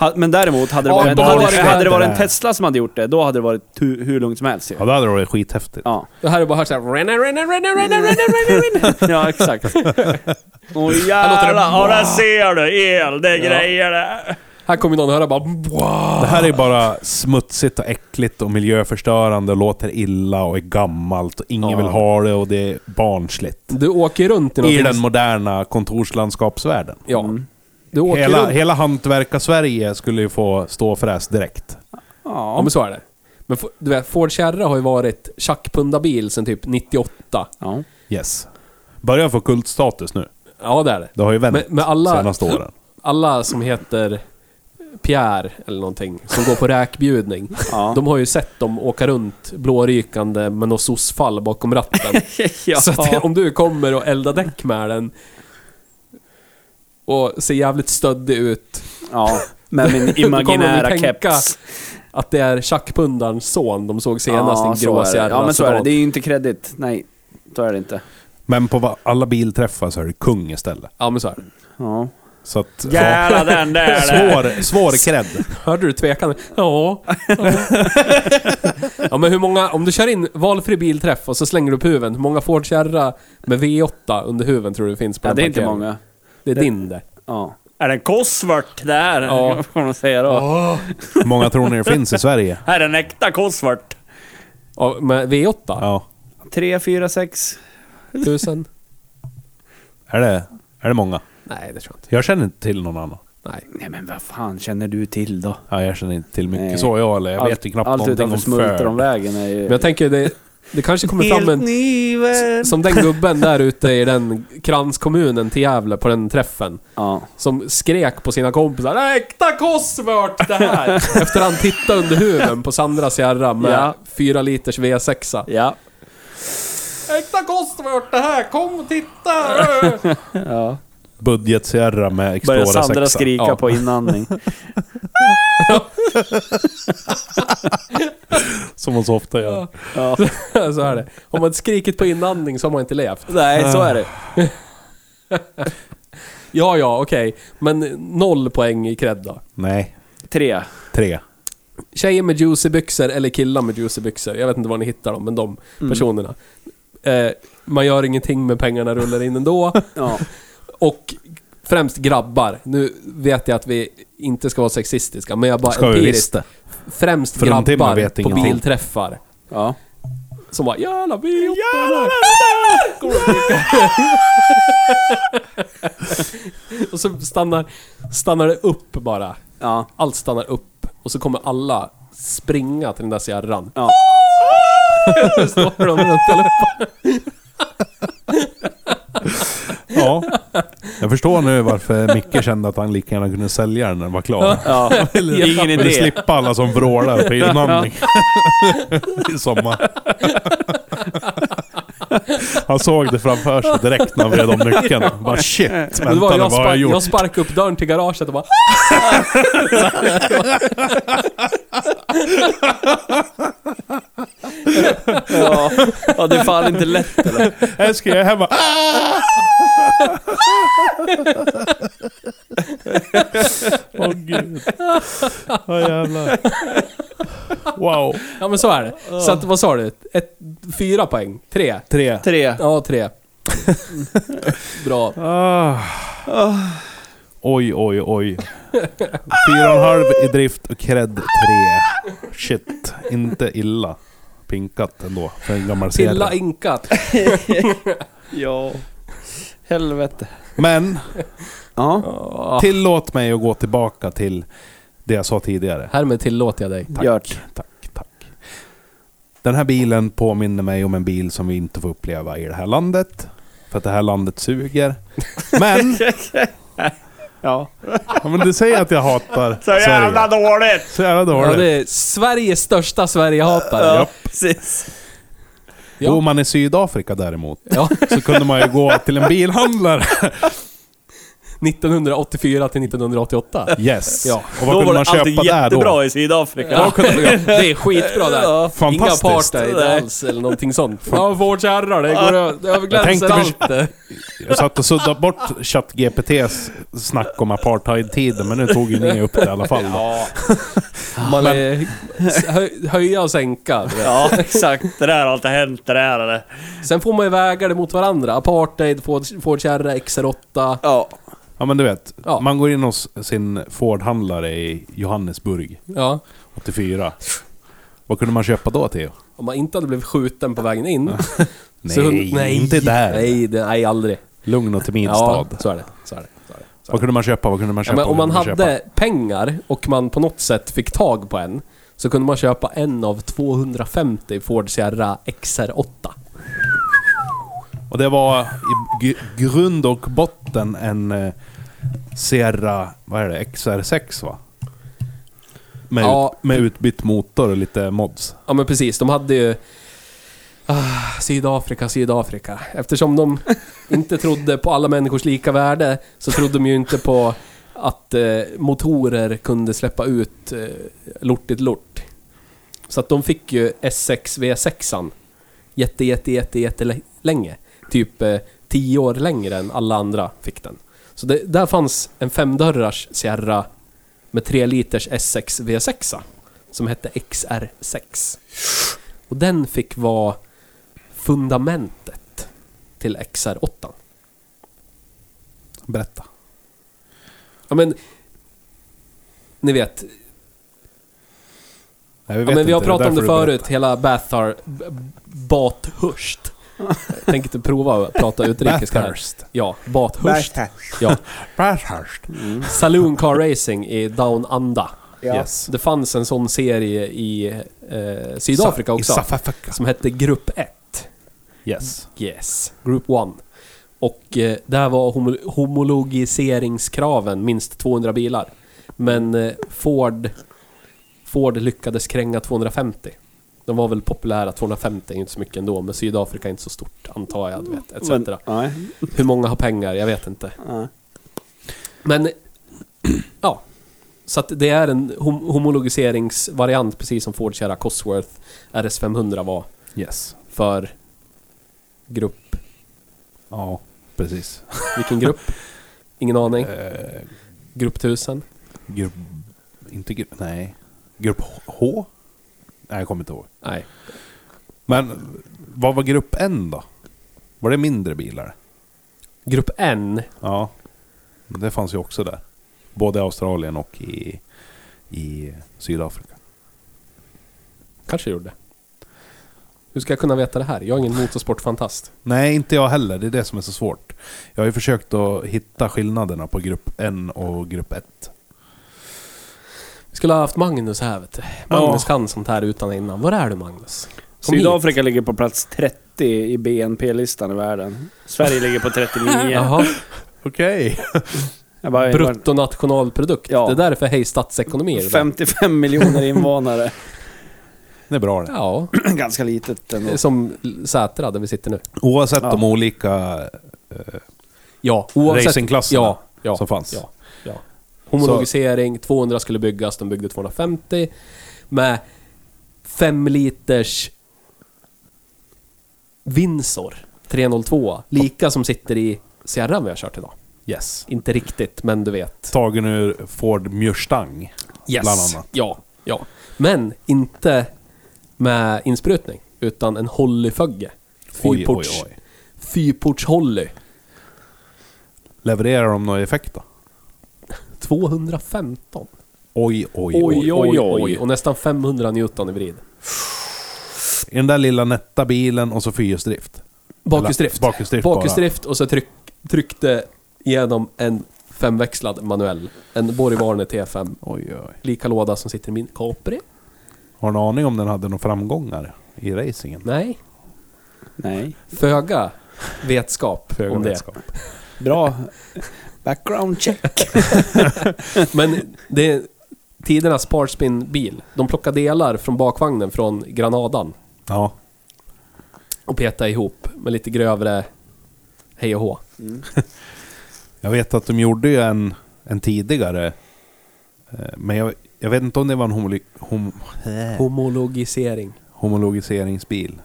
[SPEAKER 2] Ha- Men däremot, hade det,
[SPEAKER 4] Ja,
[SPEAKER 2] varit,
[SPEAKER 4] barn
[SPEAKER 2] hade,
[SPEAKER 4] sköter
[SPEAKER 2] hade det varit
[SPEAKER 3] det
[SPEAKER 2] en
[SPEAKER 3] här.
[SPEAKER 2] Tesla som hade gjort det, då hade det varit hur, hur lugnt som helst ju.
[SPEAKER 3] Ja, då hade det varit skithäftigt.
[SPEAKER 2] Ja.
[SPEAKER 4] Det här är bara hört såhär... Renna, renna, renna, renna, renna, renna, renna.
[SPEAKER 2] Ja, exakt. Åh
[SPEAKER 4] låter det-
[SPEAKER 2] jävlar, ja, där ser du! El, det är
[SPEAKER 4] Ja.
[SPEAKER 2] grejer det.
[SPEAKER 4] Här kommer någon höra bara... "Wow."
[SPEAKER 3] Det här är bara smutsigt och äckligt och miljöförstörande och låter illa och är gammalt och ingen
[SPEAKER 2] Ja.
[SPEAKER 3] vill ha det och det är barnsligt.
[SPEAKER 4] Du åker runt i Mm.
[SPEAKER 3] I den
[SPEAKER 4] någonting...
[SPEAKER 3] moderna kontorslandskapsvärlden.
[SPEAKER 4] Ja. Du åker
[SPEAKER 3] Hela,
[SPEAKER 4] runt...
[SPEAKER 3] hela hantverkar-Sverige skulle ju få stå och fräs direkt.
[SPEAKER 4] Ja, men så är det. Men f- du vet, Ford Kärra har ju varit tjackpundabil sen typ 98.
[SPEAKER 2] Ja.
[SPEAKER 3] Yes. Börjar få kultstatus nu.
[SPEAKER 4] Ja, det är det.
[SPEAKER 3] Det har ju vänt
[SPEAKER 4] Men- men alla-
[SPEAKER 3] senaste åren.
[SPEAKER 4] Alla som heter Pierre eller någonting, som går på räkbjudning.
[SPEAKER 2] Ja.
[SPEAKER 4] De har ju sett dem åka runt blårykande med något sossfall bakom ratten.
[SPEAKER 2] ja.
[SPEAKER 4] Så att om du kommer och eldar däck med den och ser jävligt stöddig ut.
[SPEAKER 2] ja. Med min
[SPEAKER 4] Då
[SPEAKER 2] imaginära
[SPEAKER 4] kommer de tänka
[SPEAKER 2] keps.
[SPEAKER 4] Att det är tjackpundarens son de såg senast i en
[SPEAKER 2] så
[SPEAKER 4] grå
[SPEAKER 2] är det.
[SPEAKER 4] Sierra
[SPEAKER 2] Ja, men så är det.
[SPEAKER 4] Sedan.
[SPEAKER 2] Det är ju inte kredit. Nej, så är det inte.
[SPEAKER 3] Men på va- alla bilträffar så är det kung istället.
[SPEAKER 4] Ja, men så är det.
[SPEAKER 2] Ja.
[SPEAKER 3] Så att...
[SPEAKER 2] Jävlar den där!
[SPEAKER 3] Svår, svår cred.
[SPEAKER 4] Hörde du tvekan? Ja. ja men hur många, om du kör in valfri bilträff och så slänger du upp huven, hur många Ford Kärra med V8 under huven tror du det finns på
[SPEAKER 2] Ja,
[SPEAKER 4] den
[SPEAKER 2] det är inte
[SPEAKER 4] parkeringen?
[SPEAKER 2] många.
[SPEAKER 4] Det är din det.
[SPEAKER 2] Ja. Är det en Cosworth där?
[SPEAKER 4] Ja.
[SPEAKER 2] Får man säga då.
[SPEAKER 3] Hur många tror ni det finns i Sverige?
[SPEAKER 2] Här är en äkta Cosworth.
[SPEAKER 4] Ja, med V8?
[SPEAKER 3] Ja.
[SPEAKER 2] Tre, fyra, sex.
[SPEAKER 4] Tusen?
[SPEAKER 3] Är det, är det många?
[SPEAKER 4] Nej, det tror jag inte.
[SPEAKER 3] Jag känner inte till någon annan.
[SPEAKER 4] Nej.
[SPEAKER 2] Nej men vad fan känner du till då?
[SPEAKER 3] Ja, jag känner inte till mycket
[SPEAKER 2] Nej.
[SPEAKER 3] så jag eller. Jag vet ju
[SPEAKER 2] Allt-
[SPEAKER 3] knappt
[SPEAKER 2] Allt
[SPEAKER 3] någonting
[SPEAKER 2] utanför
[SPEAKER 3] om Föl.
[SPEAKER 2] Smultronvägen är ju...
[SPEAKER 4] Men jag tänker det, det kanske kommer fram en...
[SPEAKER 2] ny
[SPEAKER 4] Som den gubben där ute i den kranskommunen till Gävle på den träffen.
[SPEAKER 2] Ja.
[SPEAKER 4] Som skrek på sina kompisar "Det är Äkta Cosworth det här! Efter han tittade under huven på Sandra Sierra med
[SPEAKER 2] Ja.
[SPEAKER 4] 4 liters V6a.
[SPEAKER 2] Ja.
[SPEAKER 4] Äkta Cosworth det här, kom och titta!
[SPEAKER 2] ja.
[SPEAKER 3] Budget Sierra med Explorer
[SPEAKER 2] Börjar
[SPEAKER 3] 6.
[SPEAKER 2] Sandra skrika
[SPEAKER 4] Ja.
[SPEAKER 2] på inandning.
[SPEAKER 3] Som hon så ofta gör.
[SPEAKER 2] Ja.
[SPEAKER 4] så är det. Om man inte skrikit på inandning så har man inte levt.
[SPEAKER 2] Nej, så är det.
[SPEAKER 4] Ja, ja, okej. Men noll poäng i cred då.
[SPEAKER 3] Nej,
[SPEAKER 2] Tre.
[SPEAKER 3] tre.
[SPEAKER 4] Tjejer med juicy byxor eller killar med juicy byxor. Jag vet inte var ni hittar dem, men de personerna. Eh, man gör ingenting med pengarna rullar in ändå.
[SPEAKER 2] Ja.
[SPEAKER 4] Och främst grabbar. Nu vet jag att vi inte ska vara sexistiska, men jag bara
[SPEAKER 3] Ska vi visst
[SPEAKER 4] empiriskt.
[SPEAKER 3] det.
[SPEAKER 4] Främst
[SPEAKER 3] För de timmen
[SPEAKER 4] grabbar
[SPEAKER 3] vet
[SPEAKER 4] på
[SPEAKER 3] ingenting.
[SPEAKER 4] bilträffar.
[SPEAKER 2] Ja.
[SPEAKER 4] Som bara jävla vi Och så stannar, stannar det upp bara.
[SPEAKER 2] Ja.
[SPEAKER 4] Allt stannar upp. Och så kommer alla springa till den där sierran.
[SPEAKER 2] Ja.
[SPEAKER 4] Står de runt eller?
[SPEAKER 3] Ja. Jag förstår nu varför Micke kände att han lika gärna kunde sälja den när den var klar.
[SPEAKER 2] Ja, ingen
[SPEAKER 3] Vill
[SPEAKER 2] idé.
[SPEAKER 3] slippa alla som vrålar på inandning. I sommar. Han såg det framför sig direkt när han vred om nyckeln. Bara shit, vänta
[SPEAKER 4] Men
[SPEAKER 3] nu,
[SPEAKER 4] det var
[SPEAKER 3] vad har
[SPEAKER 4] jag,
[SPEAKER 3] jag
[SPEAKER 4] spark,
[SPEAKER 3] gjort?
[SPEAKER 4] jag sparkade upp dörren till garaget och bara...
[SPEAKER 2] Ja. ja, det är fan inte lätt eller?
[SPEAKER 3] Här ska jag hemma. Ah! Åh gud. Åh jävlar. Wow.
[SPEAKER 4] Ja men så är det. Så att, vad sa du? Ett, fyra poäng? Tre?
[SPEAKER 3] Tre.
[SPEAKER 2] Tre.
[SPEAKER 4] Ja, tre. Bra.
[SPEAKER 3] Ah. Oj, oj, oj. Fyra och en halv i drift och cred tre. Shit, inte illa. Pinkat ändå för en gammal
[SPEAKER 4] Tilla
[SPEAKER 3] serie.
[SPEAKER 4] inkat.
[SPEAKER 2] Ja. Helvete.
[SPEAKER 3] Men
[SPEAKER 2] Ja,
[SPEAKER 3] tillåt mig att gå tillbaka till det jag sa tidigare.
[SPEAKER 4] Härmed tillåter jag dig.
[SPEAKER 3] Tack,
[SPEAKER 2] Gjort.
[SPEAKER 3] tack, tack. Den här bilen påminner mig om en bil som vi inte får uppleva i det här landet. För att det här landet suger. Men,
[SPEAKER 2] Ja.
[SPEAKER 3] ja, men du säger att jag hatar Sverige.
[SPEAKER 2] dåligt!
[SPEAKER 3] Så jävla
[SPEAKER 4] Ja,
[SPEAKER 3] dåligt.
[SPEAKER 4] det är Sveriges största Sverigehatare.
[SPEAKER 2] Ja, precis.
[SPEAKER 4] Ja.
[SPEAKER 3] Bor man i Sydafrika däremot
[SPEAKER 4] Ja,
[SPEAKER 3] så kunde man ju gå till en bilhandlare.
[SPEAKER 4] 1984 till 1988.
[SPEAKER 3] Yes.
[SPEAKER 4] Ja.
[SPEAKER 3] Och vad kunde man köpa där då?
[SPEAKER 2] i Sydafrika.
[SPEAKER 4] Ja, det är skitbra där. Inga
[SPEAKER 3] Fantastiskt.
[SPEAKER 4] apartheid
[SPEAKER 2] Nej.
[SPEAKER 4] alls eller någonting sånt. Ja, vårdkärrar, det går ö- över
[SPEAKER 3] tänkte
[SPEAKER 4] gränsen
[SPEAKER 3] för-
[SPEAKER 4] allt. det.
[SPEAKER 3] Jag satt och suddade bort ChatGPTs snack om apartheid-tiden, men nu tog ju ni upp det i alla fall. Då.
[SPEAKER 4] Ja. Man är, hö- höja och sänka. du vet.
[SPEAKER 2] Ja, exakt. Det där har inte hänt, det där eller?
[SPEAKER 4] Sen får man ju väga det mot varandra. Apartheid, Ford- Ford Kärra, XR8.
[SPEAKER 2] Ja.
[SPEAKER 3] Ja men du vet,
[SPEAKER 4] Ja.
[SPEAKER 3] man går in hos sin Ford-handlare i Johannesburg,
[SPEAKER 4] Ja.
[SPEAKER 3] 84. Vad kunde man köpa då Theo?
[SPEAKER 4] Om man inte hade blivit skjuten på vägen in.
[SPEAKER 3] Nej,
[SPEAKER 4] så-
[SPEAKER 3] inte där.
[SPEAKER 4] Nej, det, nej aldrig.
[SPEAKER 3] Lugn och timid
[SPEAKER 4] Ja,
[SPEAKER 3] stad.
[SPEAKER 4] så är det. Så är det. Så är det. Så är
[SPEAKER 3] Vad
[SPEAKER 4] det.
[SPEAKER 3] kunde man köpa? Vad kunde man
[SPEAKER 4] Ja,
[SPEAKER 3] köpa?
[SPEAKER 4] men om
[SPEAKER 3] Vad
[SPEAKER 4] man
[SPEAKER 3] kunde
[SPEAKER 4] hade
[SPEAKER 3] köpa?
[SPEAKER 4] pengar och man på något sätt fick tag på en så kunde man köpa en av 250 Ford Sierra XR8.
[SPEAKER 3] Och det var i g- grund och botten en eh, Sierra, vad är det, XR6 va? Med,
[SPEAKER 4] Ja.
[SPEAKER 3] ut, med utbytt motor och lite mods.
[SPEAKER 4] Ja men precis, de hade ju... Ah, Sydafrika, Sydafrika. Eftersom de inte trodde på alla människors lika värde så trodde de ju inte på att eh, motorer kunde släppa ut eh, lortigt lort. Så att de fick ju S6 V6an jätte, jätte, jätte, jätte länge. Typ eh, tio år längre än alla andra fick den. Så det, där fanns en femdörrars Sierra med 3 liters S6 V6 som hette XR6. Och den fick vara fundamentet till XR8.
[SPEAKER 3] Berätta.
[SPEAKER 4] Ja men... Ni vet,
[SPEAKER 3] Nej, vi
[SPEAKER 4] ja, men vi har
[SPEAKER 3] inte, är
[SPEAKER 4] pratat om det
[SPEAKER 3] därför du
[SPEAKER 4] förut, hela Bathar... B- Bathurst. Jag tänkte inte prova att prata
[SPEAKER 3] berättar.
[SPEAKER 4] utrikiska här.
[SPEAKER 3] Bathurst.
[SPEAKER 4] Ja, Bathurst. Ja.
[SPEAKER 3] Bathurst.
[SPEAKER 4] Saloon Car Racing i Down Under.
[SPEAKER 3] Yes.
[SPEAKER 4] Det fanns en sån serie i eh, Sydafrika
[SPEAKER 3] Sa-
[SPEAKER 4] också.
[SPEAKER 3] I Safafaka.
[SPEAKER 4] Som hette Grupp 1.
[SPEAKER 3] Yes.
[SPEAKER 4] Yes, Group 1. Och eh, där var homo- homologiseringskraven minst 200 bilar. Men eh, Ford, Ford lyckades kränga 250. De var väl populära, 250 är ju inte så mycket ändå, men Sydafrika är inte så stort antar jag, du vet, etc.
[SPEAKER 2] nej.
[SPEAKER 4] Hur många har pengar? Jag vet inte.
[SPEAKER 2] nej.
[SPEAKER 4] Men, ja. Så att det är en hom- homologiseringsvariant, precis som Ford Sierra Cosworth RS500 var
[SPEAKER 3] Yes.
[SPEAKER 4] för grupp
[SPEAKER 3] Ja, precis.
[SPEAKER 4] Vilken grupp? Ingen aning.
[SPEAKER 3] Eh,
[SPEAKER 4] Grupp 1000?
[SPEAKER 3] grupp... Inte grupp... Nej. Grupp H? Nej, jag kommer inte ihåg.
[SPEAKER 4] Nej.
[SPEAKER 3] Men vad var grupp N då? Var det mindre bilar?
[SPEAKER 4] Grupp N?
[SPEAKER 3] Ja. Det fanns ju också där. Både i Australien och i, i Sydafrika.
[SPEAKER 4] Kanske gjorde. Hur ska jag kunna veta det här? Jag är ingen motorsportfantast.
[SPEAKER 3] Nej, inte jag heller. Det är det som är så svårt. Jag har ju försökt att hitta skillnaderna på grupp N och grupp 1.
[SPEAKER 4] Vi skulle ha haft Magnus här vet du. Magnus kan sånt här utan och innan. Var är du Magnus? Kom hit.
[SPEAKER 2] Sydafrika ligger på plats 30 i BNP-listan i världen. Sverige ligger på 39.
[SPEAKER 4] Jaha,
[SPEAKER 3] Okej.
[SPEAKER 2] Jag bara,
[SPEAKER 4] bruttonationalprodukt.
[SPEAKER 2] Ja.
[SPEAKER 4] Det där är för hej statsekonomi. är det där.
[SPEAKER 2] 55 miljoner invånare.
[SPEAKER 3] Det är bra det.
[SPEAKER 4] Ja,
[SPEAKER 2] Ganska litet
[SPEAKER 4] det
[SPEAKER 2] ändå.
[SPEAKER 4] är som Sätra där vi sitter nu.
[SPEAKER 3] Oavsett
[SPEAKER 2] Ja.
[SPEAKER 3] de olika
[SPEAKER 4] Ja,
[SPEAKER 3] racingklasserna
[SPEAKER 4] ja, ja,
[SPEAKER 3] som fanns.
[SPEAKER 4] Ja, ja. Homologisering, 200 skulle byggas, de byggde 250. Med 5 liters Windsor 302. Lika som sitter i Sierran vi har kört idag.
[SPEAKER 3] Yes.
[SPEAKER 4] Inte riktigt, men du vet.
[SPEAKER 3] Tagen ur Ford Mustang. Bland annat.
[SPEAKER 4] Ja, ja. Men inte med insprutning, utan en hollyfögge.
[SPEAKER 3] Oj, oj,
[SPEAKER 4] Fyrports,
[SPEAKER 3] oj.
[SPEAKER 4] fyrports-holly.
[SPEAKER 3] Levererar de någon effekt då?
[SPEAKER 4] 215.
[SPEAKER 3] Oj, oj, oj.
[SPEAKER 4] Oj, oj,
[SPEAKER 2] oj,
[SPEAKER 4] oj.
[SPEAKER 2] oj.
[SPEAKER 4] Och nästan 500 Newton i vrid.
[SPEAKER 3] I den där lilla nätta bilen och så fyrhjulsdrift.
[SPEAKER 4] Bakhjulsdrift.
[SPEAKER 3] Eller, bakhjulsdrift bara.
[SPEAKER 4] Bakhjulsdrift och så tryck, tryckte igenom en femväxlad manuell. En Borgvarne T5.
[SPEAKER 3] Oj, oj.
[SPEAKER 4] Lika låda som sitter i min Capri.
[SPEAKER 3] Har du en aning om den hade några framgångar i racingen?
[SPEAKER 4] Nej.
[SPEAKER 2] Nej.
[SPEAKER 4] Föga vetskap
[SPEAKER 3] Föga
[SPEAKER 4] om
[SPEAKER 3] vetskap.
[SPEAKER 2] Bra background check.
[SPEAKER 4] det. Men det är tidernas Sparspin-bil. De plockar delar från bakvagnen från Granadan
[SPEAKER 3] Ja.
[SPEAKER 4] och petar ihop med lite grövre hej och hå.
[SPEAKER 3] Jag vet att de gjorde ju en, en tidigare. eh, Men jag, jag vet inte om det var en homoli, hom, eh,
[SPEAKER 4] Homologisering.
[SPEAKER 3] homologiseringsbil.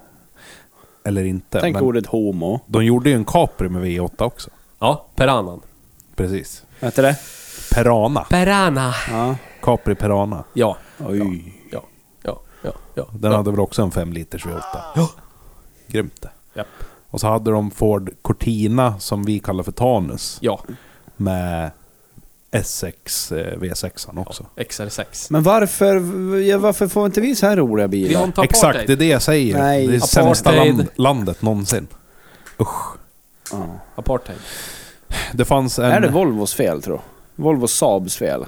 [SPEAKER 3] Eller inte.
[SPEAKER 2] Tänk
[SPEAKER 3] men
[SPEAKER 2] ordet homo.
[SPEAKER 3] De gjorde ju en Capri med V8 också.
[SPEAKER 4] Ja, Peranan.
[SPEAKER 3] Precis.
[SPEAKER 2] Vad heter det?
[SPEAKER 3] Perana.
[SPEAKER 4] Perana.
[SPEAKER 2] Ja.
[SPEAKER 3] Capri Perana.
[SPEAKER 4] Ja,
[SPEAKER 2] Oj.
[SPEAKER 4] ja, ja, ja. ja.
[SPEAKER 3] Den hade väl också en 5 liters V8? Ja. Grymt det.
[SPEAKER 4] Japp.
[SPEAKER 3] Och så hade de Ford Cortina som vi kallar för Tanus.
[SPEAKER 4] Ja,
[SPEAKER 3] Med S6 eh, V6 också.
[SPEAKER 4] XR6.
[SPEAKER 2] Men varför, ja, varför får inte vi så här roliga bilar?
[SPEAKER 4] Vi har inte
[SPEAKER 3] Exakt, det är
[SPEAKER 4] apartheid.
[SPEAKER 3] det jag säger.
[SPEAKER 2] Nej.
[SPEAKER 3] Det är sämsta
[SPEAKER 4] Apartheid.
[SPEAKER 3] land, landet någonsin.
[SPEAKER 2] Ja.
[SPEAKER 4] apartheid.
[SPEAKER 3] Det fanns en...
[SPEAKER 2] Är det Volvos fel tror du? Volvo Saabs fel?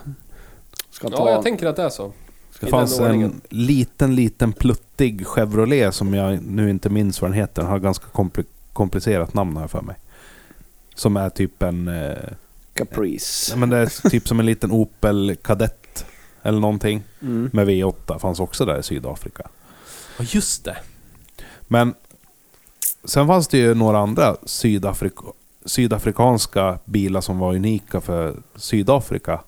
[SPEAKER 2] Ska
[SPEAKER 4] Ja, jag tänker att det är så.
[SPEAKER 3] Det
[SPEAKER 4] I
[SPEAKER 3] fanns
[SPEAKER 4] den
[SPEAKER 3] en
[SPEAKER 4] ordningen.
[SPEAKER 3] liten, liten pluttig Chevrolet som jag nu inte minns vad den heter. Den har ganska kompli- komplicerat namn här för mig. Som är typ en... Eh,
[SPEAKER 2] Caprice.
[SPEAKER 3] nej, men det är typ som en liten Opel Kadett. Eller någonting.
[SPEAKER 2] Mm.
[SPEAKER 3] Med V8. Fanns också där i Sydafrika.
[SPEAKER 4] Ja, just det.
[SPEAKER 3] Men sen fanns det ju några andra Sydafrik- sydafrikanska bilar som var unika för Sydafrika.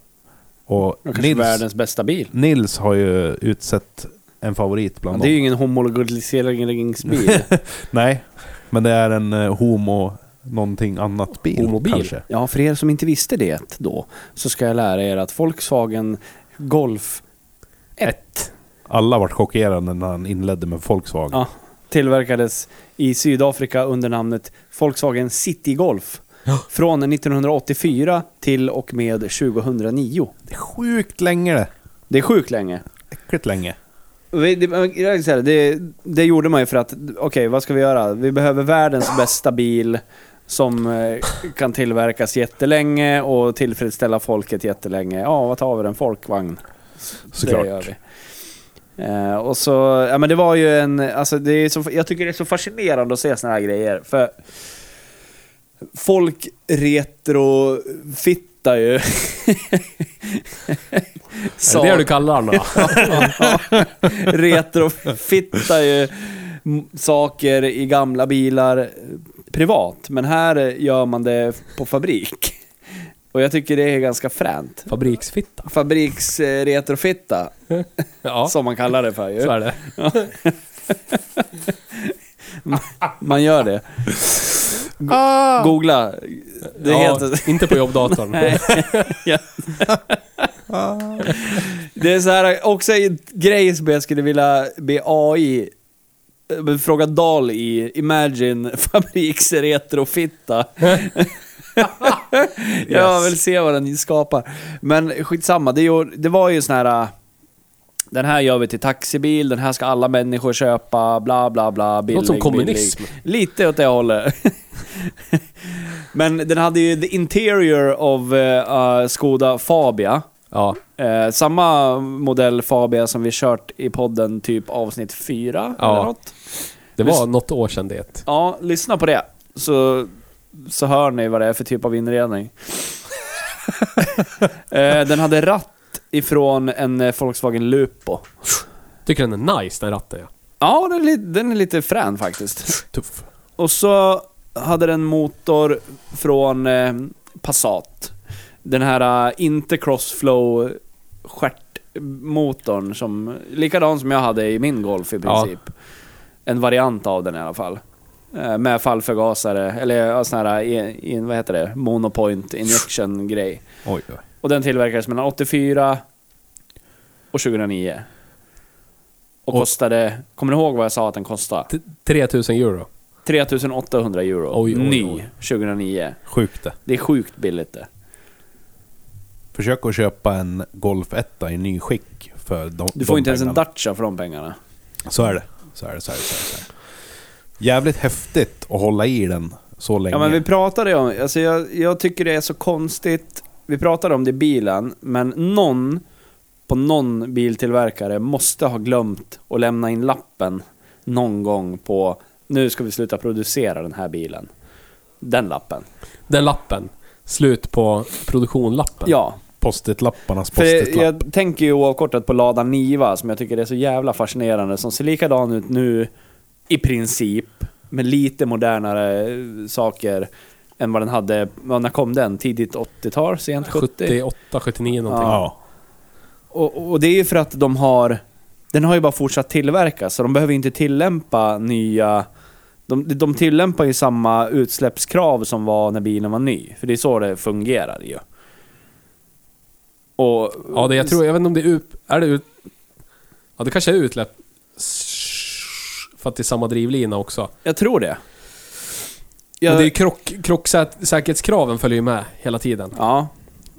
[SPEAKER 3] Och
[SPEAKER 2] Och kanske
[SPEAKER 3] Nils,
[SPEAKER 2] världens bästa bil.
[SPEAKER 3] Nils har ju utsett en favorit bland
[SPEAKER 2] det är
[SPEAKER 3] dem.
[SPEAKER 2] ju ingen homologiseringsbil.
[SPEAKER 3] Nej, men det är en eh, homo någonting annat bil.
[SPEAKER 4] Homobil.
[SPEAKER 3] Kanske.
[SPEAKER 2] ja, för er som inte visste det då, så ska jag lära er att Volkswagen Golf 1
[SPEAKER 3] Alla vart chockerade när han inledde med Volkswagen.
[SPEAKER 2] ja, tillverkades i Sydafrika under namnet Volkswagen City Golf. Från 1984 till och med 2009.
[SPEAKER 3] Det är sjukt länge det.
[SPEAKER 2] Det är sjukt länge.
[SPEAKER 3] Äckligt länge.
[SPEAKER 2] Vi- Det, jag vill säga det, det- det gjorde man ju för att, okej vad ska vi göra? Vi behöver världens bästa bil som eh, kan tillverkas jättelänge och tillfredsställa folket jättelänge. Ja, vad tar vi? En folkvagn. Det gör
[SPEAKER 3] Såklart.
[SPEAKER 2] vi. Eh, och så, ja men det var ju en, alltså det är så, jag tycker det är så fascinerande att se såna här grejer. För folk retrofittar ju.
[SPEAKER 4] Är det det du kallar den då?
[SPEAKER 2] retrofittar ju m- saker i gamla bilar eh, privat. Men här eh, gör man det på fabrik. Och jag tycker det är ganska fränt.
[SPEAKER 4] Fabriksfitta.
[SPEAKER 2] Fabriksretrofitta,
[SPEAKER 4] Ja, så
[SPEAKER 2] som man kallar det för ju.
[SPEAKER 4] är det.
[SPEAKER 2] Man gör det. Googla. Det är
[SPEAKER 4] ja,
[SPEAKER 2] helt...
[SPEAKER 4] Inte på jobbdatorn.
[SPEAKER 2] Nej. Ja. det är så här, också en grej som jag skulle vilja be AI eh, Fråga Dahl i Imagine Fabriks retrofitta. Jag vill se vad den skapar. Men skitsamma, det, gjorde, det var ju sån här... eh, Den här gör vi till taxibil, den här ska alla människor köpa, bla bla bla. Billig,
[SPEAKER 4] som
[SPEAKER 2] billig.
[SPEAKER 4] kommunism.
[SPEAKER 2] Lite åt det hållet. Men den hade ju the interior of eh, eh, Skoda Fabia.
[SPEAKER 4] Ja.
[SPEAKER 2] Eh, samma modell Fabia som vi kört i podden typ avsnitt 4
[SPEAKER 4] Ja.
[SPEAKER 2] eller något.
[SPEAKER 4] Det var något år sedan det.
[SPEAKER 2] Ja, lyssna på det. Så, så hör ni vad det är för typ av inredning. eh, den hade ratt ifrån en eh, Volkswagen Lupo.
[SPEAKER 4] Tycker den är nice den ratten ja.
[SPEAKER 2] Ja, den är, li- den är lite frän faktiskt.
[SPEAKER 4] Tuff.
[SPEAKER 2] Och så hade den motor från eh, Passat. Den här eh, inte Crossflow stjärtmotorn som, likadan som jag hade i min Golf i
[SPEAKER 4] Ja.
[SPEAKER 2] princip. En variant av den i alla fall. Eh, med fallförgasare, eller ja, sån här, eh, i, i, vad heter det, monopoint injection grej.
[SPEAKER 3] Oj, oj.
[SPEAKER 2] Och den tillverkades mellan 84 och 2009. Och,
[SPEAKER 4] Och-
[SPEAKER 2] kostade, kommer ni ihåg vad jag sa att den kostade?
[SPEAKER 4] T- 3000 euro.
[SPEAKER 2] 3800 euro.
[SPEAKER 4] Oj, oj, oj.
[SPEAKER 2] Ny, 2009.
[SPEAKER 3] Sjukt det.
[SPEAKER 2] Det är sjukt billigt det.
[SPEAKER 3] Försök att köpa en Golf 1 i ny skick för de
[SPEAKER 2] Du får
[SPEAKER 3] de
[SPEAKER 2] inte ens en
[SPEAKER 3] pengarna.
[SPEAKER 2] Dacia för de pengarna.
[SPEAKER 3] Så är det. Så är det, så är det, så är det, så är det. Jävligt häftigt att hålla i den så länge.
[SPEAKER 2] Ja men vi pratade ju om, alltså jag, jag tycker det är så konstigt. Vi pratade om det i bilen, men någon på någon biltillverkare måste ha glömt att lämna in lappen någon gång på nu ska vi sluta producera den här bilen. Den lappen.
[SPEAKER 4] Den lappen. Slut på produktionlappen.
[SPEAKER 2] Ja,
[SPEAKER 3] Post-it-lapparnas
[SPEAKER 2] För
[SPEAKER 3] post-it-lapp.
[SPEAKER 2] jag tänker ju oavkortat på Lada Niva som jag tycker är så jävla fascinerande som ser likadan ut nu i princip med lite modernare eh, saker än vad den hade, ja, när kom den? Tidigt 80-tal? Sent 70?
[SPEAKER 4] 78, 79 någonting.
[SPEAKER 3] Ja.
[SPEAKER 2] Och, och det är ju för att de har... Den har ju bara fortsatt tillverkas, så de behöver inte tillämpa nya... De, de tillämpar ju samma utsläppskrav som var när bilen var ny. För det är så det fungerar ju. Och,
[SPEAKER 4] Ja, det, jag tror, jag vet inte om det är ut... Är det ut... Ja, det kanske är utsläpp... För att det är samma drivlina också.
[SPEAKER 2] Jag tror det.
[SPEAKER 4] Men
[SPEAKER 2] Jag-
[SPEAKER 4] det är ju krock, krocksäkerhetskraven följer ju med hela tiden.
[SPEAKER 2] Ja,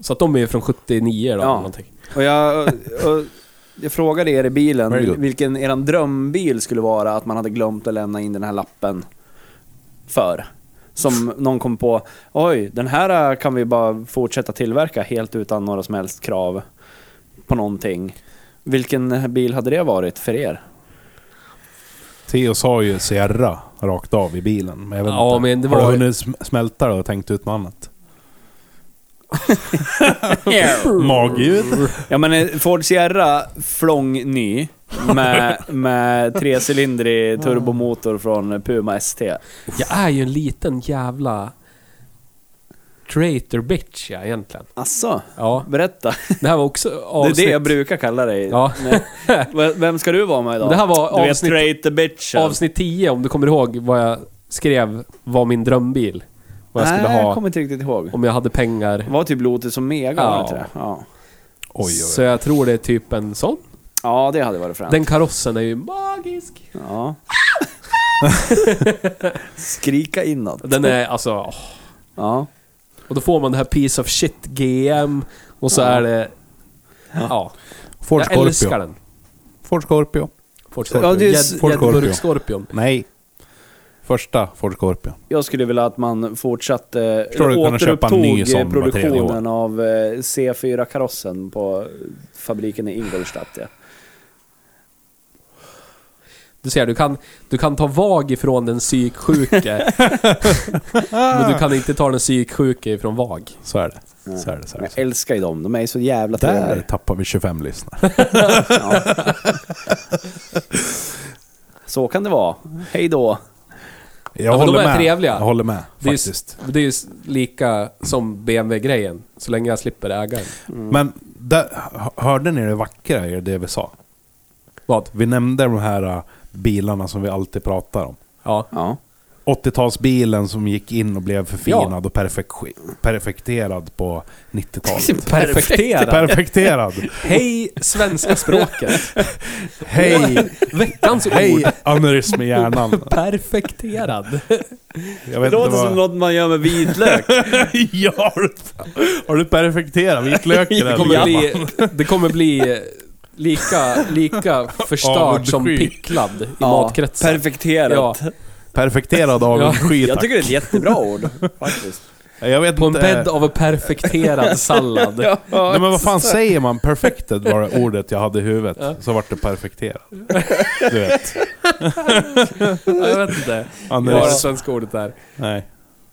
[SPEAKER 4] Så att de är ju från 79 då,
[SPEAKER 2] Ja.
[SPEAKER 4] eller någonting.
[SPEAKER 2] och jag, och jag frågade er i bilen
[SPEAKER 3] Very good.
[SPEAKER 2] vilken er drömbil skulle vara att man hade glömt att lämna in den här lappen för. Som någon kom på, oj, den här äh, kan vi bara fortsätta tillverka helt utan några som helst krav på någonting. Vilken äh, bil hade det varit för er?
[SPEAKER 3] Theo sa ju Sierra rakt av i bilen. Men jag vet
[SPEAKER 4] Ja,
[SPEAKER 3] inte.
[SPEAKER 4] men det
[SPEAKER 3] Har
[SPEAKER 4] var-
[SPEAKER 3] du hunnit sm- smälta det och tänkt ut något annat? Magljud?
[SPEAKER 2] Ja men eh, Ford Sierra flång ny med, med trecylindrig turbomotor från Puma ST.
[SPEAKER 4] Jag är ju en liten jävla... Traitor bitch, ja, egentligen.
[SPEAKER 2] Asså?
[SPEAKER 4] Ja,
[SPEAKER 2] Alltså, Berätta.
[SPEAKER 4] det här var också
[SPEAKER 2] Det
[SPEAKER 4] avsnitt...
[SPEAKER 2] är det jag brukar kalla dig.
[SPEAKER 4] Ja.
[SPEAKER 2] Nej. V- Vem ska du vara med idag?
[SPEAKER 4] Det här var
[SPEAKER 2] du
[SPEAKER 4] avsnitt-
[SPEAKER 2] vet, straight the bitch.
[SPEAKER 4] Avsnitt 10, om du kommer ihåg vad jag skrev var min drömbil. Vad jag skulle
[SPEAKER 2] Nej, jag
[SPEAKER 4] ha
[SPEAKER 2] kommer inte riktigt ihåg.
[SPEAKER 4] om jag hade pengar.
[SPEAKER 2] Det var typ Lotus och Mega,
[SPEAKER 4] Ja.
[SPEAKER 2] var det inte det? Ja.
[SPEAKER 3] Oj,
[SPEAKER 4] Så
[SPEAKER 3] oj.
[SPEAKER 4] jag tror det är typ en sån.
[SPEAKER 2] ja, det hade varit fränt.
[SPEAKER 4] Den karossen är ju magisk.
[SPEAKER 2] Ja. Skrika inåt.
[SPEAKER 4] Den är alltså... åh.
[SPEAKER 2] Ja.
[SPEAKER 4] Och då får man det här piece of shit GM och så
[SPEAKER 2] Ja.
[SPEAKER 4] är det... Ja.
[SPEAKER 3] Ford
[SPEAKER 4] jag älskar
[SPEAKER 3] Scorpio.
[SPEAKER 4] den. Ford
[SPEAKER 3] Ford Scorpio.
[SPEAKER 4] Scorpion.
[SPEAKER 2] Ja, det är
[SPEAKER 4] Gädd-
[SPEAKER 2] s-
[SPEAKER 3] Ford Scorpio.
[SPEAKER 4] Gäddburk Scorpion.
[SPEAKER 3] Nej. Första Ford Scorpio.
[SPEAKER 2] Jag skulle vilja att man fortsatte...
[SPEAKER 3] Förstår du,
[SPEAKER 2] eller
[SPEAKER 3] kunna köpa en ny
[SPEAKER 2] återupptog,
[SPEAKER 3] sån
[SPEAKER 2] eh,
[SPEAKER 3] var tredje år.
[SPEAKER 2] produktionen av eh, C4-karossen på fabriken i Ingolstadt. Ja.
[SPEAKER 4] Du ser, du kan, du kan ta VAG ifrån den psyksjuke. men du kan inte ta den psyksjuke ifrån VAG.
[SPEAKER 3] Så är det. Så är det. Så är det.
[SPEAKER 2] Jag
[SPEAKER 3] Så är det.
[SPEAKER 2] älskar ju dem, de är ju så jävla
[SPEAKER 3] Där
[SPEAKER 2] trevliga.
[SPEAKER 3] tappar vi 25 lyssnare.
[SPEAKER 2] Ja. Så kan det vara. Hej då.
[SPEAKER 3] Jag
[SPEAKER 4] men de
[SPEAKER 3] håller
[SPEAKER 4] är
[SPEAKER 3] med.
[SPEAKER 4] trevliga.
[SPEAKER 3] Jag håller med.
[SPEAKER 4] Det är, ju,
[SPEAKER 3] Faktiskt.
[SPEAKER 4] s- det är ju s- lika som BMW-grejen. Så länge jag slipper äga den.
[SPEAKER 3] Men där, h- hörde ni det vackra i det vi sa?
[SPEAKER 4] Vad?
[SPEAKER 3] Vi nämnde de här äh, bilarna som vi alltid pratar om.
[SPEAKER 4] Ja.
[SPEAKER 2] Ja.
[SPEAKER 3] 80-talsbilen som gick in och blev förfinad och perfek perfekterad på 90-talet.
[SPEAKER 4] Perfekterad.
[SPEAKER 3] perfekterad.
[SPEAKER 4] Hej svenska språket.
[SPEAKER 3] Hej,
[SPEAKER 4] Veckans ord.
[SPEAKER 3] hej aneurism i hjärnan.
[SPEAKER 4] Perfekterad.
[SPEAKER 3] Jag
[SPEAKER 2] Det
[SPEAKER 3] vet
[SPEAKER 2] låter
[SPEAKER 3] inte
[SPEAKER 2] som
[SPEAKER 3] vad...
[SPEAKER 2] något man gör med vitlök.
[SPEAKER 3] ja, har du, har du perfekterat vitlöken?
[SPEAKER 4] Det
[SPEAKER 3] eller?
[SPEAKER 4] kommer bli, det kommer bli eh, lika, lika förstörd
[SPEAKER 3] Avundsjuk.
[SPEAKER 4] som picklad i matkretsen.
[SPEAKER 2] Perfekterat.
[SPEAKER 4] Ja.
[SPEAKER 3] Perfekterad av
[SPEAKER 4] Ja,
[SPEAKER 3] skit.
[SPEAKER 2] Jag tycker det är ett jättebra ord, faktiskt.
[SPEAKER 3] Jag vet
[SPEAKER 4] På en
[SPEAKER 3] inte.
[SPEAKER 4] bädd av perfekterad sallad.
[SPEAKER 3] Nej, men vad fan säger man? Perfected var det ordet jag hade i huvudet.
[SPEAKER 4] Ja.
[SPEAKER 3] Så vart det perfekterat. Du vet.
[SPEAKER 4] Ja, Jag vet inte.
[SPEAKER 3] Ja,
[SPEAKER 4] Vad
[SPEAKER 3] nu-
[SPEAKER 4] är det svenska ordet där?
[SPEAKER 3] Nej.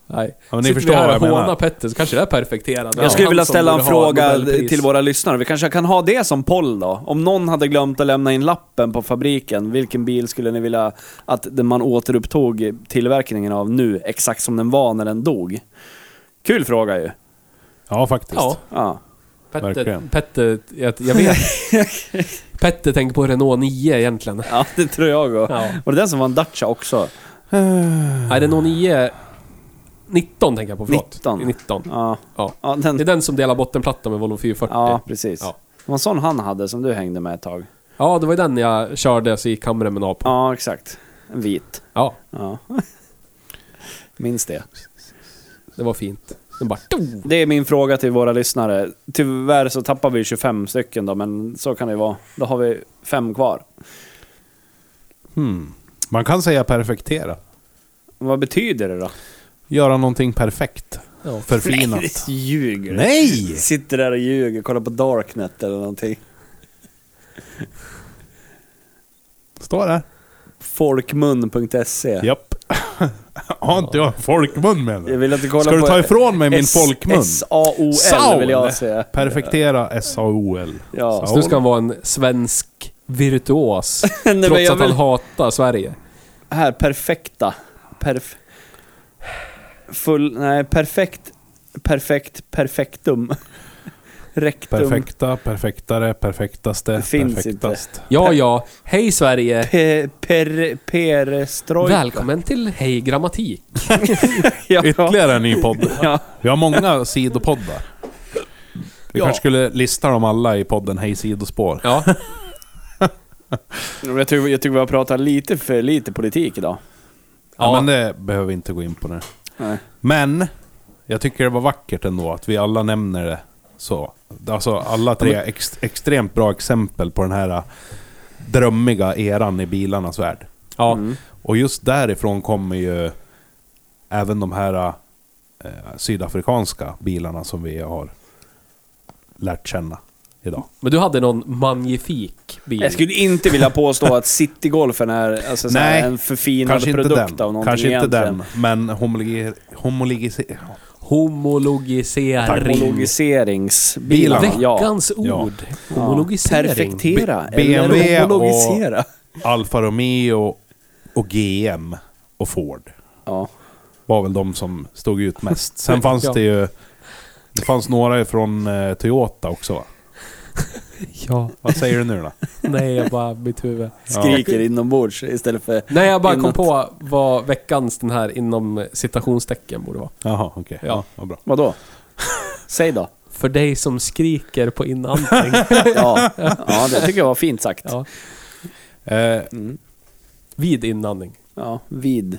[SPEAKER 4] Nej.
[SPEAKER 3] Ja, men ni
[SPEAKER 4] Sitter
[SPEAKER 3] förstår
[SPEAKER 4] vi
[SPEAKER 3] vad
[SPEAKER 4] här
[SPEAKER 3] jag
[SPEAKER 4] och hånar
[SPEAKER 3] menar.
[SPEAKER 4] Petter så kanske det är perfekterad.
[SPEAKER 2] Jag skulle
[SPEAKER 4] Han
[SPEAKER 2] vilja
[SPEAKER 4] som
[SPEAKER 2] ställa en
[SPEAKER 4] borde ha
[SPEAKER 2] fråga
[SPEAKER 4] Nobelpris.
[SPEAKER 2] till våra lyssnare. Vi kanske kan ha det som poll då? Om någon hade glömt att lämna in lappen på fabriken, vilken bil skulle ni vilja att den man återupptog tillverkningen av nu, exakt som den var när den dog? Kul fråga ju.
[SPEAKER 3] Ja, faktiskt.
[SPEAKER 4] Ja,
[SPEAKER 2] Ja.
[SPEAKER 4] Petter,
[SPEAKER 3] Verkligen.
[SPEAKER 4] Petter, jag, jag vet. Petter tänker på Renault 9 egentligen.
[SPEAKER 2] ja, det tror jag också.
[SPEAKER 4] Ja.
[SPEAKER 2] Var det den som var en Dacia också?
[SPEAKER 4] Nej, Renault 9... 19 tänker jag på, förlåt.
[SPEAKER 2] 19.
[SPEAKER 4] 19.
[SPEAKER 2] Ja.
[SPEAKER 4] Ja.
[SPEAKER 2] Ja,
[SPEAKER 4] Det är
[SPEAKER 2] den,
[SPEAKER 4] den som delar bottenplatta med Volvo 440.
[SPEAKER 2] ja precis.
[SPEAKER 4] Ja.
[SPEAKER 2] Det var en sån han hade som du hängde med ett tag.
[SPEAKER 4] Ja, det var ju den jag körde så gick kamremmen av på.
[SPEAKER 2] Ja, exakt. En vit.
[SPEAKER 4] Ja,
[SPEAKER 2] Ja. Minns det.
[SPEAKER 4] det var fint. Den bara...
[SPEAKER 2] Mm. Det är min fråga till våra lyssnare. Tyvärr så tappar vi 25 stycken då, men så kan det ju vara. Då har vi fem kvar.
[SPEAKER 3] Hmm. Man kan säga perfektera.
[SPEAKER 2] Vad betyder det då?
[SPEAKER 3] Göra någonting perfekt.
[SPEAKER 4] Ja.
[SPEAKER 3] Förfinat.
[SPEAKER 2] Ljuger du?
[SPEAKER 3] Nej!
[SPEAKER 2] Sitter där och ljuger, kollar på Darknet eller någonting.
[SPEAKER 3] Står där.
[SPEAKER 2] Folkmun.se.
[SPEAKER 3] Japp. Har inte jag folkmun menar
[SPEAKER 2] Jag
[SPEAKER 3] du?
[SPEAKER 2] vill att du kollar
[SPEAKER 3] Ska du
[SPEAKER 2] på
[SPEAKER 3] ta ifrån mig min
[SPEAKER 2] S-
[SPEAKER 3] folkmun?
[SPEAKER 2] S-A-O-L vill jag säga.
[SPEAKER 3] Perfektera S-A-O-L.
[SPEAKER 2] Ja.
[SPEAKER 4] Så nu ska han vara en svensk virtuos.
[SPEAKER 2] Nej, men
[SPEAKER 4] trots
[SPEAKER 2] jag
[SPEAKER 4] att han
[SPEAKER 2] vill-
[SPEAKER 4] hatar Sverige.
[SPEAKER 2] Här, perfekta. Perf... Full... Nej, perfekt. Perfekt. Perfektum. Rektum.
[SPEAKER 3] Perfekta, perfektare, perfektaste,
[SPEAKER 2] Det finns
[SPEAKER 3] perfektast.
[SPEAKER 4] Ja, ja. Hej Sverige!
[SPEAKER 2] Pe, per, perestrojka.
[SPEAKER 4] Välkommen till Hej Grammatik.
[SPEAKER 2] Ja.
[SPEAKER 3] Ytterligare en ny podd.
[SPEAKER 2] Ja.
[SPEAKER 3] Vi har många sidopoddar. Vi kanske skulle lista dem alla i podden Hej sidospår.
[SPEAKER 4] Ja,
[SPEAKER 2] Jag tycker, jag tycker vi har pratat lite för lite politik idag.
[SPEAKER 3] Ja,
[SPEAKER 4] Ja.
[SPEAKER 3] men det behöver vi inte gå in på nu.
[SPEAKER 2] Nej.
[SPEAKER 3] Men, jag tycker det var vackert ändå att vi alla nämner det så. Alltså alla tre är ex, extremt bra exempel på den här äh, drömmiga eran i bilarnas värld. Mm.
[SPEAKER 4] ja.
[SPEAKER 3] Och just därifrån kommer ju även de här eh, sydafrikanska bilarna som vi har lärt känna idag.
[SPEAKER 4] Men du hade någon magnifik bil.
[SPEAKER 2] Jag skulle inte vilja påstå att Citygolfen är alltså, så här
[SPEAKER 3] Nej,
[SPEAKER 2] en förfinad
[SPEAKER 3] Kanske inte
[SPEAKER 2] produkt av
[SPEAKER 3] den,
[SPEAKER 2] någonting
[SPEAKER 3] kanske inte
[SPEAKER 2] egentligen.
[SPEAKER 3] den, men homologi... homologise-
[SPEAKER 4] Homologisering.
[SPEAKER 2] Homologiseringsbilarna.
[SPEAKER 3] Bilarna.
[SPEAKER 2] Ja.
[SPEAKER 4] Veckans
[SPEAKER 3] Ja.
[SPEAKER 4] ord. Homologisering.
[SPEAKER 2] Perfektera.
[SPEAKER 3] B- BMW
[SPEAKER 2] eller
[SPEAKER 3] och-
[SPEAKER 2] homologisera.
[SPEAKER 3] Alfa Romeo och GM och Ford
[SPEAKER 2] Ja.
[SPEAKER 3] var väl de som stod ut mest. Sen fanns
[SPEAKER 4] Ja.
[SPEAKER 3] det ju... Det fanns några från eh, Toyota också va?
[SPEAKER 4] Ja.
[SPEAKER 3] Vad säger du nu då?
[SPEAKER 4] Nej, jag bara... Mitt huvud.
[SPEAKER 2] Skriker inombords istället för...
[SPEAKER 4] Nej, jag bara kom
[SPEAKER 2] Inåt.
[SPEAKER 4] på vad veckans den här inom citationstecken borde vara.
[SPEAKER 3] Jaha, okej. Ja.
[SPEAKER 4] Ja.
[SPEAKER 3] vad bra.
[SPEAKER 2] Vadå? Säg då.
[SPEAKER 4] För dig som skriker på inandning.
[SPEAKER 2] Ja. ja, det tycker jag var fint sagt. Ja.
[SPEAKER 4] ja.
[SPEAKER 3] Eh,
[SPEAKER 4] Vid inandning.
[SPEAKER 2] vid.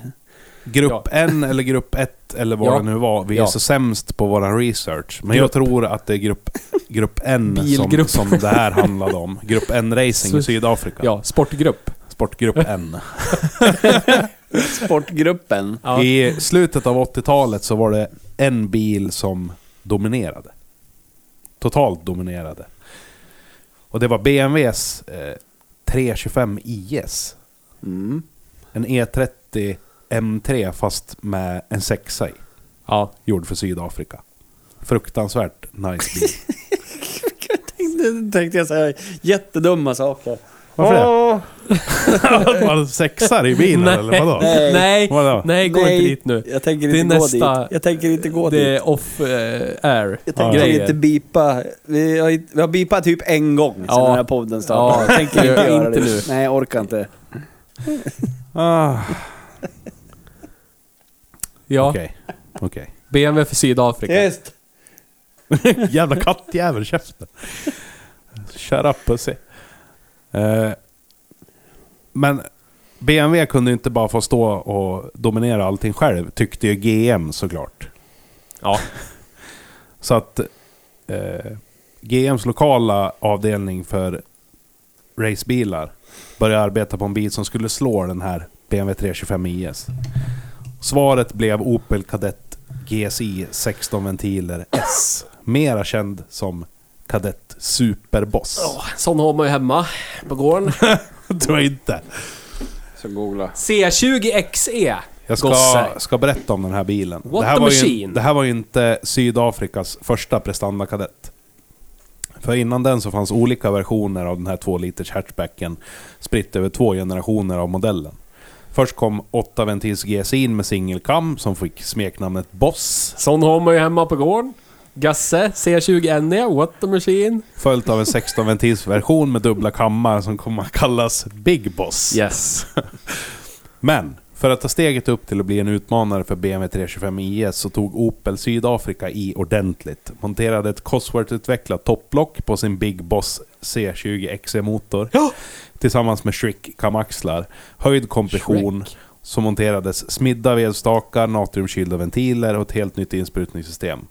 [SPEAKER 3] grupp
[SPEAKER 4] Ja.
[SPEAKER 3] N eller grupp 1 eller vad
[SPEAKER 4] Ja.
[SPEAKER 3] det nu var. Vi är
[SPEAKER 4] Ja.
[SPEAKER 3] så sämst på våran research. Men jag tror att det är grupp, grupp N som,
[SPEAKER 4] Bilgrupp.
[SPEAKER 3] som det här handlade om. Grupp N-racing i
[SPEAKER 4] Så-
[SPEAKER 3] Sydafrika.
[SPEAKER 4] Ja, sportgrupp.
[SPEAKER 3] Sportgrupp N.
[SPEAKER 2] Sportgruppen.
[SPEAKER 4] Ja.
[SPEAKER 3] I slutet av 80-talet så var det en bil som dominerade. Totalt dominerade. Och det var BMWs eh, 325 IS.
[SPEAKER 2] Mm.
[SPEAKER 3] En E E30 M3 fast med en sexa i.
[SPEAKER 4] Ja.
[SPEAKER 3] Gjord för Sydafrika. Fruktansvärt nice bil.
[SPEAKER 2] Tänkte, tänkte jag säga jättedumma saker.
[SPEAKER 3] Varför det? Var det sexar i bilen eller vadå?
[SPEAKER 4] Nej, nej,
[SPEAKER 3] Vadå?
[SPEAKER 4] nej, gå inte dit nu.
[SPEAKER 2] Jag tänker
[SPEAKER 4] Det är
[SPEAKER 2] inte gå
[SPEAKER 4] nästa-
[SPEAKER 2] dit. Jag tänker inte gå
[SPEAKER 4] Det
[SPEAKER 2] dit.
[SPEAKER 4] är off eh, air.
[SPEAKER 2] Jag tänker
[SPEAKER 4] grejer.
[SPEAKER 2] inte bipa. Vi har, vi har bipat typ en gång sen
[SPEAKER 4] Ja.
[SPEAKER 2] den här podden startade.
[SPEAKER 4] Ja,
[SPEAKER 2] jag tänker inte
[SPEAKER 4] gör
[SPEAKER 2] göra
[SPEAKER 4] inte
[SPEAKER 2] det.
[SPEAKER 4] nu.
[SPEAKER 2] Nej, jag orkar inte.
[SPEAKER 3] Ah,
[SPEAKER 4] Ja,
[SPEAKER 3] Okej. Okej.
[SPEAKER 4] BMW för Sydafrika.
[SPEAKER 2] Just!
[SPEAKER 3] Jävla kattjävel, käften. Shut up pussy. Eh, men BMW kunde ju inte bara få stå och dominera allting själv, tyckte ju GM såklart.
[SPEAKER 4] Ja.
[SPEAKER 3] Så att eh, GMs lokala avdelning för racebilar började arbeta på en bil som skulle slå den här BMW 325 IS. Svaret blev Opel Kadett GSI 16 ventiler S. Mera känd som Kadett Superboss.
[SPEAKER 4] Sån har man ju hemma på gården.
[SPEAKER 3] Tror jag inte.
[SPEAKER 5] Så googla.
[SPEAKER 4] C20XE.
[SPEAKER 3] Jag ska,
[SPEAKER 4] E. Gosse.
[SPEAKER 3] ska berätta om den här bilen.
[SPEAKER 4] What
[SPEAKER 3] det, här
[SPEAKER 4] the
[SPEAKER 3] var ju,
[SPEAKER 4] machine?
[SPEAKER 3] det här var ju inte Sydafrikas första prestandakadett. För innan den så fanns olika versioner av den här 2 liters hatchbacken spritt över två generationer av modellen. Först kom 8-ventils GSI med singelkam som fick smeknamnet Boss.
[SPEAKER 4] Sån har man ju hemma på gården. Gasse, C20NE, E, What the Machine.
[SPEAKER 3] Följt av en 16-ventils version med dubbla kammar som kommer att kallas Big Boss.
[SPEAKER 4] Yes.
[SPEAKER 3] Men för att ta steget upp till att bli en utmanare för BMW 325 IS så tog Opel Sydafrika i ordentligt. Monterade ett Cosworth-utvecklat topplock på sin Big Boss C20 XE-motor. Tillsammans med Schrick kamaxlar, höjd kompression, så monterades smidda vedstakar, natriumkylda ventiler och ett helt nytt insprutningssystem.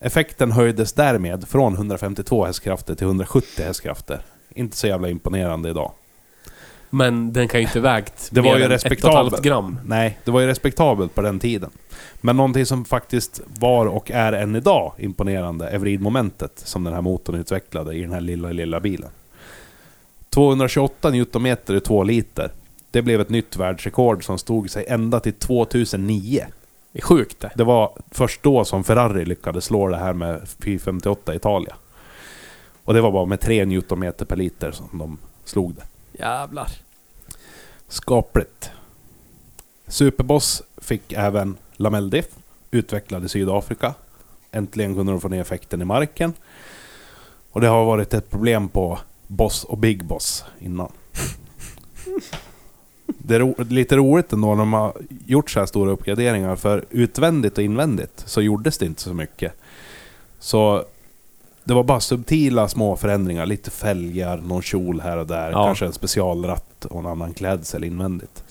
[SPEAKER 3] Effekten höjdes därmed från 152 hästkrafter till 170 hästkrafter. Inte så jävla imponerande idag.
[SPEAKER 4] Men den kan ju inte vägt
[SPEAKER 3] Det var
[SPEAKER 4] mer
[SPEAKER 3] ju
[SPEAKER 4] än ett och ett
[SPEAKER 3] respektabelt.
[SPEAKER 4] halvt gram.
[SPEAKER 3] Nej, det var ju respektabelt på den tiden. Men någonting som faktiskt var och är än idag imponerande är vridmomentet som den här motorn utvecklade i den här lilla, lilla bilen. 228 newtonmeter i 2 liter. Det blev ett nytt världsrekord som stod sig ända till 2009.
[SPEAKER 4] Det är sjukt det.
[SPEAKER 3] Det var först då som Ferrari lyckades slå det här med 458 Italia. Och det var bara med 3 newtonmeter per liter som de slog det.
[SPEAKER 4] Jävlar.
[SPEAKER 3] Skapligt. Superboss fick även lamelldiff, utvecklad i Sydafrika. Äntligen kunde de få ner effekten i marken. Och det har varit ett problem på Boss och Big Boss innan. Det är ro lite roligt ändå när de har gjort så här stora uppgraderingar, för utvändigt och invändigt så gjordes det inte så mycket. Så det var bara subtila små förändringar, lite fälgar, någon kjol här och där,
[SPEAKER 4] Ja.
[SPEAKER 3] kanske en specialratt och en annan klädsel invändigt.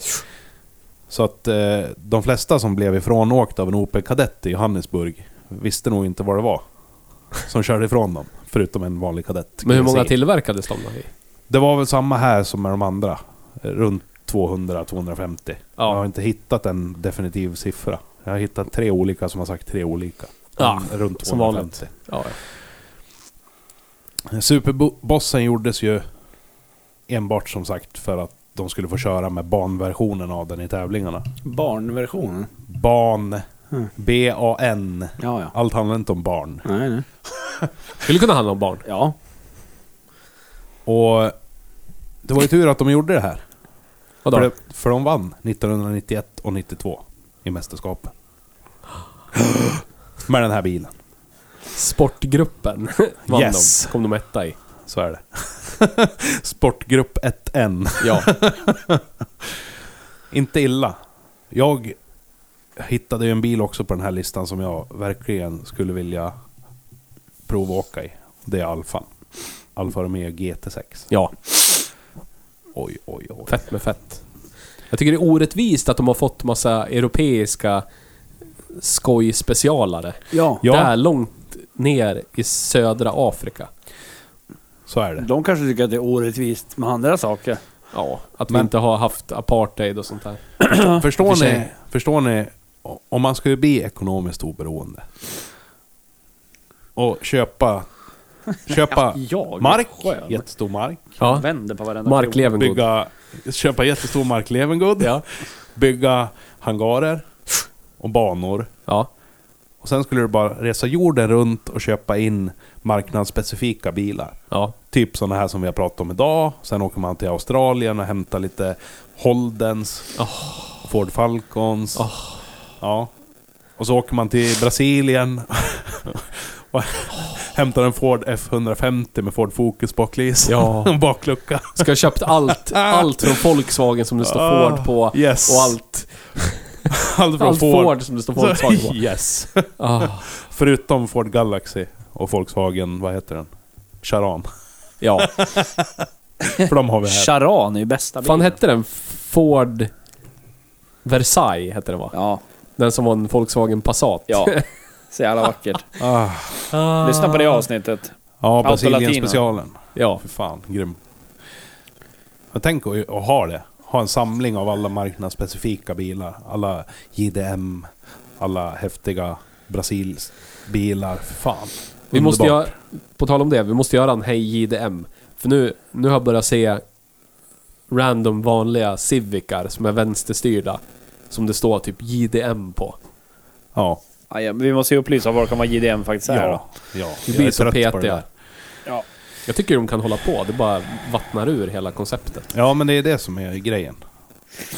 [SPEAKER 3] Så att eh, de flesta som blev ifrånåkta av en Opel Kadett i Johannesburg visste nog inte vad det var som körde ifrån dem, förutom en vanlig kadett.
[SPEAKER 4] Men hur många
[SPEAKER 3] GSI.
[SPEAKER 4] tillverkades de då? i?
[SPEAKER 3] Det var väl samma här som med de andra. eh, Runt 200-250. Jag har inte hittat en definitiv siffra. Jag har hittat tre olika som har sagt tre olika.
[SPEAKER 4] Ja,
[SPEAKER 3] Men runt
[SPEAKER 4] som
[SPEAKER 3] 250.
[SPEAKER 4] Ja, ja.
[SPEAKER 3] Superbossen gjordes ju enbart som sagt för att de skulle få köra med banversionen av den i tävlingarna.
[SPEAKER 5] Barnversionen?
[SPEAKER 3] Ban.
[SPEAKER 2] Hm.
[SPEAKER 5] Mm.
[SPEAKER 3] B-A-N.
[SPEAKER 5] Ja, ja.
[SPEAKER 3] Allt handlar inte om barn.
[SPEAKER 5] Nej, nej.
[SPEAKER 4] Skulle kunna handla om barn.
[SPEAKER 5] Ja.
[SPEAKER 3] Och det var ju tur att de gjorde det här.
[SPEAKER 4] Vadå?
[SPEAKER 3] För, det, för de vann 1991 och 92 i mästerskapen. Med den här bilen.
[SPEAKER 4] Sportgruppen vann
[SPEAKER 3] Yes.
[SPEAKER 4] de. Kom de etta i.
[SPEAKER 3] Så är det. Sportgrupp 1N.
[SPEAKER 4] Ja.
[SPEAKER 3] Inte illa. Jag hittade ju en bil också på den här listan som jag verkligen skulle vilja prova att åka i. Det är Alfan. Alfa Romeo GT6.
[SPEAKER 4] ja.
[SPEAKER 3] Oj, oj, oj.
[SPEAKER 4] Fett med fett. Jag tycker det är orättvist att de har fått massa europeiska skojspecialare.
[SPEAKER 5] Ja.
[SPEAKER 3] Ja.
[SPEAKER 4] Där långt ner i södra Afrika.
[SPEAKER 3] Så är det.
[SPEAKER 5] De kanske tycker att det är orättvist med andra saker.
[SPEAKER 4] Ja, att vi
[SPEAKER 3] Men-
[SPEAKER 4] inte har haft apartheid och sånt där.
[SPEAKER 3] Förstår
[SPEAKER 4] för sig.
[SPEAKER 3] ni, förstår ni? o- Om man skulle bli ekonomiskt oberoende. Och köpa... Köpa
[SPEAKER 5] jag är
[SPEAKER 3] mark.
[SPEAKER 5] skön.
[SPEAKER 3] Jättestor mark.
[SPEAKER 4] Ja.
[SPEAKER 5] Vänder på varenda
[SPEAKER 4] Mark
[SPEAKER 5] krona.
[SPEAKER 4] Levengood.
[SPEAKER 3] Bygga... Köpa jättestor mark Levengood. Bygga hangarer. Och banor.
[SPEAKER 4] Ja.
[SPEAKER 3] Och sen skulle du bara resa jorden runt och köpa in marknadsspecifika bilar.
[SPEAKER 4] Ja.
[SPEAKER 3] Typ sådana här som vi har pratat om idag. Sen åker man till Australien och hämtar lite Holdens, Ford Falcons. Ja. Och så åker man till Brasilien och hämtar en Ford F150 med Ford Focus baklis.
[SPEAKER 4] Ja.
[SPEAKER 3] En baklucka.
[SPEAKER 4] Ska ha köpt allt, allt från Volkswagen som det står Ford på.
[SPEAKER 3] Ah. Yes.
[SPEAKER 4] Och allt,
[SPEAKER 3] Allt från
[SPEAKER 4] allt Ford. som det står Volkswagen på.
[SPEAKER 3] Yes.
[SPEAKER 4] Ah,
[SPEAKER 3] Förutom Ford Galaxy och Volkswagen, vad heter den? Charan.
[SPEAKER 4] ja.
[SPEAKER 3] För de har vi här.
[SPEAKER 5] Charan är ju bästa
[SPEAKER 4] Fan
[SPEAKER 5] bilen.
[SPEAKER 4] hette den Ford... Versailles hette den va?
[SPEAKER 5] Ja.
[SPEAKER 4] Den som var en Volkswagen Passat.
[SPEAKER 5] Ja. Så jävla vackert.
[SPEAKER 3] Ah.
[SPEAKER 5] Lyssna på det avsnittet.
[SPEAKER 3] Ja,
[SPEAKER 5] Auto Latino.
[SPEAKER 3] Brasilien-specialen.
[SPEAKER 4] ja.
[SPEAKER 3] Fy fan, grym. Men tänk att att ha det. Ha en samling av alla marknadsspecifika bilar. Alla JDM, alla häftiga Brasilsbilar. För fan.
[SPEAKER 4] Vi måste
[SPEAKER 3] Underbart.
[SPEAKER 4] göra, på tal om det, vi måste göra en Hej JDM. För nu, nu har jag börjat se random vanliga Civicar som är vänsterstyrda. Som det står typ JDM på.
[SPEAKER 3] Ja.
[SPEAKER 2] Ja, Ah, ja, men vi måste ju upplysa vad kan vara JDM faktiskt är då.
[SPEAKER 3] Ja. ja.
[SPEAKER 4] Vi
[SPEAKER 3] Jag
[SPEAKER 4] blir
[SPEAKER 3] är
[SPEAKER 4] så
[SPEAKER 3] trött på det
[SPEAKER 4] petiga.
[SPEAKER 3] där.
[SPEAKER 2] Ja.
[SPEAKER 4] Jag tycker de kan hålla på, det bara vattnar ur hela konceptet.
[SPEAKER 3] Ja, men det är det som är grejen.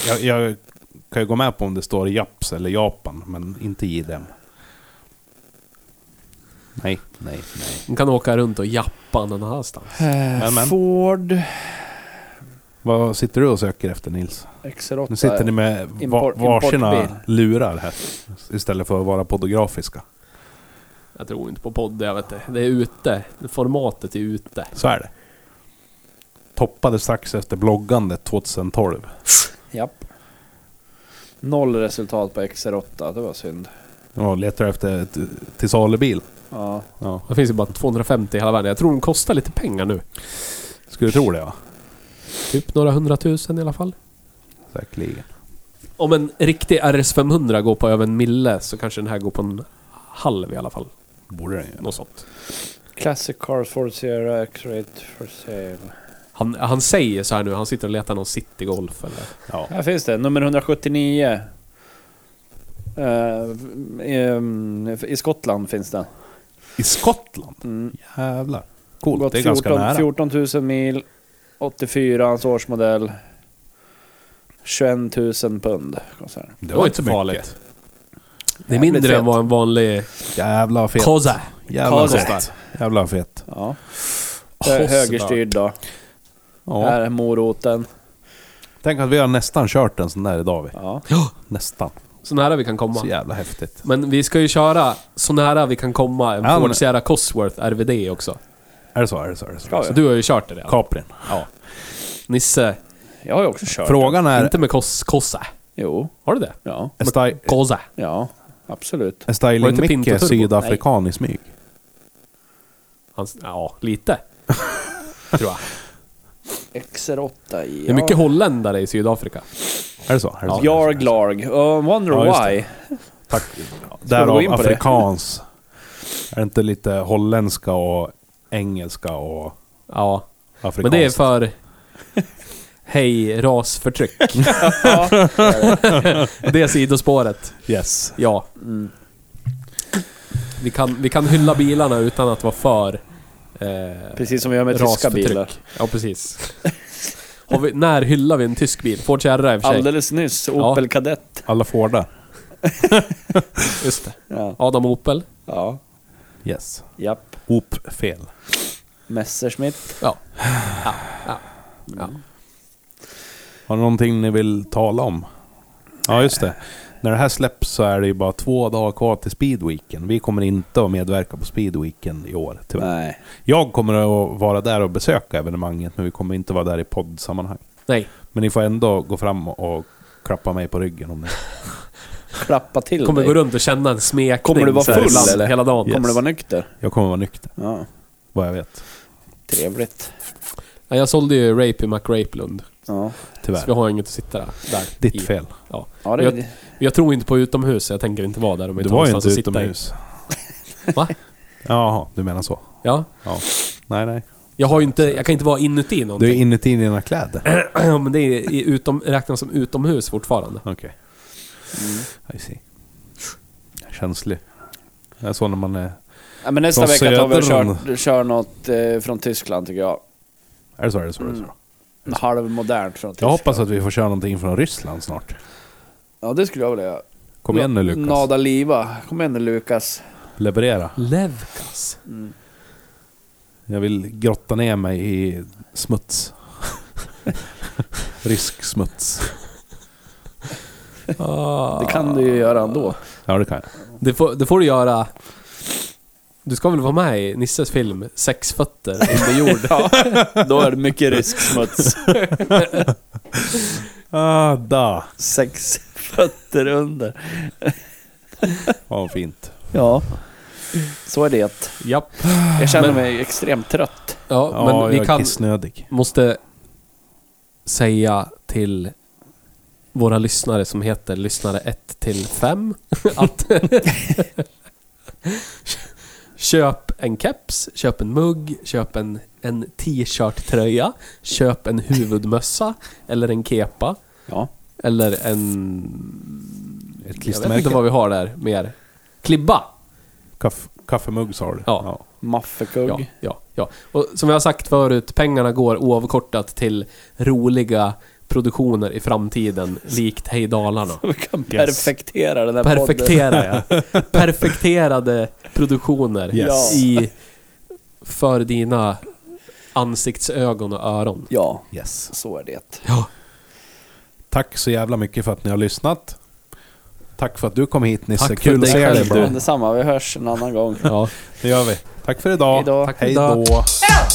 [SPEAKER 3] Jag, jag kan ju gå med på om det står Japs eller Japan, men inte JDM. Nej, nej, nej.
[SPEAKER 4] De kan åka runt och jappa någon annanstans.
[SPEAKER 6] Eh,
[SPEAKER 3] men.
[SPEAKER 6] Ford...
[SPEAKER 3] Vad sitter du och söker efter Nils?
[SPEAKER 2] X8.
[SPEAKER 3] Nu sitter ni med va-
[SPEAKER 2] eh, Import-
[SPEAKER 3] varsina
[SPEAKER 2] importbil.
[SPEAKER 3] lurar här. Istället för att vara podografiska.
[SPEAKER 4] Jag tror inte på podd, jag vet inte. Det är ute. Formatet är ute.
[SPEAKER 3] Så är det. Toppade strax efter bloggandet 2012.
[SPEAKER 2] Japp. Noll resultat på XR8, det var synd.
[SPEAKER 3] Ja, letar efter ett till salubil.
[SPEAKER 2] Ja.
[SPEAKER 3] Ja.
[SPEAKER 4] Det finns ju bara 250 i hela världen. Jag tror de kostar lite pengar nu.
[SPEAKER 3] Skulle tro det ja.
[SPEAKER 4] Typ några hundratusen i alla fall.
[SPEAKER 3] Säkerligen.
[SPEAKER 4] Om en riktig RS500 går på över en mille så kanske den här går på en halv i alla fall.
[SPEAKER 3] Borde den ju.
[SPEAKER 4] Något sånt.
[SPEAKER 2] Classic Cars Ford Sierra X-Rate for sale.
[SPEAKER 4] Han, han säger så här nu, han sitter och letar någon Citygolf eller...
[SPEAKER 3] Ja.
[SPEAKER 2] Här finns det, nummer 179. Eh, ehm, I Skottland finns det.
[SPEAKER 3] I Skottland?
[SPEAKER 2] Mm.
[SPEAKER 3] Jävlar. Coolt,
[SPEAKER 2] Gått
[SPEAKER 3] det är ganska
[SPEAKER 2] 14,
[SPEAKER 3] nära.
[SPEAKER 2] 14 000 mil, 84 hans årsmodell. 21 000 pund kostar den.
[SPEAKER 3] Det
[SPEAKER 4] Det är mindre
[SPEAKER 2] Jävligt
[SPEAKER 4] än vad en vanlig
[SPEAKER 3] mycket. Jävlar vad fet.
[SPEAKER 4] Koza.
[SPEAKER 3] Jävlar vad
[SPEAKER 2] Kosar.
[SPEAKER 3] fet. Jävlar vad fet.
[SPEAKER 2] Ja. Hö- högerstyrd då. Här
[SPEAKER 3] Ja.
[SPEAKER 2] är moroten.
[SPEAKER 3] Tänk att vi har nästan kört en sån där idag vi.
[SPEAKER 2] Ja.
[SPEAKER 3] Nästan.
[SPEAKER 4] Så nära vi kan komma.
[SPEAKER 3] Så jävla häftigt.
[SPEAKER 4] Men vi ska ju köra så nära vi kan komma en
[SPEAKER 3] Ja,
[SPEAKER 4] Ford
[SPEAKER 3] men-
[SPEAKER 4] Sierra Cosworth RVD också.
[SPEAKER 3] Är det så? Är det så? Är det så?
[SPEAKER 2] Ska
[SPEAKER 4] Så
[SPEAKER 2] vi?
[SPEAKER 4] du har ju kört det redan.
[SPEAKER 3] Caprin.
[SPEAKER 4] Ja. Nisse,
[SPEAKER 2] Jag har ju också kört.
[SPEAKER 3] Frågan är...
[SPEAKER 4] inte med kos, kossa.
[SPEAKER 2] Jo.
[SPEAKER 4] Har du det?
[SPEAKER 2] Ja.
[SPEAKER 3] Är, sty
[SPEAKER 4] Kosa.
[SPEAKER 2] Ja. Absolut.
[SPEAKER 3] är
[SPEAKER 4] Var det inte Pinto
[SPEAKER 3] styling-Micke
[SPEAKER 4] Turbo?
[SPEAKER 3] sydafrikan i smyg?
[SPEAKER 4] Han, ja, lite. Tror jag.
[SPEAKER 2] XR8.
[SPEAKER 4] Det är mycket holländare i Sydafrika.
[SPEAKER 3] Är det så? Är det så?
[SPEAKER 2] Jarglarg. Uh, wonder
[SPEAKER 3] Ja, just
[SPEAKER 2] why.
[SPEAKER 3] Tack.
[SPEAKER 2] vi gå in
[SPEAKER 3] Därav
[SPEAKER 2] på det?
[SPEAKER 3] afrikans. Är det inte lite holländska och engelska och
[SPEAKER 4] Ja.
[SPEAKER 3] afrikanskt?
[SPEAKER 4] Men det är för... Hej, rasförtryck.
[SPEAKER 2] Ja.
[SPEAKER 4] Det sidospåret.
[SPEAKER 3] Yes.
[SPEAKER 4] Ja. Vi, kan, vi kan hylla bilarna utan att vara för... Eh,
[SPEAKER 2] Precis som vi gör med tyska
[SPEAKER 4] rasförtryck.
[SPEAKER 2] bilar.
[SPEAKER 4] Ja, precis. Har vi, när hyllar vi en tysk bil? Ford Sierra i och för sig.
[SPEAKER 2] Alldeles nyss. Opel Kadett.
[SPEAKER 3] Alla fordar.
[SPEAKER 4] Just det.
[SPEAKER 2] Ja.
[SPEAKER 4] Adam Opel.
[SPEAKER 2] ja.
[SPEAKER 3] Yes.
[SPEAKER 2] Japp.
[SPEAKER 3] Op fel.
[SPEAKER 2] Messerschmitt.
[SPEAKER 4] Ja. ja. ja. ja.
[SPEAKER 3] Har ni någonting ni vill tala om? Ja, just det. När det här släpps så är det ju bara två dagar kvar till Speedweeken. Vi kommer inte att medverka på Speedweeken i år, tyvärr.
[SPEAKER 2] Nej.
[SPEAKER 3] Jag kommer att vara där och besöka evenemanget, men vi kommer inte vara där i poddsammanhang.
[SPEAKER 4] Nej.
[SPEAKER 3] Men ni får ändå gå fram och klappa mig på ryggen om ni...
[SPEAKER 2] Klappa till
[SPEAKER 4] Kommer
[SPEAKER 2] dig.
[SPEAKER 4] gå runt och känna en smekning.
[SPEAKER 2] Kommer du vara
[SPEAKER 4] så här
[SPEAKER 2] full,
[SPEAKER 4] ibland,
[SPEAKER 2] eller?
[SPEAKER 4] Hela dagen.
[SPEAKER 2] Kommer du vara nykter?
[SPEAKER 3] Jag kommer vara nykter,
[SPEAKER 2] Ja.
[SPEAKER 3] vad jag vet.
[SPEAKER 2] Trevligt.
[SPEAKER 4] Ja, Jag sålde ju Rapey McRapelund.
[SPEAKER 2] Ja.
[SPEAKER 4] Så vi
[SPEAKER 3] Tyvärr.
[SPEAKER 4] har inget att sitta där. där i.
[SPEAKER 3] Ditt fel.
[SPEAKER 4] Ja.
[SPEAKER 2] Ja, det,
[SPEAKER 4] Jag- Jag tror inte på utomhus, så jag tänker inte vara där om vi
[SPEAKER 3] Du
[SPEAKER 4] inte
[SPEAKER 3] var
[SPEAKER 4] har
[SPEAKER 3] ju inte
[SPEAKER 4] någonstans att sitta i.
[SPEAKER 3] utomhus.
[SPEAKER 4] Va?
[SPEAKER 3] Jaha, du menar så.
[SPEAKER 4] Ja.
[SPEAKER 3] Ja. Nej, nej.
[SPEAKER 4] Jag har ju inte, jag kan inte vara inuti
[SPEAKER 3] Du är
[SPEAKER 4] någonting.
[SPEAKER 3] inuti dina kläder.
[SPEAKER 4] ja, men det är i utom, räknas som utomhus fortfarande.
[SPEAKER 3] Okej.
[SPEAKER 2] mm.
[SPEAKER 3] I see. Känslig. Det är så när man är...
[SPEAKER 2] ja, men nästa
[SPEAKER 3] Från
[SPEAKER 2] vecka tar vi och
[SPEAKER 3] södern.
[SPEAKER 2] kör, kör något eh, från Tyskland tycker jag.
[SPEAKER 3] Är det så? Är det så? Är det
[SPEAKER 4] Mm.
[SPEAKER 3] så?
[SPEAKER 2] Halvmodernt från
[SPEAKER 3] Jag
[SPEAKER 2] Tyskland.
[SPEAKER 3] hoppas att vi får köra någonting från Ryssland snart.
[SPEAKER 2] Ja, det skulle jag vilja göra.
[SPEAKER 3] Kom igen nu Lukas.
[SPEAKER 2] Nada Liva. Kom igen nu Lukas.
[SPEAKER 3] Leverera.
[SPEAKER 4] Levkas.
[SPEAKER 3] Jag vill grotta ner mig i smuts. Rysk smuts.
[SPEAKER 4] Ah.
[SPEAKER 2] Det kan du ju göra ändå.
[SPEAKER 3] Ja, det kan jag.
[SPEAKER 4] Det, får, det får du göra. Du ska väl vara med i Nisses film Sex fötter under jord?
[SPEAKER 2] Ja, då är det mycket rysk smuts.
[SPEAKER 3] Ah, da.
[SPEAKER 2] Sex fötter under.
[SPEAKER 3] Ja, vad fint.
[SPEAKER 2] Ja. Så är det.
[SPEAKER 4] Japp.
[SPEAKER 2] Jag känner
[SPEAKER 4] Men-
[SPEAKER 2] mig extremt trött.
[SPEAKER 4] Ja,
[SPEAKER 3] Ja,
[SPEAKER 4] men
[SPEAKER 3] jag
[SPEAKER 4] vi
[SPEAKER 3] är
[SPEAKER 4] kan...
[SPEAKER 3] kissnödig.
[SPEAKER 4] Måste säga till våra lyssnare som heter lyssnare 1 till 5 att köp en keps, köp en mugg, köp en, en t-shirt tröja, köp en huvudmössa eller en kepa
[SPEAKER 2] Ja.
[SPEAKER 4] eller en...
[SPEAKER 3] Ett
[SPEAKER 4] Jag vet inte
[SPEAKER 3] klistermärke.
[SPEAKER 4] vad vi har där mer. Klibba!
[SPEAKER 3] Kaff, kaffemugg sa du?
[SPEAKER 4] Ja.
[SPEAKER 5] Maffekugg.
[SPEAKER 4] Ja, ja, ja. Och som jag har sagt förut, pengarna går oavkortat till roliga produktioner i framtiden, likt Hej Dalarna.
[SPEAKER 5] Vi kan
[SPEAKER 3] Yes.
[SPEAKER 5] perfektera den här podden.
[SPEAKER 4] Perfektera ja. Perfekterade produktioner
[SPEAKER 3] Yes.
[SPEAKER 4] i, för dina ansiktsögon och öron.
[SPEAKER 5] Ja,
[SPEAKER 3] Yes.
[SPEAKER 5] så är det.
[SPEAKER 4] Ja.
[SPEAKER 3] Tack så jävla mycket för att ni har lyssnat. Tack för att du kom hit Nisse.
[SPEAKER 4] Tack för
[SPEAKER 3] Kul att
[SPEAKER 4] dig
[SPEAKER 3] se dig
[SPEAKER 4] själv,
[SPEAKER 3] bro.
[SPEAKER 5] Men detsamma, vi hörs en annan gång.
[SPEAKER 4] ja.
[SPEAKER 3] Det gör vi. Tack för idag.
[SPEAKER 5] Hejdå.
[SPEAKER 4] Tack för
[SPEAKER 3] Hej
[SPEAKER 4] idag.
[SPEAKER 3] då.